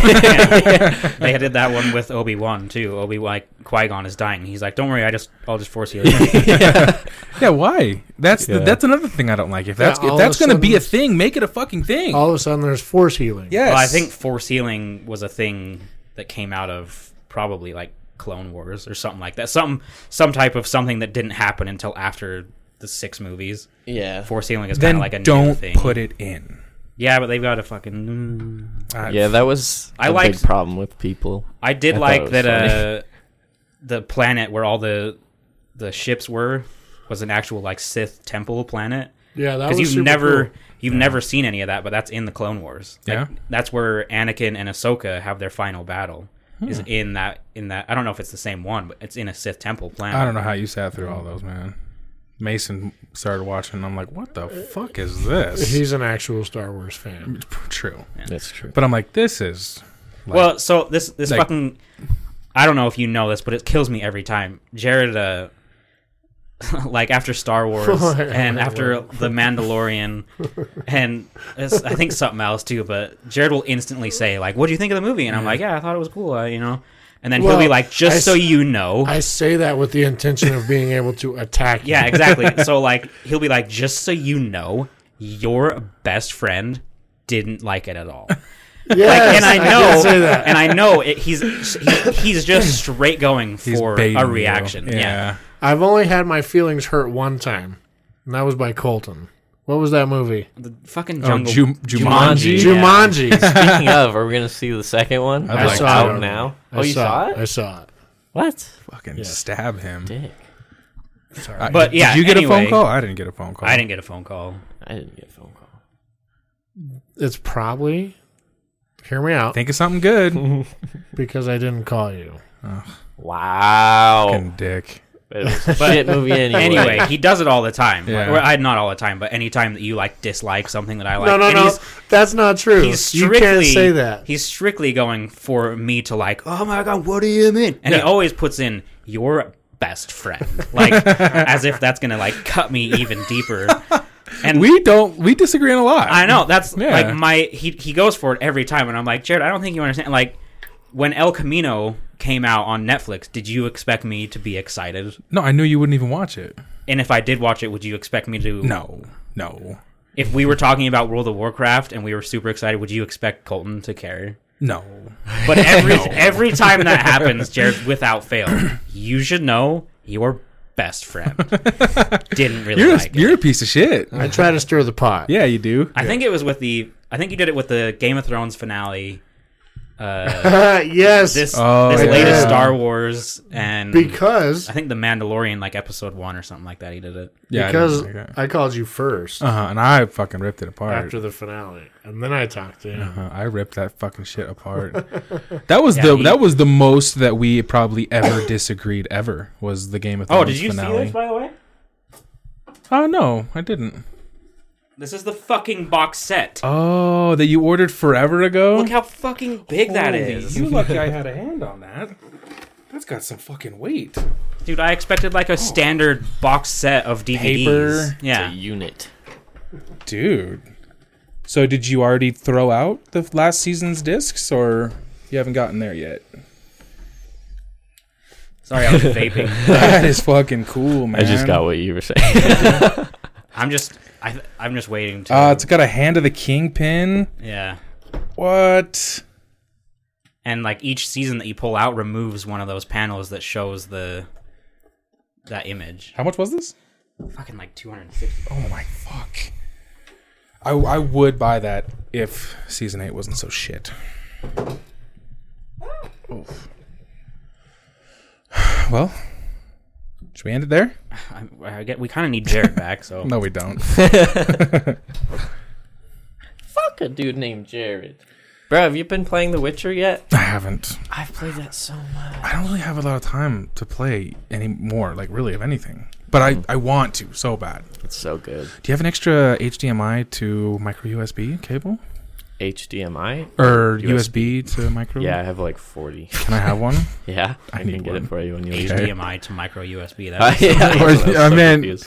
Speaker 4: They did that one with Obi Wan too. Obi Wan Qui Gon is dying. He's like, "Don't worry, I just I'll just force heal you."
Speaker 2: yeah, why? That's
Speaker 3: Yeah.
Speaker 2: the, that's another thing I don't like. If that's
Speaker 1: Yeah, all
Speaker 2: if that's
Speaker 1: of a
Speaker 2: going to be a
Speaker 1: sudden-
Speaker 2: thing, make it a fucking thing.
Speaker 1: All of a sudden, there's force healing.
Speaker 2: yes.
Speaker 4: well, I think force healing was a thing that came out of probably like Clone Wars or something like that. Some some type of something that didn't happen until after the six movies.
Speaker 3: yeah.
Speaker 4: Force healing is kind
Speaker 2: then
Speaker 4: of like a new
Speaker 2: don't
Speaker 4: thing.
Speaker 2: put it in.
Speaker 4: yeah, but they've got a fucking.
Speaker 2: I-
Speaker 3: Yeah, that was
Speaker 4: I
Speaker 3: a
Speaker 4: liked-
Speaker 3: big problem with people.
Speaker 4: I did
Speaker 3: I thought it
Speaker 4: like
Speaker 3: was
Speaker 4: that.
Speaker 3: funny.
Speaker 4: Uh, the planet where all the the ships were was an actual like Sith temple planet.
Speaker 1: Yeah, that was
Speaker 4: because
Speaker 1: super
Speaker 4: you've never
Speaker 1: cool.
Speaker 4: you've never seen any of that, but that's in the Clone Wars. Like,
Speaker 2: Yeah.
Speaker 4: that's where Anakin and Ahsoka have their final battle.
Speaker 2: Hmm.
Speaker 4: Is in that in that I don't know if it's the same one, but it's in a Sith temple planet.
Speaker 2: I don't know how you sat through all those, man. Mason started watching. And I'm like, what the fuck is this?
Speaker 1: He's an actual Star Wars fan.
Speaker 2: True,
Speaker 3: That's true.
Speaker 2: but I'm like, this is
Speaker 4: well, so this this
Speaker 2: Like-
Speaker 4: fucking I don't know if you know this, but it kills me every time. Jared, uh, like after Star Wars and after The Mandalorian, and it's, I think something else too. But Jared will instantly say like, "What do you think of the movie?" And I'm like, "Yeah, I thought it was cool," uh, you know. And then he'll be
Speaker 1: Well,
Speaker 4: like,
Speaker 1: I
Speaker 4: "Just
Speaker 1: s-
Speaker 4: so you know."
Speaker 1: I say that with the intention of being able to attack. you.
Speaker 4: yeah, exactly. so like he'll be like, "Just so you know, your best friend didn't like it at all."
Speaker 1: Yes,
Speaker 4: and I
Speaker 1: did
Speaker 4: know,
Speaker 1: say that.
Speaker 4: and I know it, he's he, he's just straight going
Speaker 2: He's
Speaker 4: for
Speaker 2: baiting
Speaker 4: a
Speaker 2: you.
Speaker 4: reaction. Yeah.
Speaker 1: I've only had my feelings hurt one time, and that was by Colton. What was that movie?
Speaker 4: the fucking
Speaker 2: Oh,
Speaker 4: jungle.
Speaker 2: Ju- Jumanji?
Speaker 4: Yeah.
Speaker 1: Jumanji.
Speaker 3: Speaking of, are we going to see the second one?
Speaker 2: I'd
Speaker 1: I
Speaker 2: like
Speaker 1: saw
Speaker 2: that.
Speaker 1: it.
Speaker 3: out now.
Speaker 1: I
Speaker 3: oh, you saw, it?
Speaker 1: I saw it.
Speaker 3: What?
Speaker 2: Fucking stab him.
Speaker 3: Dick.
Speaker 2: Uh,
Speaker 4: But, yeah,
Speaker 2: did you get a phone
Speaker 4: anyway.
Speaker 2: call? I didn't get a phone call.
Speaker 4: I didn't get a phone call.
Speaker 3: I didn't get a phone call.
Speaker 1: It's probably. Hear me out,
Speaker 2: Think of something good.
Speaker 1: because I didn't call you.
Speaker 3: Wow.
Speaker 4: Oh.
Speaker 2: Fucking dick.
Speaker 3: It was a shit movie anyway.
Speaker 4: Anyway, he does it all the time.
Speaker 2: Yeah.
Speaker 4: Well, I not all the time, but anytime that you like dislike something that I like,
Speaker 1: no, no,
Speaker 4: and
Speaker 1: no.
Speaker 4: He's,
Speaker 1: That's not true.
Speaker 4: he's
Speaker 1: you
Speaker 4: strictly
Speaker 1: can't say that.
Speaker 4: He's strictly going for me to like. Oh my god, what do you mean? And he always puts in your best friend, like as if that's gonna like cut me even deeper. And
Speaker 2: We don't. We disagree on a lot.
Speaker 4: I know that's
Speaker 2: Yeah.
Speaker 4: like my he he goes for it every time, and I'm like Jared, I don't think you understand. Like when El Camino came out on Netflix, did you expect me to be excited?
Speaker 2: No, I knew you wouldn't even watch it.
Speaker 4: And if I did watch it, would you expect me to?
Speaker 2: No, no,
Speaker 4: If we were talking about World of Warcraft and we were super excited, would you expect Colton to care?
Speaker 2: no.
Speaker 4: But every every time that happens, Jared, without fail, you should know your best friend didn't really
Speaker 2: You're
Speaker 4: like
Speaker 2: a,
Speaker 4: it.
Speaker 2: you're a piece of shit.
Speaker 1: I try to stir the pot.
Speaker 2: Yeah, you do.
Speaker 4: I think it was with the I think you did it with the Game of Thrones finale. Uh,
Speaker 1: yes.
Speaker 4: this
Speaker 2: Oh,
Speaker 4: this
Speaker 2: yeah.
Speaker 4: latest Star Wars and
Speaker 1: because
Speaker 4: I think the Mandalorian like episode one or something like that. He did it.
Speaker 2: Yeah,
Speaker 1: because
Speaker 2: I uh
Speaker 1: I called you first
Speaker 2: huh. Uh-huh, And I fucking ripped it apart.
Speaker 1: after the finale, and then I talked to you.
Speaker 2: Uh, I ripped that fucking shit apart. that was
Speaker 4: Yeah,
Speaker 2: the
Speaker 4: he-
Speaker 2: that was the most that we probably ever disagreed ever was the Game of Thrones
Speaker 4: Oh, did you
Speaker 2: finale.
Speaker 4: see this by the way?
Speaker 2: Oh no, I didn't.
Speaker 4: This is the fucking box set.
Speaker 2: Oh, that you ordered forever ago.
Speaker 4: Look how fucking big that
Speaker 2: Holy,
Speaker 4: is,
Speaker 2: You lucky I had a hand on that. That's got some fucking weight.
Speaker 4: dude. I expected like a standard box set of DVDs.
Speaker 2: Paper.
Speaker 4: Yeah,
Speaker 3: It's a unit.
Speaker 2: Dude. So did you already throw out the last season's discs or you haven't gotten there yet?
Speaker 4: Sorry, I was vaping.
Speaker 2: That is fucking cool, man.
Speaker 3: I just got what you were saying.
Speaker 4: I'm just I, I'm just waiting to.
Speaker 2: Uh, it's got a hand of the kingpin.
Speaker 4: yeah,
Speaker 2: What?
Speaker 4: and like each season that you pull out removes one of those panels that shows the that image.
Speaker 2: How much was this?
Speaker 4: Fucking like 250.
Speaker 2: Oh my fuck. I, I would buy that if season eight wasn't so shit. Oof. Well, should we end it there?
Speaker 4: I, I get we kind of need Jared back, so
Speaker 2: No, we don't.
Speaker 3: Fuck a dude named Jared. Bro, have you been playing The Witcher yet?
Speaker 2: I haven't.
Speaker 3: I've played that so much.
Speaker 2: I don't really have a lot of time to play anymore, like really of anything. But
Speaker 3: Mm.
Speaker 2: I, I want to so bad.
Speaker 3: It's so good.
Speaker 2: Do you have an extra HDMI to micro USB cable?
Speaker 3: HDMI?
Speaker 2: Or
Speaker 3: USB.
Speaker 2: USB, to micro?
Speaker 3: Yeah, I have like 40.
Speaker 2: Can I have one?
Speaker 3: Yeah,
Speaker 2: I
Speaker 3: I,
Speaker 2: need
Speaker 3: can get
Speaker 2: one.
Speaker 3: it for you when you leave.
Speaker 4: HDMI to micro USB.
Speaker 3: Uh,
Speaker 4: That
Speaker 3: yeah,
Speaker 2: Or-
Speaker 3: I'm
Speaker 2: I meant
Speaker 3: confused.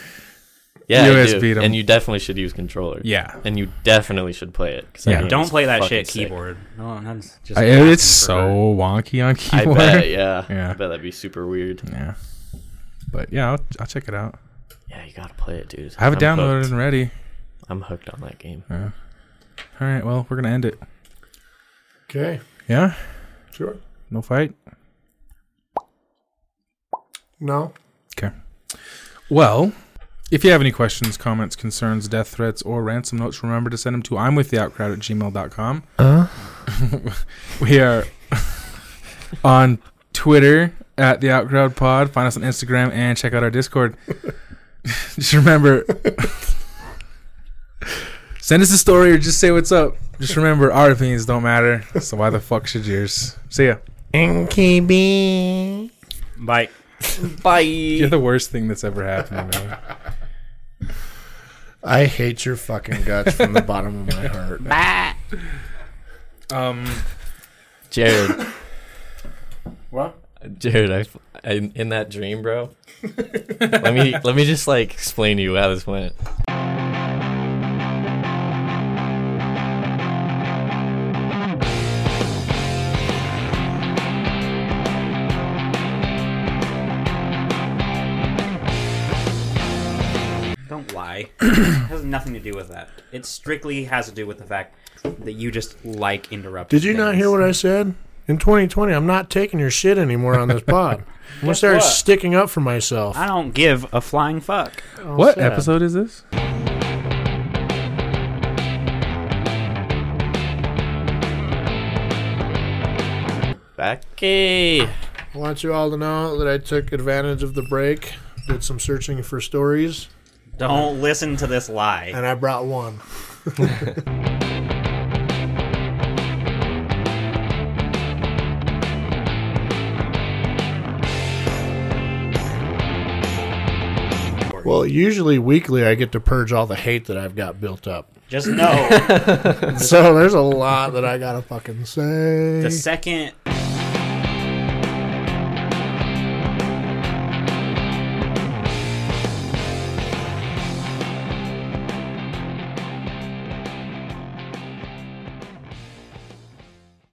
Speaker 3: yeah, USB.
Speaker 2: USB to-
Speaker 3: And you definitely should use controller.
Speaker 2: yeah.
Speaker 3: And you definitely should play it. 'cause
Speaker 2: Yeah.
Speaker 3: game
Speaker 4: don't
Speaker 3: is
Speaker 4: play that
Speaker 3: fucking
Speaker 4: shit
Speaker 3: sick.
Speaker 4: keyboard. No, that's just
Speaker 2: I,
Speaker 4: blasphemy
Speaker 2: it's
Speaker 4: for
Speaker 2: so
Speaker 4: her.
Speaker 2: wonky on
Speaker 3: I
Speaker 2: keyboard.
Speaker 3: bet, yeah.
Speaker 2: Yeah.
Speaker 3: I bet that'd be super weird.
Speaker 2: Yeah. But yeah, I'll, I'll check it out.
Speaker 3: Yeah, you gotta play it, dude.
Speaker 2: I have it
Speaker 3: I'm
Speaker 2: downloaded
Speaker 3: hooked.
Speaker 2: and ready.
Speaker 3: I'm hooked on that game.
Speaker 2: All right, well, we're going to end it.
Speaker 1: Okay,
Speaker 2: Yeah?
Speaker 1: sure.
Speaker 2: No fight?
Speaker 1: No,
Speaker 2: Okay. Well, if you have any questions, comments, concerns, death threats, or ransom notes, remember to send them to I'm with the outcrowd at gmail.com.
Speaker 3: Uh?
Speaker 2: we are on Twitter at the outcrowd pod. Find us on Instagram and check out our Discord. just remember send us a story or just say what's up. Just remember our opinions don't matter. So why the fuck should yours? See ya.
Speaker 3: NKB.
Speaker 4: Bye.
Speaker 3: Bye.
Speaker 2: You're the worst thing that's ever happened to me.
Speaker 1: I hate your fucking guts from the bottom of my heart.
Speaker 2: Um
Speaker 3: Jared.
Speaker 1: What?
Speaker 3: Jared, I, f- I- in that dream, bro. let me let me just like explain to you how this went.
Speaker 4: Don't lie. it has nothing to do with that. It strictly has to do with the fact that you just like interrupting.
Speaker 1: Did you not hear what I said? In 2020, I'm not taking your shit anymore on this pod. I'm gonna start
Speaker 4: what?
Speaker 1: sticking up for myself.
Speaker 4: I don't give a flying fuck.
Speaker 2: what
Speaker 1: sad.
Speaker 2: episode is this?
Speaker 3: Becky.
Speaker 1: I want you all to know that I took advantage of the break, did some searching for stories,
Speaker 4: Don't listen to this lie.
Speaker 1: and I brought one. Well, usually weekly I get to purge all the hate that I've got built up.
Speaker 4: Just know
Speaker 1: So there's a lot that I gotta fucking say.
Speaker 4: the second